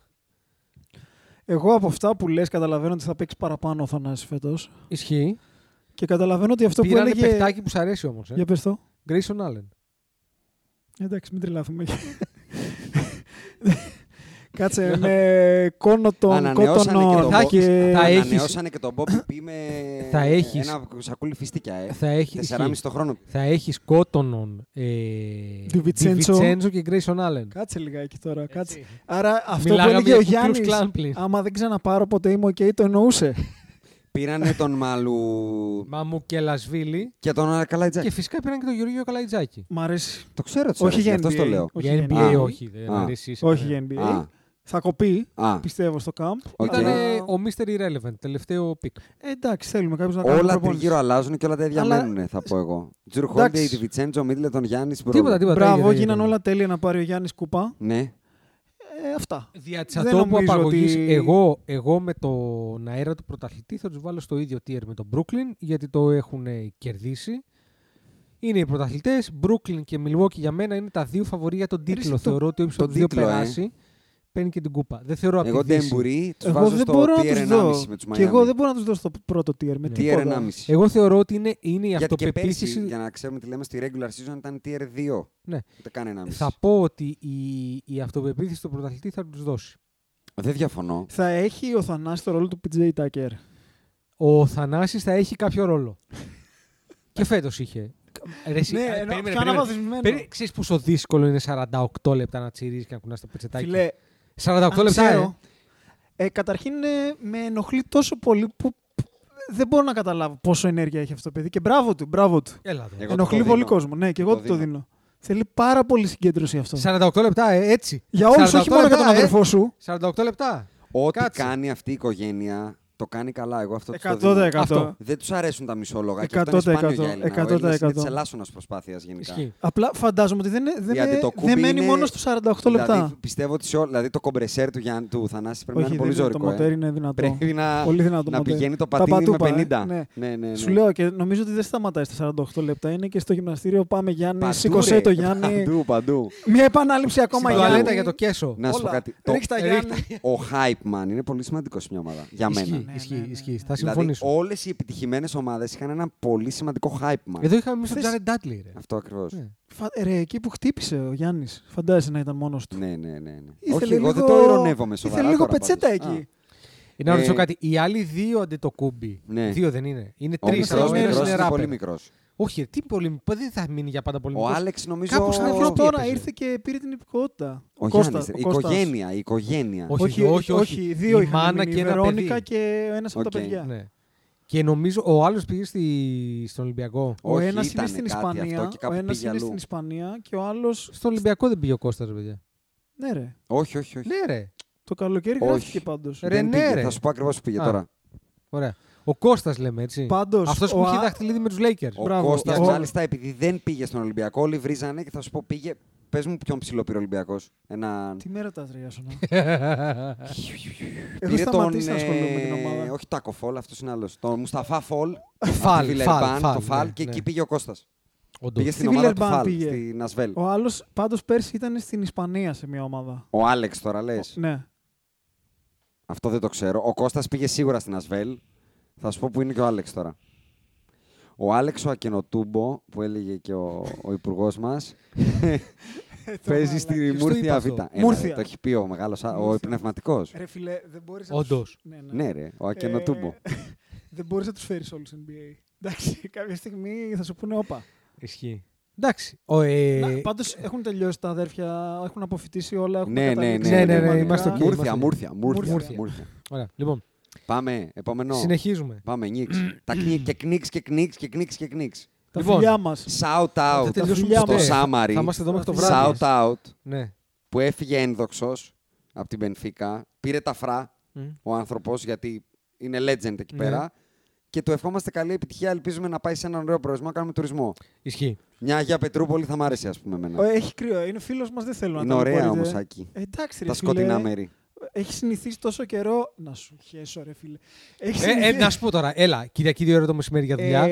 [SPEAKER 4] Εγώ από αυτά που λες, καταλαβαίνω ότι θα παίξεις παραπάνω ο Θανάσης φέτος.
[SPEAKER 5] ισχύει.
[SPEAKER 4] Και καταλαβαίνω ότι αυτό
[SPEAKER 5] Πήραν
[SPEAKER 4] που έλεγε.
[SPEAKER 5] παιχτάκι που σ' αρέσει όμως. Ε.
[SPEAKER 4] Για πες το.
[SPEAKER 5] Grayson Allen.
[SPEAKER 4] Εντάξει, μην τρελάθουμε. Κάτσε με κόνο των
[SPEAKER 3] Ανανεώσανε και τον
[SPEAKER 4] κότονων
[SPEAKER 3] Bob-
[SPEAKER 4] και...
[SPEAKER 5] θα έχεις-
[SPEAKER 3] Ανανεώσανε και τον Bobby P με
[SPEAKER 5] Θα έχεις-
[SPEAKER 3] ένα σακούλι φιστίκια. Ε.
[SPEAKER 5] Θα έχεις,
[SPEAKER 3] 4,5
[SPEAKER 5] ισχύει.
[SPEAKER 3] το χρόνο.
[SPEAKER 5] θα έχεις Κότονον, ε,
[SPEAKER 4] Di Vincenzo.
[SPEAKER 5] Vincenzo και Grayson Allen.
[SPEAKER 4] Κάτσε λιγάκι τώρα. Κάτσε. Άρα αυτό
[SPEAKER 5] Μιλάγαμε
[SPEAKER 4] που έλεγε
[SPEAKER 5] για
[SPEAKER 4] ο
[SPEAKER 5] Ku Klux
[SPEAKER 4] Γιάννη.
[SPEAKER 5] Klan πριν.
[SPEAKER 4] Άμα δεν ξαναπάρω ποτέ είμαι οκ, το εννοούσε.
[SPEAKER 3] Πήρανε τον Μαλου
[SPEAKER 5] Μαμού και Λασβίλη.
[SPEAKER 3] και τον Καλαϊτζάκη.
[SPEAKER 5] Και φυσικά πήραν και τον Γεωργίο Καλαϊτζάκη.
[SPEAKER 4] Μ' αρέσει.
[SPEAKER 3] Το ξέρω, τους
[SPEAKER 4] Όχι
[SPEAKER 3] αρέσει, γι'
[SPEAKER 4] για
[SPEAKER 3] αυτό το λέω.
[SPEAKER 4] Όχι
[SPEAKER 5] για
[SPEAKER 4] για
[SPEAKER 5] NBA
[SPEAKER 3] Α.
[SPEAKER 5] όχι. δεν
[SPEAKER 3] Α.
[SPEAKER 5] αρέσει, είσαι ε.
[SPEAKER 4] Όχι
[SPEAKER 5] κανένα.
[SPEAKER 4] για NBA.
[SPEAKER 3] ε. Α,
[SPEAKER 4] Θα κοπεί,
[SPEAKER 3] α.
[SPEAKER 4] πιστεύω, στο camp.
[SPEAKER 3] Οκ.
[SPEAKER 5] Ήταν
[SPEAKER 4] αλλά-
[SPEAKER 5] ε, ο Mr. Irrelevant, τελευταίο πικ.
[SPEAKER 4] Ε, εντάξει, θέλουμε κάποιος να κάνει.
[SPEAKER 3] Όλα
[SPEAKER 4] προπόνηση.
[SPEAKER 3] τριγύρω αλλάζουν και όλα τα ίδια
[SPEAKER 4] Αλλά-
[SPEAKER 3] μένουν, θα πω εγώ. Τζουρ
[SPEAKER 4] Εντάξει.
[SPEAKER 3] Χόλντεϊ, Τη Βιτσέντζο, Μίτλετον, Γιάννης.
[SPEAKER 5] Τίποτα, τίποτα.
[SPEAKER 4] Μπράβο,
[SPEAKER 5] δεν γίνεται.
[SPEAKER 4] γίναν όλα τέλεια να πάρει ο Γιάννης κούπα.
[SPEAKER 3] Ναι.
[SPEAKER 4] Ε, αυτά.
[SPEAKER 5] Δια
[SPEAKER 4] Δεν
[SPEAKER 5] τσατόπου
[SPEAKER 4] νομίζω
[SPEAKER 5] απαγωγής,
[SPEAKER 4] ότι-
[SPEAKER 5] εγώ, εγώ με τον αέρα του πρωταθλητή θα τους βάλω στο ίδιο tier με τον Brooklyn γιατί το έχουν ε, κερδίσει. Είναι οι πρωταθλητές. Brooklyn και Milwaukee για μένα είναι τα δύο φαβορή για τον τίτλο.
[SPEAKER 4] το-
[SPEAKER 5] Θεωρώ ότι όποιος
[SPEAKER 3] τον
[SPEAKER 5] από τους δύο
[SPEAKER 3] τίτλο, ε.
[SPEAKER 5] περάσει παίρνει και την κούπα. Δεν θεωρώ από
[SPEAKER 3] Εγώ
[SPEAKER 5] τη Δύση.
[SPEAKER 3] Ντεμπουρί, τους
[SPEAKER 4] Εγώ
[SPEAKER 3] βάζω
[SPEAKER 4] δεν
[SPEAKER 3] στο
[SPEAKER 4] μπορώ να
[SPEAKER 3] tier
[SPEAKER 4] τους δω.
[SPEAKER 3] 1,5 με τους
[SPEAKER 4] Και εγώ δεν
[SPEAKER 3] Μαϊάμι. Ναι.
[SPEAKER 4] μπορώ να τους δω στο πρώτο tier. Με
[SPEAKER 3] Tier
[SPEAKER 4] τίποτα.
[SPEAKER 3] 1,5.
[SPEAKER 5] Εγώ θεωρώ ότι είναι, είναι η
[SPEAKER 3] Γιατί και πέρσι,
[SPEAKER 5] αυτοπεποίθηση.
[SPEAKER 3] για να ξέρουμε τι λέμε, στη regular season ήταν tier 2.
[SPEAKER 5] Ναι.
[SPEAKER 3] Ούτε καν 1,5.
[SPEAKER 5] Θα πω ότι η, η αυτοπεποίθηση του πρωταθλητή θα τους δώσει.
[SPEAKER 3] Δεν διαφωνώ.
[SPEAKER 4] Θα έχει ο Θανάσης το ρόλο του PJ Tucker.
[SPEAKER 5] Ο Θανάσης θα έχει κάποιο ρόλο. και φέτος είχε. Ρε,
[SPEAKER 4] Ναι,
[SPEAKER 5] εσύ, α, περίμενε, περίμενε. Περί... Ξέρεις πόσο δύσκολο είναι 48 λεπτά να τσιρίζεις και να κουνάς το πετσετάκι.
[SPEAKER 4] Φιλέ,
[SPEAKER 5] 48
[SPEAKER 4] αν
[SPEAKER 5] λεπτά, ε.
[SPEAKER 4] ξέρω, ε, καταρχήν ε, με ενοχλεί τόσο πολύ που που δεν μπορώ να καταλάβω πόσο ενέργεια έχει αυτό το παιδί. Και μπράβο του, μπράβο του.
[SPEAKER 5] ε. Έλα εδώ.
[SPEAKER 3] Εγώ του
[SPEAKER 4] ενοχλεί
[SPEAKER 3] το
[SPEAKER 4] πολύ
[SPEAKER 3] δίνω.
[SPEAKER 4] κόσμο. Ναι, και εγώ
[SPEAKER 3] Το
[SPEAKER 4] του το
[SPEAKER 3] δίνω.
[SPEAKER 4] δίνω. Θέλει πάρα πολύ συγκέντρωση αυτό.
[SPEAKER 5] 48 λεπτά, ε, έτσι.
[SPEAKER 4] Για όλους,
[SPEAKER 5] 48
[SPEAKER 4] όχι μόνο για τον
[SPEAKER 5] λεπτά, ε.
[SPEAKER 4] αδερφό σου.
[SPEAKER 5] 48 λεπτά.
[SPEAKER 3] Ό,τι
[SPEAKER 5] Κάτσε.
[SPEAKER 3] κάνει αυτή η οικογένεια, το κάνει καλά. Εγώ αυτό τους το δίνω.
[SPEAKER 4] 100%.
[SPEAKER 5] Αυτό.
[SPEAKER 3] Δεν τους αρέσουν τα μισόλογα. Και αυτό είναι
[SPEAKER 4] 100%.
[SPEAKER 3] σπάνιο για Έλληνα. Ο Έλληνας είναι
[SPEAKER 4] 100%.
[SPEAKER 3] της ελάσσονας προσπάθειας γενικά.
[SPEAKER 5] Ισχύει.
[SPEAKER 4] Απλά φαντάζομαι ότι δεν, δεν,
[SPEAKER 3] Γιατί
[SPEAKER 4] δεν
[SPEAKER 3] το κούμπι
[SPEAKER 4] μένει
[SPEAKER 3] είναι-
[SPEAKER 4] μόνο στους 48 λεπτά.
[SPEAKER 3] Δηλαδή, πιστεύω ότι σε όλα- δηλαδή, το κομπρεσέρ του, Γιάννη, του Θανάση πρέπει
[SPEAKER 4] Όχι,
[SPEAKER 3] να είναι
[SPEAKER 4] δεν
[SPEAKER 3] πολύ
[SPEAKER 4] είναι, το
[SPEAKER 3] ζωρικό. ε.
[SPEAKER 4] μοτέρ είναι δυνατό.
[SPEAKER 3] Πρέπει να,
[SPEAKER 4] Πολύ δυνατό
[SPEAKER 3] να
[SPEAKER 4] μοντέλο.
[SPEAKER 3] πηγαίνει το
[SPEAKER 4] Τα
[SPEAKER 3] πατίνι
[SPEAKER 4] πατούπα, ε.
[SPEAKER 3] με 50.
[SPEAKER 4] Ναι.
[SPEAKER 3] ναι, ναι, ναι.
[SPEAKER 4] Σου λέω και νομίζω ότι δεν σταματάει στα 48 λεπτά. Είναι και στο γυμναστήριο. Πάμε Γιάννη,
[SPEAKER 3] Παντού,
[SPEAKER 4] σήκωσε
[SPEAKER 3] ρε,
[SPEAKER 4] το Γιάννη.
[SPEAKER 3] Παντού, παντού.
[SPEAKER 4] Μια επανάληψη ακόμα
[SPEAKER 5] Στην τουαλέτα
[SPEAKER 4] Γιάννη.
[SPEAKER 5] για το κέσο.
[SPEAKER 3] Να σου πω
[SPEAKER 4] Όλα.
[SPEAKER 3] κάτι. Το-
[SPEAKER 4] Ρίξ' τα
[SPEAKER 5] ρίχτα.
[SPEAKER 4] Γιάννη.
[SPEAKER 3] Ο hype man είναι πολύ σημαντικός σε μια ομάδα. Για
[SPEAKER 5] Ισχύει,
[SPEAKER 4] Ναι,
[SPEAKER 3] μένα.
[SPEAKER 5] ισχύει, ισχύει. Θα
[SPEAKER 3] Δηλαδή,
[SPEAKER 5] συμφωνήσω.
[SPEAKER 3] όλες οι επιτυχημένες ομάδες είχαν ένα πολύ σημαντικό hype man.
[SPEAKER 5] Εδώ είχαμε εμείς τον
[SPEAKER 4] Θες-
[SPEAKER 5] Τζάρεν Ντάτλι, ρε.
[SPEAKER 3] Αυτό ακριβώς.
[SPEAKER 5] Ναι.
[SPEAKER 4] Φα- Ρε, εκεί που χτύπησε ο Γιάννης. Φαντάζεσαι να ήταν μόνος του.
[SPEAKER 3] Ναι, ναι, ναι. ναι.
[SPEAKER 4] Ήθελε
[SPEAKER 3] Όχι, εγώ δεν
[SPEAKER 4] λίγο-
[SPEAKER 3] το ειρωνεύομαι σοβαρά.
[SPEAKER 4] Ήθελε λίγο
[SPEAKER 3] τώρα πάντως. Α,
[SPEAKER 4] πετσέτα εκεί.
[SPEAKER 5] Να ρωτήσω
[SPEAKER 3] Ε,
[SPEAKER 5] κάτι. Οι άλλοι δύο αντιτοκούμπι.
[SPEAKER 3] Ναι.
[SPEAKER 5] Δύο δεν είναι. Είναι
[SPEAKER 3] Ο
[SPEAKER 5] τρεις.
[SPEAKER 3] μικρός
[SPEAKER 4] άλλοι είναι
[SPEAKER 3] είναι
[SPEAKER 5] είναι
[SPEAKER 3] πολύ
[SPEAKER 5] ράπερ.
[SPEAKER 3] μικρός.
[SPEAKER 5] Όχι, ρε, τι πολύ μικρό. Δεν θα μείνει για πάντα πολύ
[SPEAKER 3] Ο
[SPEAKER 5] μικρός.
[SPEAKER 3] Άλεξ νομίζω.
[SPEAKER 5] Κάπου στην
[SPEAKER 4] Σαν
[SPEAKER 5] Ευρώπη
[SPEAKER 4] αυτό τώρα
[SPEAKER 5] έπαιζε.
[SPEAKER 4] ήρθε και πήρε την υπηκότητα.
[SPEAKER 3] Ο
[SPEAKER 4] Κώστας,
[SPEAKER 3] Γιάννη. Η
[SPEAKER 4] ο Κώστας.
[SPEAKER 3] οικογένεια. Η οικογένεια.
[SPEAKER 5] Όχι, όχι, όχι.
[SPEAKER 4] Δύο
[SPEAKER 5] Η
[SPEAKER 4] είχαν
[SPEAKER 5] μάνα
[SPEAKER 4] μείνει,
[SPEAKER 5] και
[SPEAKER 4] η
[SPEAKER 5] ένα
[SPEAKER 4] Βερόνικα
[SPEAKER 5] παιδί.
[SPEAKER 4] και ένας από τα
[SPEAKER 3] Οκ.
[SPEAKER 4] παιδιά.
[SPEAKER 5] Ναι. Και νομίζω ο άλλος πήγε στη... στον Ολυμπιακό.
[SPEAKER 4] Ο
[SPEAKER 3] Όχι,
[SPEAKER 4] ένα είναι
[SPEAKER 3] ήτανε
[SPEAKER 4] στην
[SPEAKER 3] κάτι
[SPEAKER 4] Ισπανία.
[SPEAKER 3] αυτό και
[SPEAKER 4] Ο
[SPEAKER 3] κάπου
[SPEAKER 4] ένα
[SPEAKER 3] πήγε
[SPEAKER 4] είναι
[SPEAKER 3] αλλού.
[SPEAKER 4] στην Ισπανία και ο άλλος.
[SPEAKER 5] Στον Ολυμπιακό δεν πήγε ο Κώστας, παιδιά.
[SPEAKER 4] Ναι, ρε.
[SPEAKER 3] Όχι, όχι, όχι.
[SPEAKER 5] Ναι, ρε.
[SPEAKER 4] Το καλοκαίρι
[SPEAKER 3] Όχι.
[SPEAKER 4] γράφτηκε πάντως.
[SPEAKER 5] Ρε,
[SPEAKER 3] Δεν
[SPEAKER 5] ναι,
[SPEAKER 3] πήγε.
[SPEAKER 5] ρε.
[SPEAKER 3] Θα σου πω ακριβώς που πήγε
[SPEAKER 5] Α.
[SPEAKER 3] τώρα.
[SPEAKER 5] Ωραία. Ο Κώστας λέμε έτσι.
[SPEAKER 4] Πάντως,
[SPEAKER 5] Αυτός που
[SPEAKER 4] ο
[SPEAKER 5] είχε
[SPEAKER 4] Α-
[SPEAKER 5] δαχτυλίδι με τους Lakers.
[SPEAKER 3] Ο
[SPEAKER 4] Μπράβο.
[SPEAKER 3] Κώστας,
[SPEAKER 4] Ο-
[SPEAKER 3] μάλιστα, επειδή δεν πήγε στον Ολυμπιακό, όλοι βρίζανε και θα σου πω πήγε. Πες μου ποιον ψηλό πήρε ο Ολυμπιακός. Έναν.
[SPEAKER 4] Τι μέρα τα τριάσωνα. Έχω
[SPEAKER 3] Πήρε
[SPEAKER 4] σταματήσει να
[SPEAKER 3] ε,
[SPEAKER 4] ασχολούμαι με την ομάδα.
[SPEAKER 3] Όχι Τάκο Φολ, αυτός είναι άλλος. Τον Μουσταφά Φολ.
[SPEAKER 5] Φαλ, φαλ,
[SPEAKER 3] Φαλ,
[SPEAKER 5] φαλ,
[SPEAKER 3] το Φαλ
[SPEAKER 5] ναι,
[SPEAKER 3] και
[SPEAKER 5] ναι.
[SPEAKER 3] εκεί πήγε ο Κώστας.
[SPEAKER 5] Όντως.
[SPEAKER 3] Πήγε στην
[SPEAKER 4] Στη
[SPEAKER 3] ομάδα του
[SPEAKER 4] Βιλερμπάν
[SPEAKER 3] Φαλ,
[SPEAKER 4] πήγε.
[SPEAKER 3] στην Ασβέλ.
[SPEAKER 4] Ο άλλος πάντως πέρσι ήταν στην Ισπανία σε μια ομάδα.
[SPEAKER 3] Ο Άλεξ τώρα λες.
[SPEAKER 4] Ναι.
[SPEAKER 3] Αυτό δεν το ξέρω. Ο Κώστας πήγε σίγουρα στην Ασβέλ. Θα σου πω που είναι και ο Άλεξ τώρα. Ο Άλεξ ο Ακενοτούμπο, που έλεγε και ο, ο υπουργός μας, παίζει στη
[SPEAKER 5] Ποιος το είπε
[SPEAKER 3] Μούρθια Β.
[SPEAKER 5] αυτό?
[SPEAKER 3] Ένα,
[SPEAKER 4] Μούρθια.
[SPEAKER 3] Το έχει πει ο μεγάλος, ο
[SPEAKER 4] Μούρθια.
[SPEAKER 3] πνευματικός.
[SPEAKER 4] Ρε φιλέ, δεν μπορείς
[SPEAKER 5] να τους- Όντως.
[SPEAKER 4] Ναι,
[SPEAKER 3] Ναι, ρε, ο Ακενοτούμπο.
[SPEAKER 4] δεν μπορείς να τους φέρεις όλους NBA. Εντάξει, κάποια στιγμή θα σου πούνε όπα.
[SPEAKER 5] Ισχύει. Εντάξει. Ο, ε,
[SPEAKER 4] Ε... Πάντως έχουν τελειώσει τα αδέρφια, έχουν αποφυτίσει όλα. Έχουν
[SPEAKER 3] Ναι, ναι,
[SPEAKER 4] καταλήξει
[SPEAKER 3] ναι,
[SPEAKER 5] ναι, ναι,
[SPEAKER 4] πραγματικά.
[SPEAKER 5] είμαστε οκ.
[SPEAKER 3] Μούρθια, Μούρθια, Μούρθια.
[SPEAKER 4] Μούρθια.
[SPEAKER 3] Μούρθια.
[SPEAKER 5] Ωραία. Λοιπόν,
[SPEAKER 3] Πάμε, επόμενο.
[SPEAKER 5] συνεχίζουμε.
[SPEAKER 3] Πάμε, Νίξ. Τα κνί- και κνίξ και κνίξ και κνίξ και κνίξ.
[SPEAKER 4] Τα
[SPEAKER 5] Λοιπόν.
[SPEAKER 4] φιλιά μας.
[SPEAKER 3] Shout out
[SPEAKER 4] τελειώσουμε
[SPEAKER 3] στο
[SPEAKER 4] ποτέ.
[SPEAKER 3] Σάμαρι.
[SPEAKER 5] Θα είμαστε εδώ μέχρι το βράδυ.
[SPEAKER 3] Shout out
[SPEAKER 5] Ναι.
[SPEAKER 3] που έφυγε ένδοξος από την Πενφύκα, πήρε τα φρά
[SPEAKER 5] Μμ.
[SPEAKER 3] ο άνθρωπος, γιατί είναι legend εκεί
[SPEAKER 5] Ναι.
[SPEAKER 3] πέρα. Και του ευχόμαστε καλή επιτυχία. Ελπίζουμε να πάει σε έναν ωραίο προορισμό να κάνουμε τουρισμό.
[SPEAKER 5] Ισχύει.
[SPEAKER 3] Μια Αγία Πετρούπολη θα μ' άρεσε, ας πούμε, εμένα.
[SPEAKER 4] Ε, Έχει κρύο, είναι φίλος μας, δεν θέλω
[SPEAKER 3] Είναι
[SPEAKER 4] να τον
[SPEAKER 3] ωραία
[SPEAKER 4] απορείτε.
[SPEAKER 3] όμως, Άκη.
[SPEAKER 4] Ε, Εντάξει, ρε
[SPEAKER 3] Τα
[SPEAKER 4] φίλε.
[SPEAKER 3] σκοτεινά μέρη.
[SPEAKER 4] Έχει συνηθίσει τόσο καιρό. Να σου χέσω, ρε φίλε. Ε, Έχει
[SPEAKER 5] Ε, ε, να σου πω τώρα, έλα, Κυριακή δύο ώρα το μεσημέρι για δουλειά.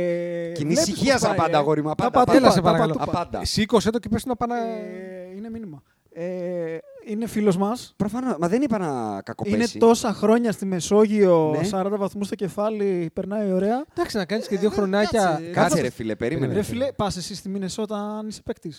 [SPEAKER 3] Κοινή ησυχία σαν
[SPEAKER 4] ε.
[SPEAKER 3] πάντα, αγόρι μου. Απάντα,
[SPEAKER 4] πατούπα,
[SPEAKER 3] απάντα.
[SPEAKER 5] Ε, τα παρακαλώ.
[SPEAKER 3] Απάντα. Απάντα.
[SPEAKER 5] Σήκωσε το και πες του να πάνε.
[SPEAKER 4] Ε, είναι μήνυμα. Ε, είναι φίλος μας.
[SPEAKER 3] Προφανώς, μα δεν είπα να
[SPEAKER 4] Είναι
[SPEAKER 3] κακοπέσει.
[SPEAKER 4] τόσα χρόνια στη Μεσόγειο,
[SPEAKER 3] Ναι.
[SPEAKER 4] 40 βαθμούς στο κεφάλι, περνάει ωραία.
[SPEAKER 5] Εντάξει, να κάνεις και δύο χρονάκια.
[SPEAKER 4] Ε, κάτσε.
[SPEAKER 3] Κάτσε, ρε φίλε, περίμενε.
[SPEAKER 5] Περίμενε.
[SPEAKER 4] Ρε φίλε, πας εσύ στη Μινεσότα αν είσαι παίκτης.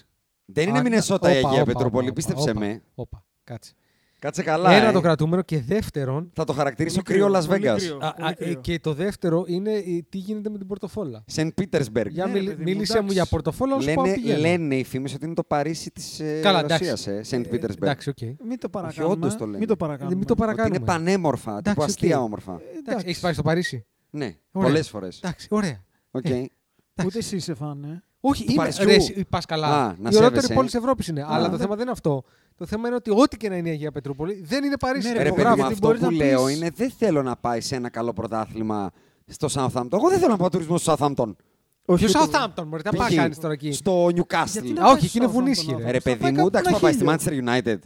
[SPEAKER 3] Δεν είναι
[SPEAKER 5] Α,
[SPEAKER 3] Μινεσότα η
[SPEAKER 5] όπα,
[SPEAKER 3] Αγία
[SPEAKER 5] όπα,
[SPEAKER 3] Πετρούπολη,
[SPEAKER 5] όπα,
[SPEAKER 3] πίστεψε
[SPEAKER 5] όπα,
[SPEAKER 3] με.
[SPEAKER 5] Όπα, κάτσε.
[SPEAKER 3] Κάτσε καλά.
[SPEAKER 5] Ένα
[SPEAKER 3] ε.
[SPEAKER 5] το κρατούμενο και δεύτερον.
[SPEAKER 3] Θα το χαρακτηρίσω
[SPEAKER 4] Πολύ κρύο,
[SPEAKER 3] κρύο Las
[SPEAKER 4] πολύ
[SPEAKER 3] Vegas.
[SPEAKER 4] κρύο.
[SPEAKER 5] α, α, ε,
[SPEAKER 4] κρύο.
[SPEAKER 5] και το δεύτερο είναι ε, τι γίνεται με την πορτοφόλα.
[SPEAKER 3] Σεν Πίτερσμπεργκ.
[SPEAKER 5] Για
[SPEAKER 4] Ναι,
[SPEAKER 5] μιλ-
[SPEAKER 4] ρε παιδί μου,
[SPEAKER 5] μίλησε μου
[SPEAKER 4] εντάξει.
[SPEAKER 5] για πορτοφόλα, όσο πάω
[SPEAKER 3] Ε, Λένε,
[SPEAKER 5] πηγαίνω.
[SPEAKER 3] λένε οι φήμες ότι είναι το Παρίσι της
[SPEAKER 5] Καλά, εντάξει.
[SPEAKER 3] Ρωσία, ε, Σεντ
[SPEAKER 5] Ε,
[SPEAKER 3] Πίτερσμπεργκ.
[SPEAKER 5] Εντάξει, οκ. Ε,
[SPEAKER 4] Μην
[SPEAKER 3] Όχι,
[SPEAKER 4] το παρακάνουμε.
[SPEAKER 3] όντως το λένε.
[SPEAKER 4] Μην το παρακάνουμε. Ε,
[SPEAKER 5] Μην το
[SPEAKER 3] Ότι είναι
[SPEAKER 5] παρακάνουμε.
[SPEAKER 3] πανέμορφα, τύπου
[SPEAKER 5] Εντάξει,
[SPEAKER 3] αστεία
[SPEAKER 5] οκ.
[SPEAKER 3] όμορφα.
[SPEAKER 5] Εντάξει, έχεις πάει στο Παρίσι.
[SPEAKER 3] Ναι,
[SPEAKER 5] Ωραία.
[SPEAKER 3] πολλές φορές.
[SPEAKER 5] Εντάξει, ωραία.
[SPEAKER 3] Οκ.
[SPEAKER 5] Ε,
[SPEAKER 4] Ούτε εσύ είσαι φαν, ε.
[SPEAKER 5] Όχι, είμαι.
[SPEAKER 3] Παρισιού.
[SPEAKER 5] Ρε, πας καλά.
[SPEAKER 3] Α, να
[SPEAKER 5] η ωραιότερη
[SPEAKER 3] σέβεσαι.
[SPEAKER 5] πόλη της Ευρώπης είναι. Αλλά το
[SPEAKER 3] δεν-
[SPEAKER 5] θέμα δεν είναι αυτό. Το θέμα είναι ότι ό,τι και να είναι η Αγία Πετρούπολη δεν είναι Παρίσι. Ε,
[SPEAKER 4] Ναι,
[SPEAKER 5] το
[SPEAKER 3] Ρε
[SPEAKER 4] υπογράφω,
[SPEAKER 3] παιδί μου,
[SPEAKER 4] γιατί
[SPEAKER 5] υπογράφω.
[SPEAKER 3] αυτό
[SPEAKER 4] μπορείς
[SPEAKER 3] που λέω
[SPEAKER 4] να πεις-
[SPEAKER 3] είναι δεν θέλω να πάει σε ένα καλό πρωτάθλημα στο Southampton. Εγώ δεν θέλω να πάω τουρισμό στο Southampton.
[SPEAKER 5] Ποιος
[SPEAKER 4] ούτε-
[SPEAKER 5] Southampton, μωρέ, τα πάει
[SPEAKER 3] Π.χ.
[SPEAKER 5] κάνεις τώρα εκεί.
[SPEAKER 3] Στο
[SPEAKER 4] Γιατί
[SPEAKER 3] Newcastle. Ε,
[SPEAKER 4] να
[SPEAKER 5] Α, όχι,
[SPEAKER 4] πάει
[SPEAKER 5] εκεί είναι
[SPEAKER 4] στο
[SPEAKER 5] βουνίσχυ,
[SPEAKER 4] Southampton,
[SPEAKER 5] ρε.
[SPEAKER 3] Ρε
[SPEAKER 4] θα πάει
[SPEAKER 3] παιδί μου,
[SPEAKER 4] κάπου
[SPEAKER 3] εντάξει,
[SPEAKER 4] να
[SPEAKER 3] θα πάει στη
[SPEAKER 4] χείλιο.
[SPEAKER 3] Manchester United.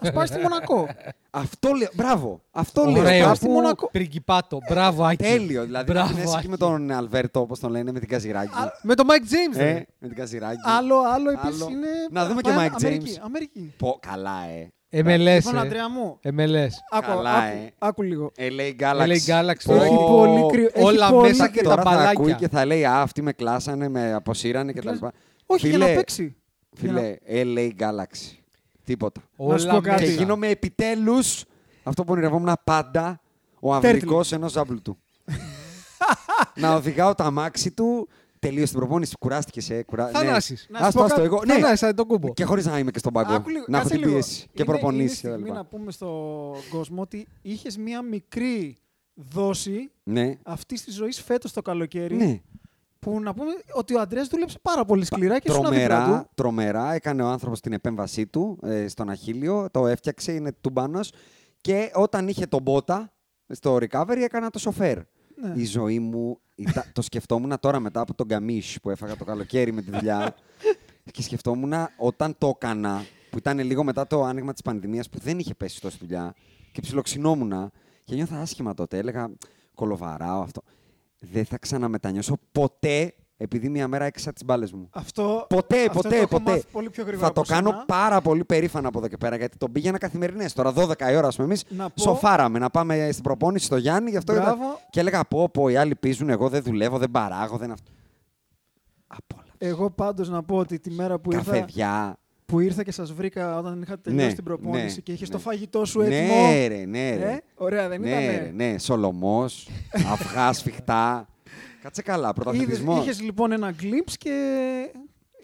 [SPEAKER 4] Α πάει στη Μονακό.
[SPEAKER 3] Αυτό λέω. Μπράβο. Αυτό λέω.
[SPEAKER 5] Ωραίο.
[SPEAKER 3] Κάπου-
[SPEAKER 4] Μονακό.
[SPEAKER 5] Πριγκιπάτο. Μπράβο, Άκη.
[SPEAKER 3] Τέλειο. Δηλαδή, να
[SPEAKER 5] Μπράβο,
[SPEAKER 3] είναι εκεί
[SPEAKER 5] Άκη.
[SPEAKER 3] με τον Αλβέρτο, όπως τον λένε, με την Καζιράκη.
[SPEAKER 5] Με τον Mike James.
[SPEAKER 3] Ε,
[SPEAKER 5] ρε.
[SPEAKER 3] με την Καζιράκη.
[SPEAKER 4] Άλλο, άλλο
[SPEAKER 3] Άλλο.
[SPEAKER 4] επίση είναι.
[SPEAKER 3] Να δούμε και
[SPEAKER 4] Α,
[SPEAKER 3] Mike
[SPEAKER 4] Αμερική,
[SPEAKER 3] James.
[SPEAKER 4] Αμερική.
[SPEAKER 3] Πω, καλά, ε.
[SPEAKER 5] MLS.
[SPEAKER 4] Λοιπόν,
[SPEAKER 5] ε.
[SPEAKER 4] Αντρέα μου,
[SPEAKER 5] MLS.
[SPEAKER 4] άκου,
[SPEAKER 3] Καλά,
[SPEAKER 4] άκου,
[SPEAKER 3] ε.
[SPEAKER 4] άκου λίγο.
[SPEAKER 3] LA Galaxy.
[SPEAKER 5] LA Galaxy.
[SPEAKER 3] Πω,
[SPEAKER 5] Έχει
[SPEAKER 4] πολύ κρύο- έχει
[SPEAKER 5] Όλα
[SPEAKER 4] πολύ
[SPEAKER 5] μέσα και
[SPEAKER 4] κρύο.
[SPEAKER 5] τα
[SPEAKER 3] Τώρα θα ακούει
[SPEAKER 5] μπαλάκια.
[SPEAKER 3] και θα λέει Α, αυτοί με κλάσανε, με αποσύρανε κτλ.
[SPEAKER 4] Όχι, για
[SPEAKER 3] Φίλε,
[SPEAKER 4] να παίξει.
[SPEAKER 3] Φίλε, LA Galaxy. Τίποτα.
[SPEAKER 4] Να σου πω
[SPEAKER 5] Όλα
[SPEAKER 4] κάτι.
[SPEAKER 3] Και
[SPEAKER 5] μέσα.
[SPEAKER 3] γίνομαι επιτέλους αυτό που ονειρευόμουν πάντα, ο αμυντικός ενός ζάμπλου του. να οδηγάω τα μάξι του. Τελείωσε την προπόνηση, κουράστηκες. Ε, κουρα...
[SPEAKER 5] Θανάσης.
[SPEAKER 4] Να σου
[SPEAKER 3] Άστο,
[SPEAKER 4] πω
[SPEAKER 3] άστο
[SPEAKER 4] κάτι.
[SPEAKER 3] εγώ.
[SPEAKER 5] Ναι,
[SPEAKER 3] Ναι,
[SPEAKER 5] ναι, σαν τον κούμπο.
[SPEAKER 3] και χωρίς να είμαι και στον πάγκο.
[SPEAKER 4] Άκου λίγο,
[SPEAKER 3] Να έχω την
[SPEAKER 4] κάτσε λίγο.
[SPEAKER 3] πίεση και
[SPEAKER 4] Είναι-
[SPEAKER 3] προπονήσει.
[SPEAKER 4] Είναι η στιγμή να πούμε στον κόσμο ότι είχες μία μικρή δόση
[SPEAKER 3] Ναι.
[SPEAKER 4] αυτής της ζωής φέτος το καλοκαίρι.
[SPEAKER 3] Ναι.
[SPEAKER 4] Που να πούμε ότι ο Αντρέας δούλεψε πάρα πολύ σκληρά και σου
[SPEAKER 3] τρομερά,
[SPEAKER 4] του.
[SPEAKER 3] τρομερά. Έκανε ο άνθρωπος την επέμβασή του ε, στον Αχίλιο. Το έφτιαξε, είναι τουμπάνο. Και όταν είχε τον Μπότα στο recovery, έκανα το σοφέρ.
[SPEAKER 4] Ναι.
[SPEAKER 3] Η ζωή μου. ήταν- το σκεφτόμουν τώρα μετά από τον Καμίσ που έφαγα το καλοκαίρι με τη δουλειά. και σκεφτόμουν όταν το έκανα, που ήταν λίγο μετά το άνοιγμα της πανδημίας που δεν είχε πέσει τόσο δουλειά και ψιλοξινόμουν και νιώθα άσχημα τότε. Έλεγα κολοβαράω αυτό. Δεν θα ξαναμετανιώσω ποτέ επειδή μια μέρα έξα τις μπάλες μου.
[SPEAKER 4] Αυτό,
[SPEAKER 3] Ποτέ,
[SPEAKER 4] αυτό το
[SPEAKER 3] ποτέ,
[SPEAKER 4] έχω
[SPEAKER 3] ποτέ.
[SPEAKER 4] μάθει πολύ πιο γρήγορα
[SPEAKER 3] θα το
[SPEAKER 4] από σένα.
[SPEAKER 3] κάνω πάρα πολύ περήφανα από εδώ και πέρα γιατί τον πήγαινα καθημερινές. Τώρα 12 η ώρα, ας πούμε, εμείς
[SPEAKER 4] Να πω-
[SPEAKER 3] σοφάραμε να πάμε στην προπόνηση στο Γιάννη. Γι αυτό
[SPEAKER 4] Μπράβο.
[SPEAKER 3] ήταν- Και έλεγα: Πω, πω, οι άλλοι πίζουν, εγώ δεν δουλεύω, δεν παράγω, δεν αυτό. Απ' όλα.
[SPEAKER 4] Εγώ πάντως να πω ότι τη μέρα που ήρθα,
[SPEAKER 3] Καφεδιά.
[SPEAKER 4] που ήρθα και σας βρήκα όταν είχατε τελειώσει την προπόνηση
[SPEAKER 3] ναι,
[SPEAKER 4] και είχες
[SPEAKER 3] ναι.
[SPEAKER 4] το φαγητό σου έτοιμο.
[SPEAKER 3] Ναι, ρε, ναι,
[SPEAKER 4] Ε,
[SPEAKER 3] ρε.
[SPEAKER 4] ωραία, δεν
[SPEAKER 3] ναι,
[SPEAKER 4] ήτανε.
[SPEAKER 3] ρε, ναι. Σολομός, αυγά, σφιχτά. Κάτσε καλά, πρωταθλητισμός.
[SPEAKER 4] Είχες λοιπόν ένα γκλίψ και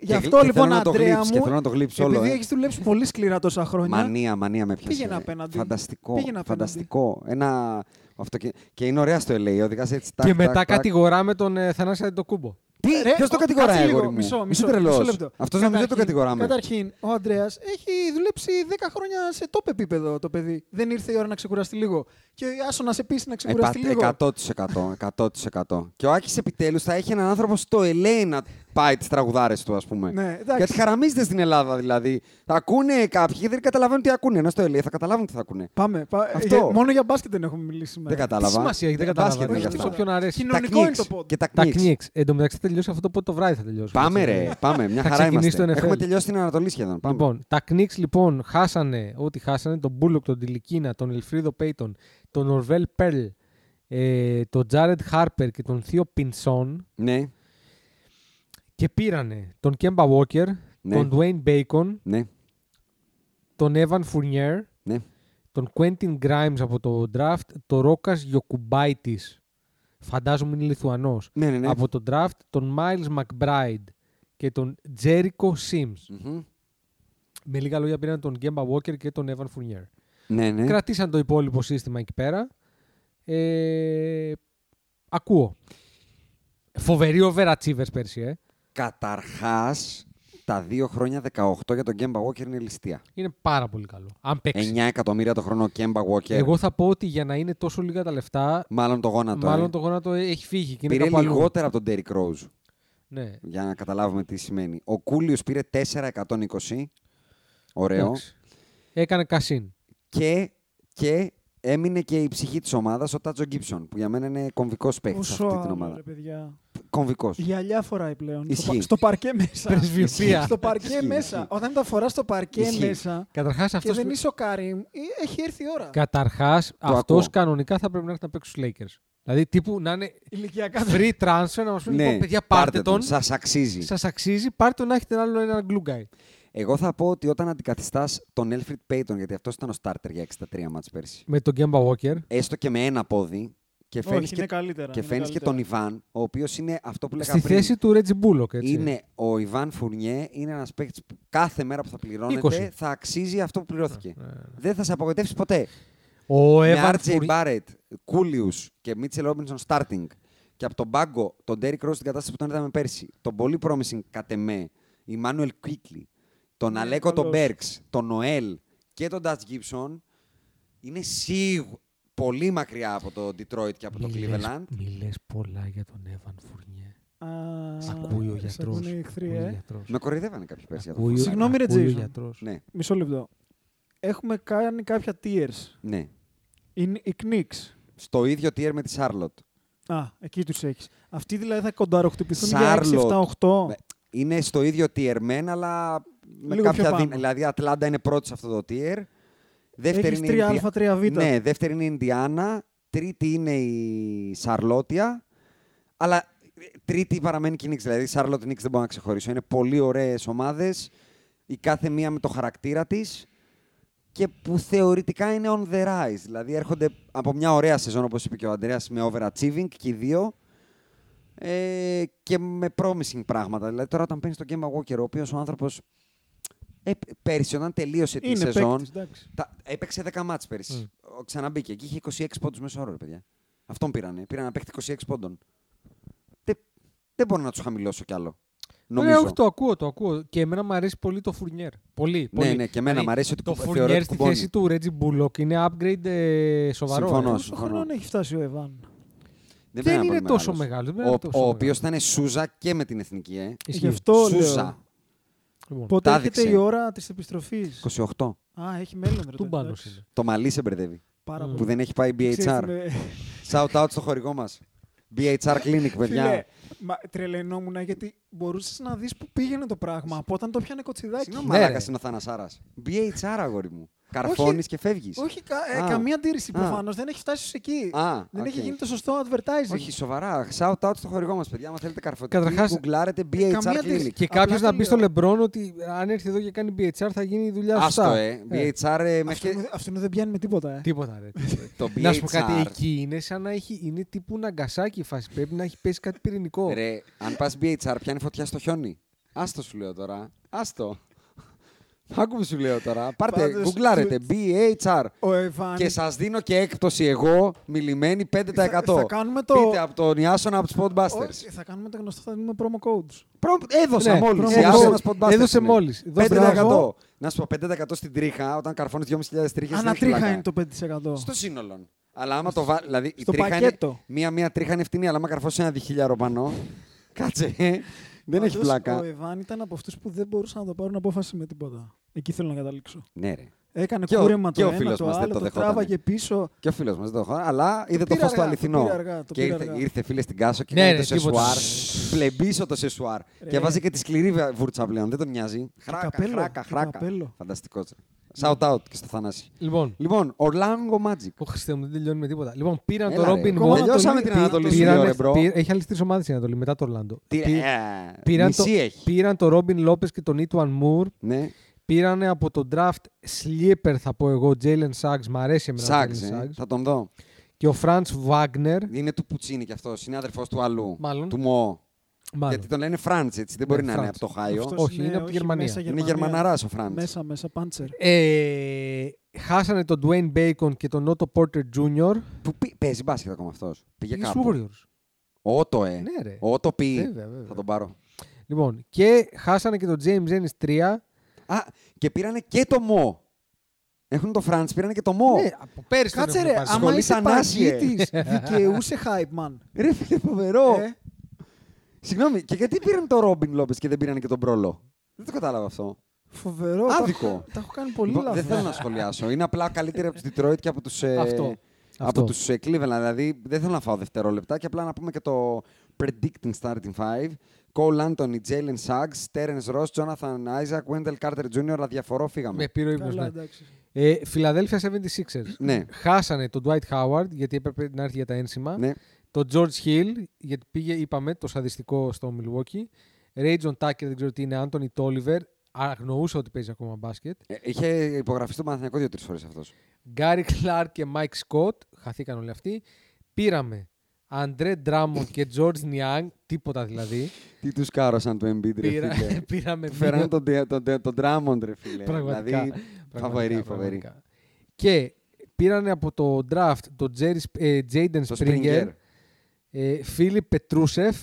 [SPEAKER 4] Γι'
[SPEAKER 3] Και-
[SPEAKER 4] αυτό
[SPEAKER 3] και
[SPEAKER 4] λοιπόν,
[SPEAKER 3] θέλω να το
[SPEAKER 4] Αντρέα
[SPEAKER 3] γλύψεις,
[SPEAKER 4] μου,
[SPEAKER 3] και θέλω να το γλύψεις όλο,
[SPEAKER 4] επειδή
[SPEAKER 3] ε.
[SPEAKER 4] έχεις δουλέψει πολύ σκληρά τόσα χρόνια,
[SPEAKER 3] Μανία, μανία με πιάσε.
[SPEAKER 4] Πήγαινε
[SPEAKER 3] ρε.
[SPEAKER 4] απέναντι.
[SPEAKER 3] Φανταστικό.
[SPEAKER 4] Πήγαινε απέναντι.
[SPEAKER 3] φανταστικό. Ένα αυτοκι- Και είναι ωραία στο LA. Οδηγάς έτσι τάκ,
[SPEAKER 5] Και μετά
[SPEAKER 3] τάκ, τάκ.
[SPEAKER 5] κατηγορά με τον ε, Θανάση Κούμπο.
[SPEAKER 3] Τι,
[SPEAKER 4] Ρε,
[SPEAKER 3] ποιος το
[SPEAKER 4] ο-
[SPEAKER 3] κατηγοράει,
[SPEAKER 4] κάτσε λίγο,
[SPEAKER 3] αγόρι μου.
[SPEAKER 4] Μισό,
[SPEAKER 3] Είσαι
[SPEAKER 4] μισό, μισό
[SPEAKER 3] τρελός.
[SPEAKER 4] λεπτό.
[SPEAKER 3] Αυτός νομίζω το
[SPEAKER 4] Καταρχήν-
[SPEAKER 3] κατηγοράμε.
[SPEAKER 4] Καταρχήν, ο Ανδρέα έχει δουλέψει 10 χρόνια σε top επίπεδο το παιδί. Δεν ήρθε η ώρα να ξεκουραστεί λίγο. Και άσο να σε πείσει να
[SPEAKER 3] Επα-
[SPEAKER 4] ξεκουραστεί λίγο.
[SPEAKER 3] 100%, 100%. και ο Άκης επιτέλους θα έχει έναν άνθρωπο στο LA να πάει τις τραγουδάρες του, ας πούμε.
[SPEAKER 4] Ναι, εντάξει.
[SPEAKER 3] Γιατί χαραμίζεται στην Ελλάδα, δηλαδή. Θα ακούνε κάποιοι και δεν καταλαβαίνουν τι ακούνε. Ενώ στο LA θα καταλάβουν τι θα ακούνε.
[SPEAKER 4] Πάμε. πα-
[SPEAKER 3] Αυτό.
[SPEAKER 4] για- μόνο για μπάσκετ δεν έχουμε μιλήσει σήμερα.
[SPEAKER 3] Δεν
[SPEAKER 5] Τι
[SPEAKER 3] κατάλαβα.
[SPEAKER 5] σημασία έχει, δεν
[SPEAKER 3] Ε,
[SPEAKER 5] κατάλαβα.
[SPEAKER 3] μπάσκετ
[SPEAKER 5] Δεν
[SPEAKER 3] είναι
[SPEAKER 4] έχει
[SPEAKER 3] και
[SPEAKER 5] ξέρω
[SPEAKER 3] αυτά.
[SPEAKER 4] τίποτα.
[SPEAKER 5] ποιον αρέσει.
[SPEAKER 3] Τα
[SPEAKER 4] Κοινωνικό είναι
[SPEAKER 3] Knicks
[SPEAKER 4] το πόντ.
[SPEAKER 3] Και τα
[SPEAKER 5] Τα
[SPEAKER 3] Knicks.
[SPEAKER 5] Knicks. Ε, Εν τω μεταξύ τελειώσει αυτό το πόντο βράδυ θα τελειώσει.
[SPEAKER 3] Πάμε
[SPEAKER 5] έτσι.
[SPEAKER 3] ρε, πάμε. Μια
[SPEAKER 5] Θα
[SPEAKER 3] χαρά
[SPEAKER 5] ξεκινήσει
[SPEAKER 3] είμαστε.
[SPEAKER 5] το NFL.
[SPEAKER 3] Έχουμε τελειώσει την Ανατολή σχεδόν. Πάμε.
[SPEAKER 5] Λοιπόν, τα Knicks λοιπόν χάσανε ό,τι χάσανε. Τον Μπούλοκ, τον Τιλικίνα, τον Ελφρίδο Πέιτον, τον Ορβέλ Πέρλ, ε, τον Τζάρετ Χάρπερ και τον Θείο Πινσόν.
[SPEAKER 3] Ναι,
[SPEAKER 5] Και πήρανε τον Κέμπα Walker,
[SPEAKER 3] Ναι.
[SPEAKER 5] τον Dwayne Bacon,
[SPEAKER 3] ναι,
[SPEAKER 5] τον Evan Fournier,
[SPEAKER 3] ναι.
[SPEAKER 5] τον Quentin Grimes από το draft, τον Ρόκας Γιοκουμπάιτης, φαντάζομαι είναι Λιθουανός,
[SPEAKER 3] Ναι, ναι, ναι.
[SPEAKER 5] από το draft, τον Miles McBride και τον Jericho Sims.
[SPEAKER 3] Μμμ.
[SPEAKER 5] Με λίγα λόγια πήραν τον Kemba Walker και τον Evan Fournier.
[SPEAKER 3] Ναι, ναι.
[SPEAKER 5] Κρατήσαν το υπόλοιπο σύστημα εκεί πέρα. Ε, ακούω. Φοβερή overachievers πέρσι, ε.
[SPEAKER 3] Καταρχάς, τα δύο χρόνια 18 για τον Kemba Walker είναι ληστεία.
[SPEAKER 5] Είναι πάρα πολύ καλό. Αν παίξει.
[SPEAKER 3] 9 εκατομμύρια το χρόνο ο Kemba Walker.
[SPEAKER 5] Εγώ θα πω ότι για να είναι τόσο λίγα τα λεφτά,
[SPEAKER 3] Μάλλον το γόνατο. ε.
[SPEAKER 5] μάλλον το γόνατο έχει φύγει. Και είναι
[SPEAKER 3] πήρε
[SPEAKER 5] κάπου αλλού.
[SPEAKER 3] λιγότερα από τον Derrick Rose.
[SPEAKER 5] Ναι.
[SPEAKER 3] Για να καταλάβουμε τι σημαίνει. Ο Κούλιος πήρε 4,120. Ωραίο.
[SPEAKER 5] Εντάξει. Έκανε κασίν.
[SPEAKER 3] Και, και έμεινε και η ψυχή της ομάδας ο Τάτζο Γκίψον, που για μένα είναι κομβικός παίκτης σε
[SPEAKER 4] Πόσο
[SPEAKER 3] αυτή την
[SPEAKER 4] άλλο,
[SPEAKER 3] ομάδα.
[SPEAKER 4] ρε παιδιά.
[SPEAKER 3] Κομβικός.
[SPEAKER 4] Γυαλιά φοράει πλέον. Στο
[SPEAKER 3] Ισχύει.
[SPEAKER 4] πα- Στο παρκέ μέσα.
[SPEAKER 5] Πρεσβειοποία.
[SPEAKER 4] Στο παρκέ
[SPEAKER 3] Ισχύει,
[SPEAKER 4] μέσα.
[SPEAKER 3] ισχύει.
[SPEAKER 4] Όταν τα φορά στο παρκέ
[SPEAKER 3] Ισχύει.
[SPEAKER 4] μέσα
[SPEAKER 5] Καταρχάς
[SPEAKER 4] και
[SPEAKER 5] αυτός.
[SPEAKER 4] δεν είσαι ο Καρύμ, ε, έχει έρθει η ώρα.
[SPEAKER 5] Καταρχάς, αυτός
[SPEAKER 3] ακούω.
[SPEAKER 5] κανονικά θα πρέπει να έρθει να παίξει στους Lakers. Δηλαδή τύπου να είναι
[SPEAKER 4] Ηλικιακά δεν
[SPEAKER 5] free transfer, να μας πούνε λοιπόν, παιδιά πάρτε τον,
[SPEAKER 3] Ναι, Σας αξίζει.
[SPEAKER 5] σας αξίζει, πάρτε τον να έχετε άλλο ένα glue guy.
[SPEAKER 3] Εγώ θα πω ότι όταν αντικαθιστάς τον Έλφριντ Πέιτον, γιατί αυτός ήταν ο starter για 63 μάτς πέρσι,
[SPEAKER 5] Με τον Kemba Walker.
[SPEAKER 3] έστω και με ένα πόδι και
[SPEAKER 4] Όχι,
[SPEAKER 3] φέρνει
[SPEAKER 4] είναι
[SPEAKER 3] και,
[SPEAKER 4] καλύτερα,
[SPEAKER 3] και,
[SPEAKER 4] είναι
[SPEAKER 3] φέρνεις και
[SPEAKER 4] καλύτερα.
[SPEAKER 3] τον Ιβάν, ο οποίος είναι αυτό που λέγαμε
[SPEAKER 5] Στη θέση του Reggie Bullock, έτσι.
[SPEAKER 3] Είναι ο Ιβάν Φουρνιέ, είναι ένας παίκτης που κάθε μέρα που θα πληρώνεται
[SPEAKER 5] 20.
[SPEAKER 3] θα αξίζει αυτό που πληρώθηκε. Δεν θα σε απογοητεύσει ποτέ.
[SPEAKER 5] Ε, ναι, Ο
[SPEAKER 3] με
[SPEAKER 5] Evan
[SPEAKER 3] RJ
[SPEAKER 5] Fournier-
[SPEAKER 3] Barrett, Κούλιους και Μίτσελ Ρόμπινσον starting και από τον Μπάγκο τον Derrick Rose στην κατάσταση που τον είδαμε πέρσι, τον πολύ promising κατ' εμέ, η Μάνουελ Κουίκλι, τον
[SPEAKER 4] Ναι,
[SPEAKER 3] Αλέκο τον
[SPEAKER 4] καλός.
[SPEAKER 3] Μπέρξ, τον Νοέλ και τον Ντάτ Gibson είναι σίγουρα πολύ μακριά από το Detroit και από το
[SPEAKER 5] Μιλες-
[SPEAKER 3] Cleveland.
[SPEAKER 5] Μιλες πολλά για τον Evan Fournier.
[SPEAKER 4] Α,
[SPEAKER 5] Σ' ακούει ο
[SPEAKER 4] σ'
[SPEAKER 5] γιατρός.
[SPEAKER 4] ακούνε οι εχθροί,
[SPEAKER 5] Ακούει ο
[SPEAKER 4] ε.
[SPEAKER 5] γιατρός.
[SPEAKER 3] Με κοροϊδεύανε κάποιοι πέρσι. για το
[SPEAKER 5] Ακούει ο-
[SPEAKER 3] φάσμα.
[SPEAKER 4] Συγγνώμη, ρε,
[SPEAKER 5] ακούει ο
[SPEAKER 4] Jason.
[SPEAKER 5] γιατρός.
[SPEAKER 3] Ναι,
[SPEAKER 4] Μισό λεπτό. Έχουμε κάνει κάποια tiers.
[SPEAKER 3] ναι.
[SPEAKER 4] Είναι οι Knicks.
[SPEAKER 3] Στο ίδιο tier με τη Charlotte.
[SPEAKER 4] Α, εκεί τους έχεις. Αυτοί δηλαδή θα κονταροχτυπηθούν
[SPEAKER 3] Charlotte.
[SPEAKER 4] για 6-7-8.
[SPEAKER 3] Με- Είναι στο ίδιο tier μεν, αλλά με
[SPEAKER 4] Λίγο
[SPEAKER 3] κάποια
[SPEAKER 4] πιο πάνω.
[SPEAKER 3] δύναμη. Δηλαδή, η Ατλάντα είναι πρώτη σε αυτό το tier.
[SPEAKER 4] Έχεις
[SPEAKER 3] η
[SPEAKER 4] 3α,
[SPEAKER 3] Ινδια-
[SPEAKER 4] 3β.
[SPEAKER 3] Ναι, δεύτερη είναι η Ινδιάνα. Τρίτη είναι η Σαρλότια. Αλλά ε, τρίτη παραμένει και η Νίξ. Δηλαδή, η Σαρλότ Νίξ δεν μπορώ να ξεχωρίσω. Είναι πολύ ωραίες ομάδες. Η κάθε μία με το χαρακτήρα της και που θεωρητικά είναι on the rise. Δηλαδή έρχονται από μια ωραία σεζόν, όπως είπε και ο Αντρέας, με overachieving και οι δύο ε, και με promising πράγματα. Δηλαδή τώρα όταν παίρνεις τον Kemba Walker, ο οποίος ο άνθρωπος ε, πέρυσι όταν τελείωσε τη
[SPEAKER 4] Είναι
[SPEAKER 3] σεζόν,
[SPEAKER 4] παίκτης, εντάξει.
[SPEAKER 3] τα, έπαιξε 10 μάτς πέρυσι.
[SPEAKER 5] Mm.
[SPEAKER 3] Ο- Ξαναμπήκε και είχε 26 πόντους μέσα όρο, ρε παιδιά. Αυτόν πήρανε. Πήραν να παίχτη 26 πόντων. Δεν, δεν μπορώ να τους χαμηλώσω κι άλλο. Νομίζω.
[SPEAKER 5] Ναι, όχι, το ακούω, το ακούω. Και εμένα μου αρέσει πολύ το Φουρνιέρ. Πολύ, πολύ. Δηλαδή,
[SPEAKER 3] ναι, και εμένα μου αρέσει ότι
[SPEAKER 5] το
[SPEAKER 3] κου- θεωρώ
[SPEAKER 5] Φουρνιέρ
[SPEAKER 3] ότι
[SPEAKER 5] στη
[SPEAKER 3] κουμπώνει.
[SPEAKER 5] θέση του Reggie Bullock είναι upgrade ε, σοβαρό.
[SPEAKER 3] Συμφωνώ,
[SPEAKER 5] ε.
[SPEAKER 4] Πόσο
[SPEAKER 3] συμφωνώ.
[SPEAKER 4] χρόνο έχει φτάσει ο Εβάν.
[SPEAKER 3] Δεν,
[SPEAKER 5] Δεν
[SPEAKER 3] πρέπει να
[SPEAKER 5] είναι
[SPEAKER 3] πολύ
[SPEAKER 5] τόσο
[SPEAKER 3] μεγάλος.
[SPEAKER 5] μεγάλος, δεν πρέπει να είναι τόσο
[SPEAKER 3] Ο, ο
[SPEAKER 5] μεγάλος.
[SPEAKER 3] οποίο ήταν Σούζα και με την εθνική, ε.
[SPEAKER 5] Ισχύει.
[SPEAKER 4] Γι' αυτό λέω.
[SPEAKER 3] Σούζα.
[SPEAKER 5] Λοιπόν,
[SPEAKER 4] Πότε
[SPEAKER 3] τα
[SPEAKER 4] έρχεται η
[SPEAKER 3] έδειξε.
[SPEAKER 4] ώρα της επιστροφής.
[SPEAKER 3] 28.
[SPEAKER 4] Α, έχει μέλλον. ρε,
[SPEAKER 5] Τούμπανος
[SPEAKER 4] εντάξει.
[SPEAKER 5] είναι.
[SPEAKER 3] Το μαλλί σε μπερδεύει.
[SPEAKER 4] Πάρα
[SPEAKER 5] Μμ.
[SPEAKER 4] πολύ.
[SPEAKER 3] Που δεν έχει πάει
[SPEAKER 4] Ξέρεις,
[SPEAKER 3] BHR.
[SPEAKER 4] με-
[SPEAKER 3] Shout out στο χορηγό μας. BHR Clinic,
[SPEAKER 4] Φίλε,
[SPEAKER 3] παιδιά.
[SPEAKER 4] μα, τρελαινόμουν γιατί μπορούσες να δεις που πήγαινε το πράγμα από όταν το πιάνε κοτσιδάκι.
[SPEAKER 3] Συγγνώμη,
[SPEAKER 5] Ναι,
[SPEAKER 3] μαλάκα
[SPEAKER 5] ρε.
[SPEAKER 3] είναι ο Θανασάρας. BHR, αγόρι μου. Καρφώνεις και φεύγεις.
[SPEAKER 4] Όχι, κα, ε,
[SPEAKER 3] Α.
[SPEAKER 4] καμία αντίρρηση
[SPEAKER 3] Α.
[SPEAKER 4] προφανώς. Δεν έχει φτάσει ως εκεί.
[SPEAKER 3] Α,
[SPEAKER 4] δεν έχει
[SPEAKER 3] οκ.
[SPEAKER 4] γίνει το σωστό advertising.
[SPEAKER 3] Όχι, σοβαρά. Shout out στο χορηγό μας, παιδιά. Αν θέλετε καρφωτική,
[SPEAKER 5] Καταρχάς,
[SPEAKER 3] γκουγκλάρετε BHR
[SPEAKER 4] καμία αντίρρηση.
[SPEAKER 3] Clinic.
[SPEAKER 5] Και
[SPEAKER 4] Απλά
[SPEAKER 5] κάποιο
[SPEAKER 4] το
[SPEAKER 5] να μπει
[SPEAKER 4] λέω.
[SPEAKER 5] στο Λεμπρόν ότι αν έρθει εδώ και κάνει BHR θα γίνει η δουλειά σου.
[SPEAKER 3] Άστο, ε. BHR ε, μέχρι
[SPEAKER 4] Αυτό,
[SPEAKER 3] και.
[SPEAKER 4] είναι- αυτό είναι δεν πιάνει με τίποτα. Ε.
[SPEAKER 5] Τίποτα, ρε. τίποτα.
[SPEAKER 3] Το BHR.
[SPEAKER 5] να σου πω κάτι, εκεί είναι σαν να έχει, είναι τύπου ναγκασάκι η φάση. Πρέπει να έχει πέσει κάτι πυρηνικό.
[SPEAKER 3] Ρε, αν πας BHR, πιάνει φωτιά στο χιόνι. Άστο σου λέω τώρα. Άστο. Άκου που σου λέω τώρα. Πάρτε,
[SPEAKER 4] Πάντως,
[SPEAKER 3] γκουγκλάρετε. BHR.
[SPEAKER 4] Ο Εβάν.
[SPEAKER 3] Και σας δίνω και έκπτωση εγώ, μιλημένη 5%.
[SPEAKER 4] Θα- θα κάνουμε το-
[SPEAKER 3] Πείτε από τον Ιάσονα από τους Podbusters.
[SPEAKER 4] Όχι, θα κάνουμε το γνωστό, θα δίνουμε promo codes.
[SPEAKER 3] Προ- Έδωσα
[SPEAKER 5] Ναι,
[SPEAKER 3] μόλις.
[SPEAKER 5] έδωσε- έδωσε μόλις. Δώσε
[SPEAKER 3] 5%.
[SPEAKER 5] μπράβο.
[SPEAKER 3] Να σου πω 5% στην τρίχα, όταν καρφώνεις 2.500 τρίχε.
[SPEAKER 4] Ανατρίχα είναι το 5%.
[SPEAKER 3] Στο σύνολο. Αλλά άμα το βάλει. Δηλαδή, η
[SPEAKER 4] στο
[SPEAKER 3] τρίχα είναι.
[SPEAKER 4] πακέτο.
[SPEAKER 3] Μία, μία τρίχα είναι φτηνή, αλλά άμα καρφώσεις ένα διχίλιαρο πάνω. Κάτσε. ε. Δεν έχει
[SPEAKER 4] Πάντως,
[SPEAKER 3] πλάκα.
[SPEAKER 4] Ο Εβάν ήταν από αυτούς που δεν μπορούσαν να το πάρουν απόφαση με τίποτα. Εκεί θέλω να καταλήξω.
[SPEAKER 3] Ναι, ρε.
[SPEAKER 4] Έκανε
[SPEAKER 3] Και ο-
[SPEAKER 4] κούρεμα
[SPEAKER 3] και ο
[SPEAKER 4] το ένα,
[SPEAKER 3] φίλος
[SPEAKER 4] το
[SPEAKER 3] μας δεν
[SPEAKER 4] άλλο,
[SPEAKER 3] το
[SPEAKER 4] το
[SPEAKER 3] δεχότανε.
[SPEAKER 4] τράβαγε πίσω.
[SPEAKER 3] Και ο φίλος μας δεν το έχω, αλλά είδε το
[SPEAKER 4] πήρε
[SPEAKER 3] φως το
[SPEAKER 4] αργά, το
[SPEAKER 3] αληθινό.
[SPEAKER 4] πήρε αργά, το
[SPEAKER 3] και
[SPEAKER 4] πήρε
[SPEAKER 3] ήρθε,
[SPEAKER 4] αργά.
[SPEAKER 3] ήρθε φίλε στην Κάσο και
[SPEAKER 5] Ναι,
[SPEAKER 3] έκανε
[SPEAKER 5] ρε,
[SPEAKER 3] το
[SPEAKER 5] τίποτα.
[SPEAKER 3] σεσουάρ. Φλεμπίσω το σεσουάρ. Και βάζει και τη σκληρή βα- βούρτσα πλέον. Δεν τον νοιάζει. Χράκα,
[SPEAKER 4] Ε. καπέλο,
[SPEAKER 3] χράκα,
[SPEAKER 4] το
[SPEAKER 3] χράκα.
[SPEAKER 4] καπέλο.
[SPEAKER 3] Φανταστικός. Shout out και στο Θανάση.
[SPEAKER 5] Λοιπόν,
[SPEAKER 3] Λοιπόν, Orlando Magic.
[SPEAKER 5] Ω Χριστέ μου, δεν τελειώνει με τίποτα. Λοιπόν, πήραν
[SPEAKER 3] Έλα,
[SPEAKER 5] το
[SPEAKER 3] ρε.
[SPEAKER 5] Robin
[SPEAKER 3] Ακόμα
[SPEAKER 5] Hood.
[SPEAKER 3] τελειώσαμε την Ανατολή σου,
[SPEAKER 5] Πήραν,
[SPEAKER 3] ρε, μπρο.
[SPEAKER 5] έχει άλλες τρεις ομάδες η Ανατολή μετά το Ορλάντο.
[SPEAKER 3] Τι,
[SPEAKER 5] Πή-
[SPEAKER 3] ε,
[SPEAKER 5] πήραν, το,
[SPEAKER 3] μισή έχει.
[SPEAKER 5] πήραν το Robin Lopez και τον Ιτουαν Moore.
[SPEAKER 3] Ναι.
[SPEAKER 5] Πήραν από το draft sleeper, θα πω εγώ, Jalen Suggs. Μ' αρέσει εμένα ο
[SPEAKER 3] Σάξ,
[SPEAKER 5] Jalen
[SPEAKER 3] ε.
[SPEAKER 5] Suggs.
[SPEAKER 3] θα τον δω.
[SPEAKER 5] Και ο Franz Wagner.
[SPEAKER 3] Είναι του Πουτσίνη κι αυτός, είναι αδερφός του αλλού.
[SPEAKER 5] Μάλλον.
[SPEAKER 3] Του Μωό.
[SPEAKER 5] Μάλλον.
[SPEAKER 3] Γιατί τον λένε Φραντ, έτσι. Δεν μπορεί
[SPEAKER 5] Ναι,
[SPEAKER 3] να είναι
[SPEAKER 5] Franz.
[SPEAKER 3] από το Χάιο.
[SPEAKER 4] Αυτός
[SPEAKER 5] όχι, είναι από τη Γερμανία.
[SPEAKER 4] μέσα
[SPEAKER 3] Είναι Γερμαναρά ο Φραντ.
[SPEAKER 4] Μέσα, μέσα, πάντσερ.
[SPEAKER 5] Ε, χάσανε τον Dwayne Bacon και τον Otto Porter Jr.
[SPEAKER 3] Που πι- παίζει μπάσκετ ακόμα αυτός. Πήγε
[SPEAKER 5] Στους
[SPEAKER 3] κάπου.
[SPEAKER 5] Warriors.
[SPEAKER 3] Ότο, ε.
[SPEAKER 5] Ναι, ρε.
[SPEAKER 3] Ότο πει.
[SPEAKER 5] Βέβαια, βέβαια.
[SPEAKER 3] Θα τον πάρω.
[SPEAKER 5] Λοιπόν, και χάσανε και τον James Ennis 3.
[SPEAKER 3] Α, και πήρανε και το Μο. Έχουν το Φραντ, πήρανε και το Μο.
[SPEAKER 5] Ναι, από πέρυσι τον
[SPEAKER 4] Κάτσε
[SPEAKER 5] έχουν
[SPEAKER 4] ρε,
[SPEAKER 5] πάρει.
[SPEAKER 4] άμα
[SPEAKER 3] Σχολή
[SPEAKER 4] είσαι
[SPEAKER 3] Θανάση, ε.
[SPEAKER 4] παγκίτης, δικαιούσε hype man.
[SPEAKER 3] Ρε φίλε, φοβερό.
[SPEAKER 4] Ε,
[SPEAKER 3] Συγγνώμη, και γιατί πήραν το Ρόμπιν Λόπες και δεν πήραν και τον Πρόλο. Δεν το κατάλαβα αυτό.
[SPEAKER 4] Φοβερό.
[SPEAKER 3] Άδικο.
[SPEAKER 4] Τα έχω- Τα έχω κάνει πολύ
[SPEAKER 3] Λοιπόν,
[SPEAKER 4] λάθος.
[SPEAKER 3] δεν θέλω να σχολιάσω. Είναι απλά καλύτερη από του Detroit και από τους.
[SPEAKER 5] Αυτό.
[SPEAKER 3] Από
[SPEAKER 5] Αυτό.
[SPEAKER 3] τους Cleveland. Δηλαδή, δεν θέλω να φάω δευτερόλεπτα και απλά να πούμε και το Predicting Starting Five. Cole Anthony, Jalen Suggs, Terence Ross, Jonathan Isaac, Wendell Carter Jr. Αδιαφορώ, φύγαμε.
[SPEAKER 5] Με πήρε ο ύπνος,
[SPEAKER 4] Καλά,
[SPEAKER 5] ναι.
[SPEAKER 4] εντάξει.
[SPEAKER 5] Ε, Philadelphia 76ers.
[SPEAKER 3] Ναι.
[SPEAKER 5] Χάσανε τον Dwight Howard γιατί έπρεπε να έρθει για τα ένσημα.
[SPEAKER 3] Ναι.
[SPEAKER 5] Τον George Hill γιατί πήγε, είπαμε, το σαδιστικό στο Milwaukee. Rayjon Tucker, δεν ξέρω τι είναι, Anthony Tolliver. Αγνοούσα ότι παίζει ακόμα μπάσκετ.
[SPEAKER 3] Ε, Είχε υπογραφεί στον Παναθηναϊκό δύο-τρει φορές αυτός.
[SPEAKER 5] Gary Clark και Mike Scott. Χαθήκαν όλοι αυτοί. Πήραμε André Drummond και George Niang. Τίποτα δηλαδή.
[SPEAKER 3] Τι τους κάρωσαν του Embiid, ρε
[SPEAKER 5] Πήρα-
[SPEAKER 3] φίλε.
[SPEAKER 5] πήραμε
[SPEAKER 3] Τους Φέρανε
[SPEAKER 5] δύο-
[SPEAKER 3] τον, τον, τον, τον Drummond, ρε φίλε.
[SPEAKER 5] Πραγματικά.
[SPEAKER 3] Δηλαδή,
[SPEAKER 5] πραγματικά,
[SPEAKER 3] φοβερή, φοβερή.
[SPEAKER 5] πραγματικά. Και πήρανε από το draft τον Jerry, Sp- ε, Jaden
[SPEAKER 3] Το
[SPEAKER 5] Springer,
[SPEAKER 3] Springer.
[SPEAKER 5] ε, Φίλιπ Πετρούσεφ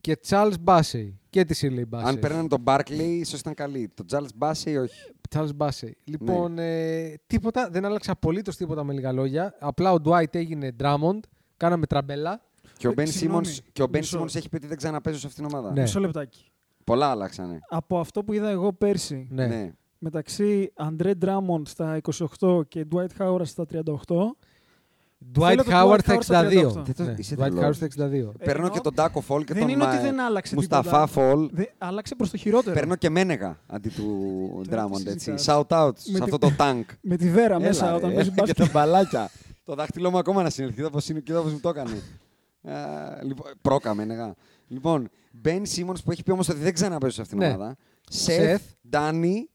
[SPEAKER 5] και Charles Bassey. Και τη Σίλεϊ Bassey.
[SPEAKER 3] Αν παίρνανε τον Barkley, ίσως ήταν καλή. Τον Charles Bassey, όχι.
[SPEAKER 5] Charles Bassey.
[SPEAKER 3] Ναι.
[SPEAKER 5] Λοιπόν, ε, τίποτα, δεν άλλαξε απολύτως τίποτα με λίγα λόγια. Απλά ο Dwight έγινε Drummond, κάναμε τραμπέλα.
[SPEAKER 3] Και ο Ben
[SPEAKER 4] Ε, συγγνώμη,
[SPEAKER 3] Simmons, και ο Ben
[SPEAKER 4] μισό.
[SPEAKER 3] Simmons έχει πει ότι δεν ξαναπέζω σε αυτήν την ομάδα.
[SPEAKER 5] Ναι.
[SPEAKER 4] Μισό λεπτάκι.
[SPEAKER 3] Πολλά άλλαξανε.
[SPEAKER 4] Από αυτό που είδα εγώ πέρσι,
[SPEAKER 5] Ναι.
[SPEAKER 3] Ναι.
[SPEAKER 4] μεταξύ Αντρέ Ντράμοντ στα 28 και Dwight Howard στα 38.
[SPEAKER 5] Dwight
[SPEAKER 4] Θέλω το
[SPEAKER 5] Howard
[SPEAKER 4] Dwight
[SPEAKER 5] θα
[SPEAKER 4] Howard στα
[SPEAKER 5] 62.
[SPEAKER 4] 32.
[SPEAKER 3] Δεν το-
[SPEAKER 5] Ναι,
[SPEAKER 3] είσαι
[SPEAKER 5] Dwight
[SPEAKER 3] τρελός.
[SPEAKER 5] Howard στα 62.
[SPEAKER 4] Ε,
[SPEAKER 3] Παίρνω
[SPEAKER 4] εννοώ-
[SPEAKER 3] και τον Τάκο Φολ και
[SPEAKER 4] δεν
[SPEAKER 3] τον
[SPEAKER 4] είναι ότι
[SPEAKER 3] ε,
[SPEAKER 4] δεν άλλαξε
[SPEAKER 3] Μουσταφά
[SPEAKER 4] τίποτα.
[SPEAKER 3] Φολ.
[SPEAKER 4] Δε, άλλαξε προς το χειρότερο.
[SPEAKER 3] Παίρνω και Μένεγα αντί του Ντράμοντ. έτσι.
[SPEAKER 4] συζητάς.
[SPEAKER 3] Shout out
[SPEAKER 4] Με
[SPEAKER 3] σε
[SPEAKER 4] τη-
[SPEAKER 3] αυτό το tank.
[SPEAKER 4] Με τη βέρα
[SPEAKER 3] Έλα,
[SPEAKER 4] μέσα
[SPEAKER 3] ρε,
[SPEAKER 4] όταν
[SPEAKER 3] έλα,
[SPEAKER 4] παίζει
[SPEAKER 3] Και
[SPEAKER 4] μπάσκετ.
[SPEAKER 3] τα μπαλάκια. το δάχτυλό μου ακόμα να συνεχθεί. Κοίτα πώς είναι, κοίτα πώς μου το έκανε. Α, λοιπόν, πρόκα Μένεγα. Λοιπόν, Μπεν Σίμονς που έχει πει όμως ότι δεν ξαναπέζω σε αυτήν την
[SPEAKER 5] Ναι.
[SPEAKER 3] ομάδα. Σεφ, Ντάνι,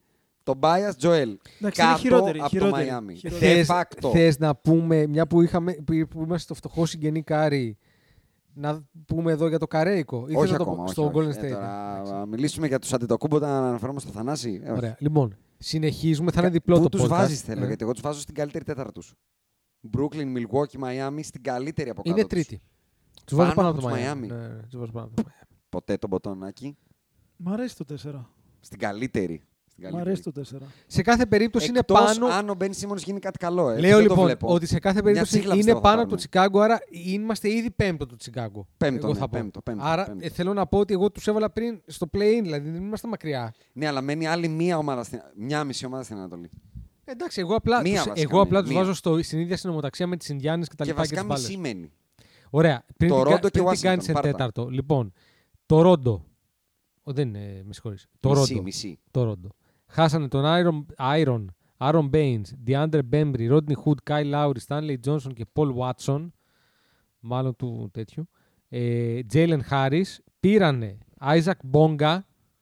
[SPEAKER 3] τον Μπάιας, Τζοέλ.
[SPEAKER 4] Εντάξει, είναι
[SPEAKER 3] Κάτω
[SPEAKER 4] χειρότερη,
[SPEAKER 3] από το
[SPEAKER 4] χειρότερη,
[SPEAKER 3] Μαϊάμι.
[SPEAKER 4] χειρότερη.
[SPEAKER 3] De
[SPEAKER 5] Θες,
[SPEAKER 3] facto.
[SPEAKER 5] θες να πούμε, μια που, είχαμε, που- που είμαστε στο φτωχό συγγενή Κάρι, να πούμε εδώ για το Καρέικο. Ή θες
[SPEAKER 3] Όχι
[SPEAKER 5] να το
[SPEAKER 3] ακόμα.
[SPEAKER 5] πω
[SPEAKER 3] όχι,
[SPEAKER 5] στο
[SPEAKER 3] όχι. Ε,
[SPEAKER 5] Golden State.
[SPEAKER 3] τώρα,
[SPEAKER 5] Εντάξει.
[SPEAKER 3] α, Μιλήσουμε για τους αντιτοκούμπο όταν αναφέρομαι στο Θανάση. Ε, όχι.
[SPEAKER 5] Ωραία. Λοιπόν, συνεχίζουμε. Θα είναι διπλό
[SPEAKER 3] Πού
[SPEAKER 5] το
[SPEAKER 3] τους
[SPEAKER 5] podcast.
[SPEAKER 3] βάζεις θέλω,
[SPEAKER 5] Ναι.
[SPEAKER 3] γιατί εγώ τους βάζω στην καλύτερη τέταρτους. Brooklyn, Milwaukee, Miami, στην καλύτερη από κάτω
[SPEAKER 5] Είναι
[SPEAKER 3] τους.
[SPEAKER 5] τρίτη. Τους βάζω πάνω
[SPEAKER 3] Πάνω
[SPEAKER 5] από το
[SPEAKER 3] από τους Ε.
[SPEAKER 5] Μαϊάμι.
[SPEAKER 3] Miami.
[SPEAKER 5] Ναι, ναι, τους βάζω πάνω από το Miami.
[SPEAKER 3] Ποτέ τον ποτονάκι.
[SPEAKER 4] Μ' αρέσει το 4.
[SPEAKER 3] Στην καλύτερη. Στην
[SPEAKER 4] Μ'
[SPEAKER 3] καλύτερη.
[SPEAKER 4] αρέσει το 4.
[SPEAKER 5] Σε κάθε περίπτωση είναι
[SPEAKER 3] Εκτός
[SPEAKER 5] πάνω.
[SPEAKER 3] αν ο Μπεν Σίμονς γίνει κάτι καλό. Ε.
[SPEAKER 5] Λέω
[SPEAKER 3] Δεν το
[SPEAKER 5] λοιπόν
[SPEAKER 3] βλέπω.
[SPEAKER 5] ότι σε κάθε
[SPEAKER 3] Μια
[SPEAKER 5] περίπτωση
[SPEAKER 3] τσίχλα
[SPEAKER 5] είναι
[SPEAKER 3] πιστεύω θα
[SPEAKER 5] πάνω από το
[SPEAKER 3] πάρουμε.
[SPEAKER 5] Τσικάγκο, άρα είμαστε ήδη πέμπτο του Τσικάγκο.
[SPEAKER 3] Πέμπτο,
[SPEAKER 5] εγώ
[SPEAKER 3] ναι,
[SPEAKER 5] θα πω.
[SPEAKER 3] πέμπτο, πέμπτο,
[SPEAKER 5] άρα
[SPEAKER 3] πέμπτο.
[SPEAKER 5] ε, θέλω να πω ότι εγώ τους έβαλα πριν στο play-in, δηλαδή δεν είμαστε μακριά.
[SPEAKER 3] Ναι, αλλά μένει άλλη μία ομάδα, στην... μία μισή ομάδα στην Ανατολή.
[SPEAKER 5] Εντάξει, εγώ απλά
[SPEAKER 3] Μία
[SPEAKER 5] τους,
[SPEAKER 3] βασικά
[SPEAKER 5] εγώ απλά
[SPEAKER 3] μένει,
[SPEAKER 5] τους
[SPEAKER 3] μία.
[SPEAKER 5] βάζω στο, στην ίδια συνομοταξία με τις Ινδιάνες και τα
[SPEAKER 3] και
[SPEAKER 5] λοιπά και,
[SPEAKER 3] βασικά
[SPEAKER 5] τις μπάλες.
[SPEAKER 3] μισή μένει.
[SPEAKER 5] Ωραία, πριν
[SPEAKER 3] Το
[SPEAKER 5] την,
[SPEAKER 3] Ρόντο
[SPEAKER 5] κα-
[SPEAKER 3] και
[SPEAKER 5] πριν την
[SPEAKER 3] Ουάσιγκτον,
[SPEAKER 5] κάνεις εν
[SPEAKER 3] πάρ' τα.
[SPEAKER 5] τέταρτο. Λοιπόν, το Ρόντο. Ο, δεν είναι, με συγχωρείς. Το
[SPEAKER 3] μισή,
[SPEAKER 5] Ρόντο.
[SPEAKER 3] μισή.
[SPEAKER 5] Το Ρόντο. Χάσανε τον Iron, Iron, Aaron Baines, DeAndre Bembry, Rodney Hood, Kyle Lowry, Stanley Johnson και Paul Watson. Μάλλον του τέτοιου. Ε, Jalen Harris. Πήρανε Isaac Bonga.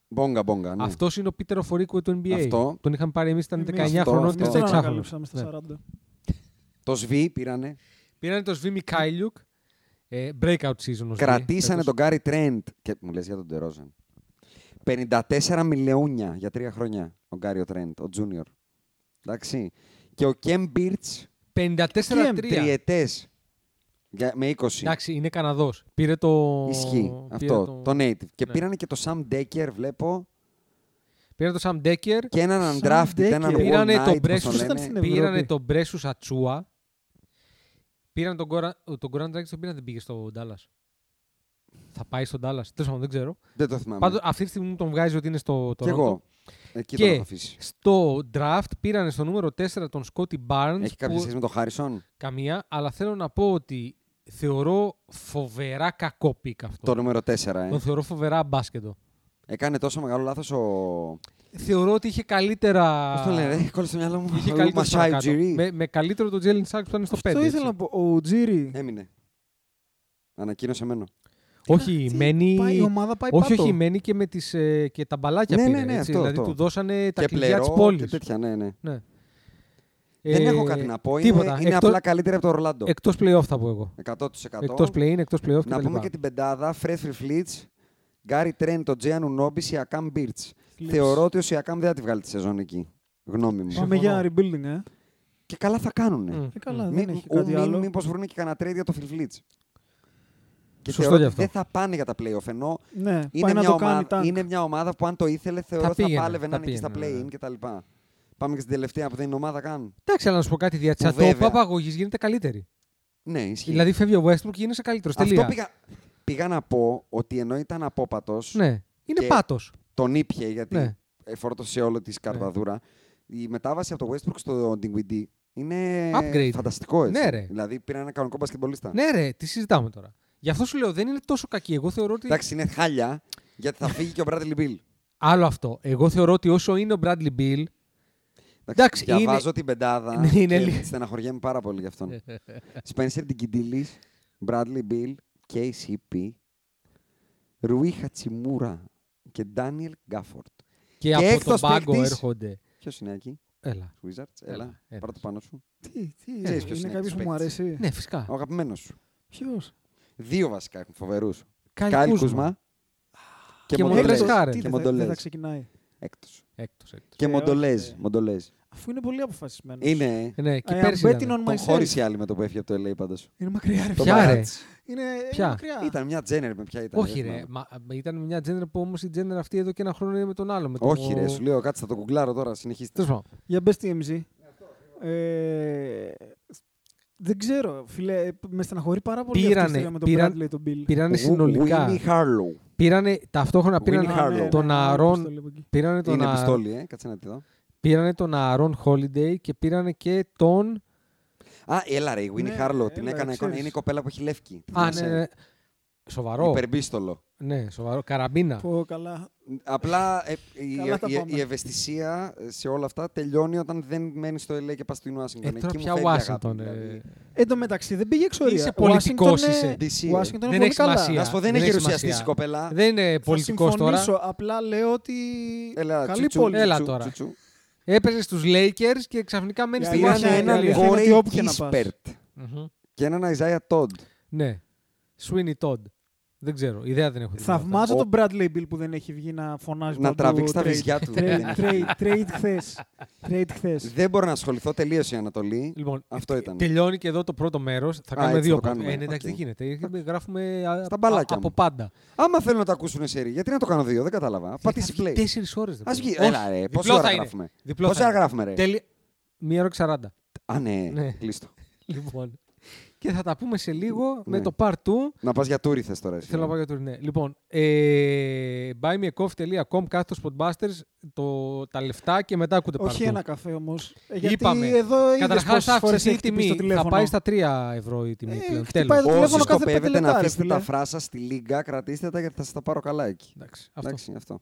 [SPEAKER 3] Μπόγκα, μπόγκα. Ναι.
[SPEAKER 5] Αυτός είναι ο Πίτερ Οφορίκου του NBA.
[SPEAKER 3] Αυτό.
[SPEAKER 5] Τον είχαμε πάρει εμείς, ήταν 19
[SPEAKER 4] Εμείς.
[SPEAKER 3] Αυτό,
[SPEAKER 5] χρονών και
[SPEAKER 3] αυτό.
[SPEAKER 4] Εμείς
[SPEAKER 5] ήταν
[SPEAKER 4] τώρα
[SPEAKER 5] 6 χρονών.
[SPEAKER 4] ανακαλύψαμε
[SPEAKER 5] Ναι.
[SPEAKER 4] στα 40.
[SPEAKER 3] Το ΣΒ πήρανε.
[SPEAKER 5] Πήρανε το Σβήμι Κάιλιουκ. Ε, breakout season. ο Σβήμι,
[SPEAKER 3] Κρατήσανε
[SPEAKER 5] φέτος.
[SPEAKER 3] τον Γκάρι Τρέντ. Και μου λες για τον Τερόζαν. 54 μιλεούνια για τρία χρόνια ο Γκάριο Τρέντ, ο Τζούνιορ. Εντάξει. Και ο Κέμ Μπίρτς
[SPEAKER 5] 54-3.
[SPEAKER 3] τριετές για- με 20.
[SPEAKER 5] Εντάξει, είναι Καναδός. Πήρε το.
[SPEAKER 3] Ισχύει
[SPEAKER 5] πήρε
[SPEAKER 3] αυτό, το... native. Και
[SPEAKER 5] ναι.
[SPEAKER 3] πήρανε και το Sam Decker, βλέπω,
[SPEAKER 5] Πήρε το Sam Decker.
[SPEAKER 3] και έναν
[SPEAKER 4] Sam
[SPEAKER 3] undrafted,
[SPEAKER 4] Decker.
[SPEAKER 3] έναν
[SPEAKER 5] Πήρανε
[SPEAKER 3] one
[SPEAKER 5] τον
[SPEAKER 3] night, πώς
[SPEAKER 5] Μπρέσου
[SPEAKER 4] Ποιος ήταν
[SPEAKER 3] λένε.
[SPEAKER 4] στην
[SPEAKER 5] Πήρανε
[SPEAKER 4] Ευρώπη.
[SPEAKER 5] τον Μπρέσου Ατσούα. Πήραν τον Γκόρα- τον Γκόραν Dragic, τον πήραν δεν πήγε στο Ντάλλα. Θα πάει στον Ντάλλα. Τέλος πάντων, δεν ξέρω.
[SPEAKER 3] Δεν το θυμάμαι.
[SPEAKER 5] Πάντως αυτή τη στιγμή μου τον βγάζει ότι είναι στο
[SPEAKER 3] Κι
[SPEAKER 5] Toronto.
[SPEAKER 3] εγώ. Εκεί
[SPEAKER 5] Και
[SPEAKER 3] τον έχω αφήσει.
[SPEAKER 5] στο draft πήρανε στο νούμερο 4 τον Σκότι Barnes.
[SPEAKER 3] Έχει κάποια
[SPEAKER 5] που-
[SPEAKER 3] σχέση με τον Χάρισον,
[SPEAKER 5] Καμία, αλλά θέλω να πω ότι θεωρώ φοβερά κακό πικ αυτό.
[SPEAKER 3] το νούμερο 4. Ε.
[SPEAKER 5] Τον θεωρώ φοβερά μπάσκετο.
[SPEAKER 3] Έκανε τόσο μεγάλο λάθος ο.
[SPEAKER 5] Θεωρώ ότι είχε καλύτερα.
[SPEAKER 3] Πώς το λένε, ρε, κόλλησε στο μυαλό μου.
[SPEAKER 5] Είχε
[SPEAKER 3] Ο
[SPEAKER 5] καλύτερο
[SPEAKER 3] Μασάι
[SPEAKER 5] παρακάτω.
[SPEAKER 3] Ujiri.
[SPEAKER 5] με, με καλύτερο τον Τζέλιν Σάξ που ήταν στο 5.
[SPEAKER 4] Αυτό ήθελα να πω. Ο Τζίρι.
[SPEAKER 3] Έμεινε. Ανακοίνωσε μένω.
[SPEAKER 5] Όχι,
[SPEAKER 4] Τι,
[SPEAKER 5] μένει.
[SPEAKER 4] πάει- η ομάδα πάει
[SPEAKER 5] όχι,
[SPEAKER 4] πάτο.
[SPEAKER 5] όχι, μένει και, με τις, ε, και τα μπαλάκια
[SPEAKER 3] Ναι,
[SPEAKER 5] πήρε.
[SPEAKER 3] ναι, ναι,
[SPEAKER 5] έτσι,
[SPEAKER 3] αυτό,
[SPEAKER 5] δηλαδή
[SPEAKER 3] αυτό.
[SPEAKER 5] του δώσανε τα
[SPEAKER 3] και
[SPEAKER 5] κλειδιά της
[SPEAKER 3] πλερό και
[SPEAKER 5] πόλη.
[SPEAKER 3] τέτοια, ναι, ναι.
[SPEAKER 5] Ε,
[SPEAKER 3] Δεν έχω κάτι να πω. Είναι,
[SPEAKER 5] Τίποτα.
[SPEAKER 3] είναι απλά καλύτερη από το Ορλάντο.
[SPEAKER 5] Εκτός playoff θα πω εγώ.
[SPEAKER 3] 100%.
[SPEAKER 5] Εκτός play-in, εκτός playoff.
[SPEAKER 3] Να πούμε και την πεντάδα. Φρέφρι Φλίτ, Γκάρι Τρέν, τον Τζέαν Ουνόμπι, Σιακάμ Μπίρτ. Θεωρώ ότι ο Σιακάμ δεν θα τη βγάλει τη σεζόν εκεί. Γνώμη μου.
[SPEAKER 4] Πάμε για ένα rebuilding, ε.
[SPEAKER 3] Και καλά θα κάνουνε.
[SPEAKER 5] Μμ.
[SPEAKER 4] Ε, καλά,
[SPEAKER 3] Μη-
[SPEAKER 4] δεν έχει
[SPEAKER 3] ου-
[SPEAKER 4] κάτι
[SPEAKER 3] μη-
[SPEAKER 4] άλλο.
[SPEAKER 3] Μήπως βρουν και κανένα trade για το Φιλφλίτς. Και
[SPEAKER 5] Σωστό
[SPEAKER 3] θεωρώ
[SPEAKER 5] γι'
[SPEAKER 3] ότι
[SPEAKER 5] αυτό.
[SPEAKER 3] δεν θα πάνε για τα play-off, ενώ
[SPEAKER 4] Ναι,
[SPEAKER 3] είναι
[SPEAKER 4] πάει να
[SPEAKER 3] μια,
[SPEAKER 4] το κάνει
[SPEAKER 3] ομάδα,
[SPEAKER 4] tank.
[SPEAKER 3] είναι μια ομάδα που αν το ήθελε θεωρώ θα,
[SPEAKER 5] πήγαινε,
[SPEAKER 3] πάλευε να
[SPEAKER 5] θα
[SPEAKER 3] είναι εκεί στα
[SPEAKER 5] πήγαινε,
[SPEAKER 3] play-in
[SPEAKER 5] ναι.
[SPEAKER 3] κτλ. Πάμε και στην τελευταία που δεν είναι ομάδα καν.
[SPEAKER 5] Εντάξει, αλλά να σου πω κάτι. Δια
[SPEAKER 3] βέβαια.
[SPEAKER 5] τσατόπα αγωγή γίνεται καλύτερη.
[SPEAKER 3] Ναι, ισχύει.
[SPEAKER 5] Δηλαδή φεύγει ο Westbrook και γίνεσαι καλύτερο.
[SPEAKER 3] Αυτό
[SPEAKER 5] Τελεία.
[SPEAKER 3] πήγα, πήγα να πω ότι ενώ ήταν απόπατος,
[SPEAKER 5] Ναι. Είναι
[SPEAKER 3] Και-
[SPEAKER 5] πάτος.
[SPEAKER 3] τον ήπια γιατί
[SPEAKER 5] Ναι.
[SPEAKER 3] εφόρτωσε όλο τη καρπαδούρα. Η μετάβαση από το Westbrook στο Dinwiddie είναι
[SPEAKER 5] Upgrade.
[SPEAKER 3] φανταστικό έτσι.
[SPEAKER 5] Ναι, ρε.
[SPEAKER 3] Δηλαδή πήραν ένα κανονικό μπασκετμπολίστα.
[SPEAKER 5] Ναι, ρε, τι συζητάμε τώρα. Γι' αυτό σου λέω δεν είναι τόσο κακή. Εγώ θεωρώ ότι.
[SPEAKER 3] Εντάξει, είναι χάλια γιατί θα φύγει και ο Bradley Bill.
[SPEAKER 5] Άλλο αυτό. Εγώ θεωρώ ότι όσο είναι ο Bradley Bill. Εντάξει,
[SPEAKER 3] διαβάζω
[SPEAKER 5] είναι-
[SPEAKER 3] την πεντάδα
[SPEAKER 5] Ναι, είναι Ναι.
[SPEAKER 3] και
[SPEAKER 5] λίγο.
[SPEAKER 3] στεναχωριέμαι πάρα πολύ γι' αυτόν. Spencer Dinkidilis, Bradley Bill, KCP, Ρουί Χατσιμούρα και Daniel Γκάφορντ.
[SPEAKER 5] Και,
[SPEAKER 3] Και
[SPEAKER 5] από τον
[SPEAKER 3] έκτος
[SPEAKER 5] πάγκο
[SPEAKER 3] παίκτης-
[SPEAKER 5] έρχονται.
[SPEAKER 3] Ποιος είναι εκεί,
[SPEAKER 5] Έλα.
[SPEAKER 3] Wizards, έλα,
[SPEAKER 5] Έλα, έλα.
[SPEAKER 3] πάρ' το πάνω σου.
[SPEAKER 4] Τι, τι,
[SPEAKER 3] Ξέρεις ποιος
[SPEAKER 4] είναι
[SPEAKER 3] είναι
[SPEAKER 4] κάποιο
[SPEAKER 3] αυτός
[SPEAKER 4] που μου
[SPEAKER 3] παίκτης.
[SPEAKER 4] αρέσει.
[SPEAKER 5] Ναι, φυσικά.
[SPEAKER 3] Ε. Ο αγαπημένος σου.
[SPEAKER 4] Ποιος.
[SPEAKER 3] Δύο βασικά έχουν φοβερούς.
[SPEAKER 5] Kyle
[SPEAKER 3] Κάιλ
[SPEAKER 5] Kuzma.
[SPEAKER 3] Κούσμα και,
[SPEAKER 5] Και
[SPEAKER 3] Μοντολέζ.
[SPEAKER 5] Μοντολέζ. Κάρεν.
[SPEAKER 4] Τι
[SPEAKER 3] Και
[SPEAKER 4] δεν θα- Ε, δεν
[SPEAKER 3] Μοντολέζ.
[SPEAKER 4] θα ξεκινάει.
[SPEAKER 3] Έκτος.
[SPEAKER 5] Έκτος, έκτος.
[SPEAKER 3] Και
[SPEAKER 4] Ε,
[SPEAKER 3] Μοντολέζ.
[SPEAKER 4] όχι, ε.
[SPEAKER 3] Μοντολέζ.
[SPEAKER 4] Αφού είναι πολύ αποφασισμένος.
[SPEAKER 3] Είναι. ε.
[SPEAKER 5] Ε, Ναι, και
[SPEAKER 4] I am
[SPEAKER 5] πέρσι.
[SPEAKER 4] betting
[SPEAKER 5] Ήταν.
[SPEAKER 4] on
[SPEAKER 3] Τον
[SPEAKER 4] myself.
[SPEAKER 3] χώρισε η άλλη με το που έφυγε από το LA πάντως.
[SPEAKER 4] Είναι μακριά, ρε.
[SPEAKER 5] Ποια,
[SPEAKER 4] φίλε.
[SPEAKER 5] ρε?
[SPEAKER 4] Είναι, είναι
[SPEAKER 5] Ποια?
[SPEAKER 4] μακριά.
[SPEAKER 3] Ήταν μια Τζένερ με ποια ήταν.
[SPEAKER 5] Όχι,
[SPEAKER 3] δεν
[SPEAKER 5] ρε.
[SPEAKER 3] θυμάμαι.
[SPEAKER 5] Μα, ήταν μια τζένερ που όμως η τζένερ αυτή εδώ και ένα χρόνο είναι με τον άλλο. Με τον...
[SPEAKER 3] Όχι, ρε, σου λέω κάτσε, θα το κουκλάρω τώρα. Συνεχίστε.
[SPEAKER 5] Τέλος πάντων.
[SPEAKER 4] Για μπε στη MZ. Ε, δεν ξέρω, φίλε, ε, με στεναχωρεί πάρα πολύ
[SPEAKER 5] Πήρανε-
[SPEAKER 4] αυτή η ιστορία με τον
[SPEAKER 5] πήραν-
[SPEAKER 4] Bradley, τον Bill.
[SPEAKER 5] Πήρανε συνολικά.
[SPEAKER 3] Winnie Harlow.
[SPEAKER 5] Πήρανε, ταυτόχρονα πήρανε
[SPEAKER 3] Winnie
[SPEAKER 4] ναι,
[SPEAKER 3] Harlow.
[SPEAKER 5] τον Αρών. Πήρανε τον,
[SPEAKER 3] Είναι
[SPEAKER 5] Α-
[SPEAKER 3] πιστόλι, ε. Κάτσε να τη δω.
[SPEAKER 5] πήρανε τον Αρών Holiday και πήρανε και τον.
[SPEAKER 3] Α, έλα ρε, η Winnie
[SPEAKER 4] Ναι,
[SPEAKER 3] Harlow. Την
[SPEAKER 4] έλα,
[SPEAKER 3] έκανα εικόνα.
[SPEAKER 4] ξέρεις.
[SPEAKER 3] Είναι η κοπέλα που έχει λευκή. Τη
[SPEAKER 5] Α,
[SPEAKER 3] θυμάσαι?
[SPEAKER 5] ναι, ναι. Σοβαρό.
[SPEAKER 3] Υπερμπίστολο.
[SPEAKER 5] Ναι, σοβαρό. Καραμπίνα.
[SPEAKER 4] Πω καλά.
[SPEAKER 3] Απλά ε, η,
[SPEAKER 4] Καλά τα
[SPEAKER 3] η-
[SPEAKER 4] πάμε.
[SPEAKER 3] η ευαισθησία ε, σε όλα αυτά τελειώνει όταν δεν μένεις στο LA και πας στην
[SPEAKER 5] Ε,
[SPEAKER 3] Ουάσιγκτον.
[SPEAKER 5] τώρα
[SPEAKER 3] Εκεί μου
[SPEAKER 5] πια
[SPEAKER 3] φεύγει η αγάπη,
[SPEAKER 5] Ουάσιγκτον.
[SPEAKER 3] δηλαδή.
[SPEAKER 5] ε.
[SPEAKER 4] Εν τω μεταξύ δεν πήγε εξορία.
[SPEAKER 5] Είσαι πολιτικός,
[SPEAKER 4] Washington,
[SPEAKER 5] είσαι.
[SPEAKER 4] ε,
[SPEAKER 3] DC, ε.
[SPEAKER 4] Washington είναι
[SPEAKER 5] Δεν
[SPEAKER 4] πολύ
[SPEAKER 5] έχει
[SPEAKER 4] καλά.
[SPEAKER 5] σημασία.
[SPEAKER 3] Να σου πω, δεν
[SPEAKER 5] Δεν
[SPEAKER 3] έχει
[SPEAKER 5] έχει
[SPEAKER 3] ρουσιαστεί η
[SPEAKER 5] σημασία.
[SPEAKER 3] κοπέλα.
[SPEAKER 5] Δεν είναι
[SPEAKER 4] Θα
[SPEAKER 5] πολιτικός τώρα.
[SPEAKER 4] συμφωνήσω, απλά λέω ότι
[SPEAKER 3] Έλα,
[SPEAKER 4] καλή
[SPEAKER 3] τσουτσου,
[SPEAKER 4] πόλη.
[SPEAKER 5] Έλα
[SPEAKER 3] τσουτσου,
[SPEAKER 5] τώρα.
[SPEAKER 3] τσουτσου.
[SPEAKER 5] Έπαιζε στου Lakers και ξαφνικά μένεις στη
[SPEAKER 4] Πήρανε
[SPEAKER 5] Washington.
[SPEAKER 3] Πήραν έναν
[SPEAKER 4] Ουάσιγκτον, Ουάσιγκτον.
[SPEAKER 3] Γκόρι
[SPEAKER 4] Ότι όπου και να πας.
[SPEAKER 3] Κίσπερτ
[SPEAKER 5] Μμμ.
[SPEAKER 3] και έναν Αϊζάια Τόντ.
[SPEAKER 5] Ναι. Sweeney Todd. Δεν ξέρω. Ιδέα δεν έχω.
[SPEAKER 4] Θαυμάζω
[SPEAKER 3] Ο-
[SPEAKER 4] τον Bradley Bill που δεν έχει βγει να φωνάζει.
[SPEAKER 3] Να
[SPEAKER 4] παντού
[SPEAKER 3] τραβήξει τα
[SPEAKER 4] trade.
[SPEAKER 3] βυζιά του.
[SPEAKER 4] Trade, trade, trade χθες. Trade χθες.
[SPEAKER 3] Δεν μπορώ να ασχοληθώ, τελείωσε η Ανατολή.
[SPEAKER 5] Λοιπόν,
[SPEAKER 3] Αυτό ήταν.
[SPEAKER 5] τελειώνει και εδώ το πρώτο μέρος. Θα
[SPEAKER 3] Α,
[SPEAKER 5] κάνουμε
[SPEAKER 3] έτσι
[SPEAKER 5] δύο
[SPEAKER 3] το
[SPEAKER 5] από-
[SPEAKER 3] κάνουμε.
[SPEAKER 5] Ε, ναι, εντάξει,
[SPEAKER 3] Οκ.
[SPEAKER 5] δεν γίνεται. Γράφουμε α,
[SPEAKER 3] Στα μπαλάκια
[SPEAKER 5] α- από
[SPEAKER 3] μου.
[SPEAKER 5] πάντα. Ε,
[SPEAKER 3] Άμα θέλουν να τα ακούσουν σε γιατί να το κάνω δύο, δεν κατάλαβα. Πατήσει play.
[SPEAKER 5] Τέσσερις ώρες.
[SPEAKER 3] Α βγει. Έλα, ρε. Πόση ώρα γράφουμε.
[SPEAKER 5] Διπλό
[SPEAKER 3] Πόση
[SPEAKER 5] θα
[SPEAKER 3] ώρα
[SPEAKER 5] είναι.
[SPEAKER 3] γράφουμε, ρε.
[SPEAKER 5] Τέλει- Μία ώρα και 40.
[SPEAKER 3] Α, ναι,
[SPEAKER 5] Ναι.
[SPEAKER 3] κλείστο.
[SPEAKER 5] Λοιπόν. Και θα τα πούμε σε λίγο με
[SPEAKER 3] Ναι.
[SPEAKER 5] το part 2.
[SPEAKER 3] Να πας για τούρι θες τώρα. εσύ.
[SPEAKER 5] Θέλω να πάω για το Ρινέ. Λοιπόν, ε, buymeacoffee.com κάθετος podbusters, το, τα λεφτά και μετά ακούτε
[SPEAKER 4] Όχι
[SPEAKER 5] part two.
[SPEAKER 4] ένα καφέ όμως. Γιατί
[SPEAKER 5] Είπαμε.
[SPEAKER 4] εδώ είδες
[SPEAKER 5] Καταρχάς
[SPEAKER 4] πόσες φορέ
[SPEAKER 5] αύξησε η
[SPEAKER 4] έχει τιμή. Το
[SPEAKER 5] τιμή. Θα
[SPEAKER 4] τηλέφωνο.
[SPEAKER 5] πάει στα 3 ευρώ η τιμή
[SPEAKER 4] Ε,
[SPEAKER 5] πλέον.
[SPEAKER 4] χτυπάει
[SPEAKER 5] Τέλος.
[SPEAKER 4] το
[SPEAKER 3] Όσοι
[SPEAKER 4] τηλέφωνο κάθε πέντε
[SPEAKER 3] σκοπεύετε να
[SPEAKER 4] λεπτά, ρε,
[SPEAKER 3] αφήσετε
[SPEAKER 4] φίλε.
[SPEAKER 3] τα φράσα στη λίγα, κρατήστε τα γιατί θα σας τα πάρω καλά εκεί.
[SPEAKER 5] Εντάξει, αυτό.
[SPEAKER 3] Εντάξει, αυτό.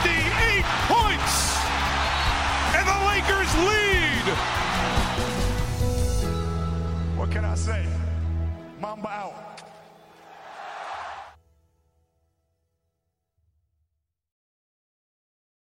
[SPEAKER 1] 58 points! And the Lakers lead!
[SPEAKER 2] What can I say? Mamba out.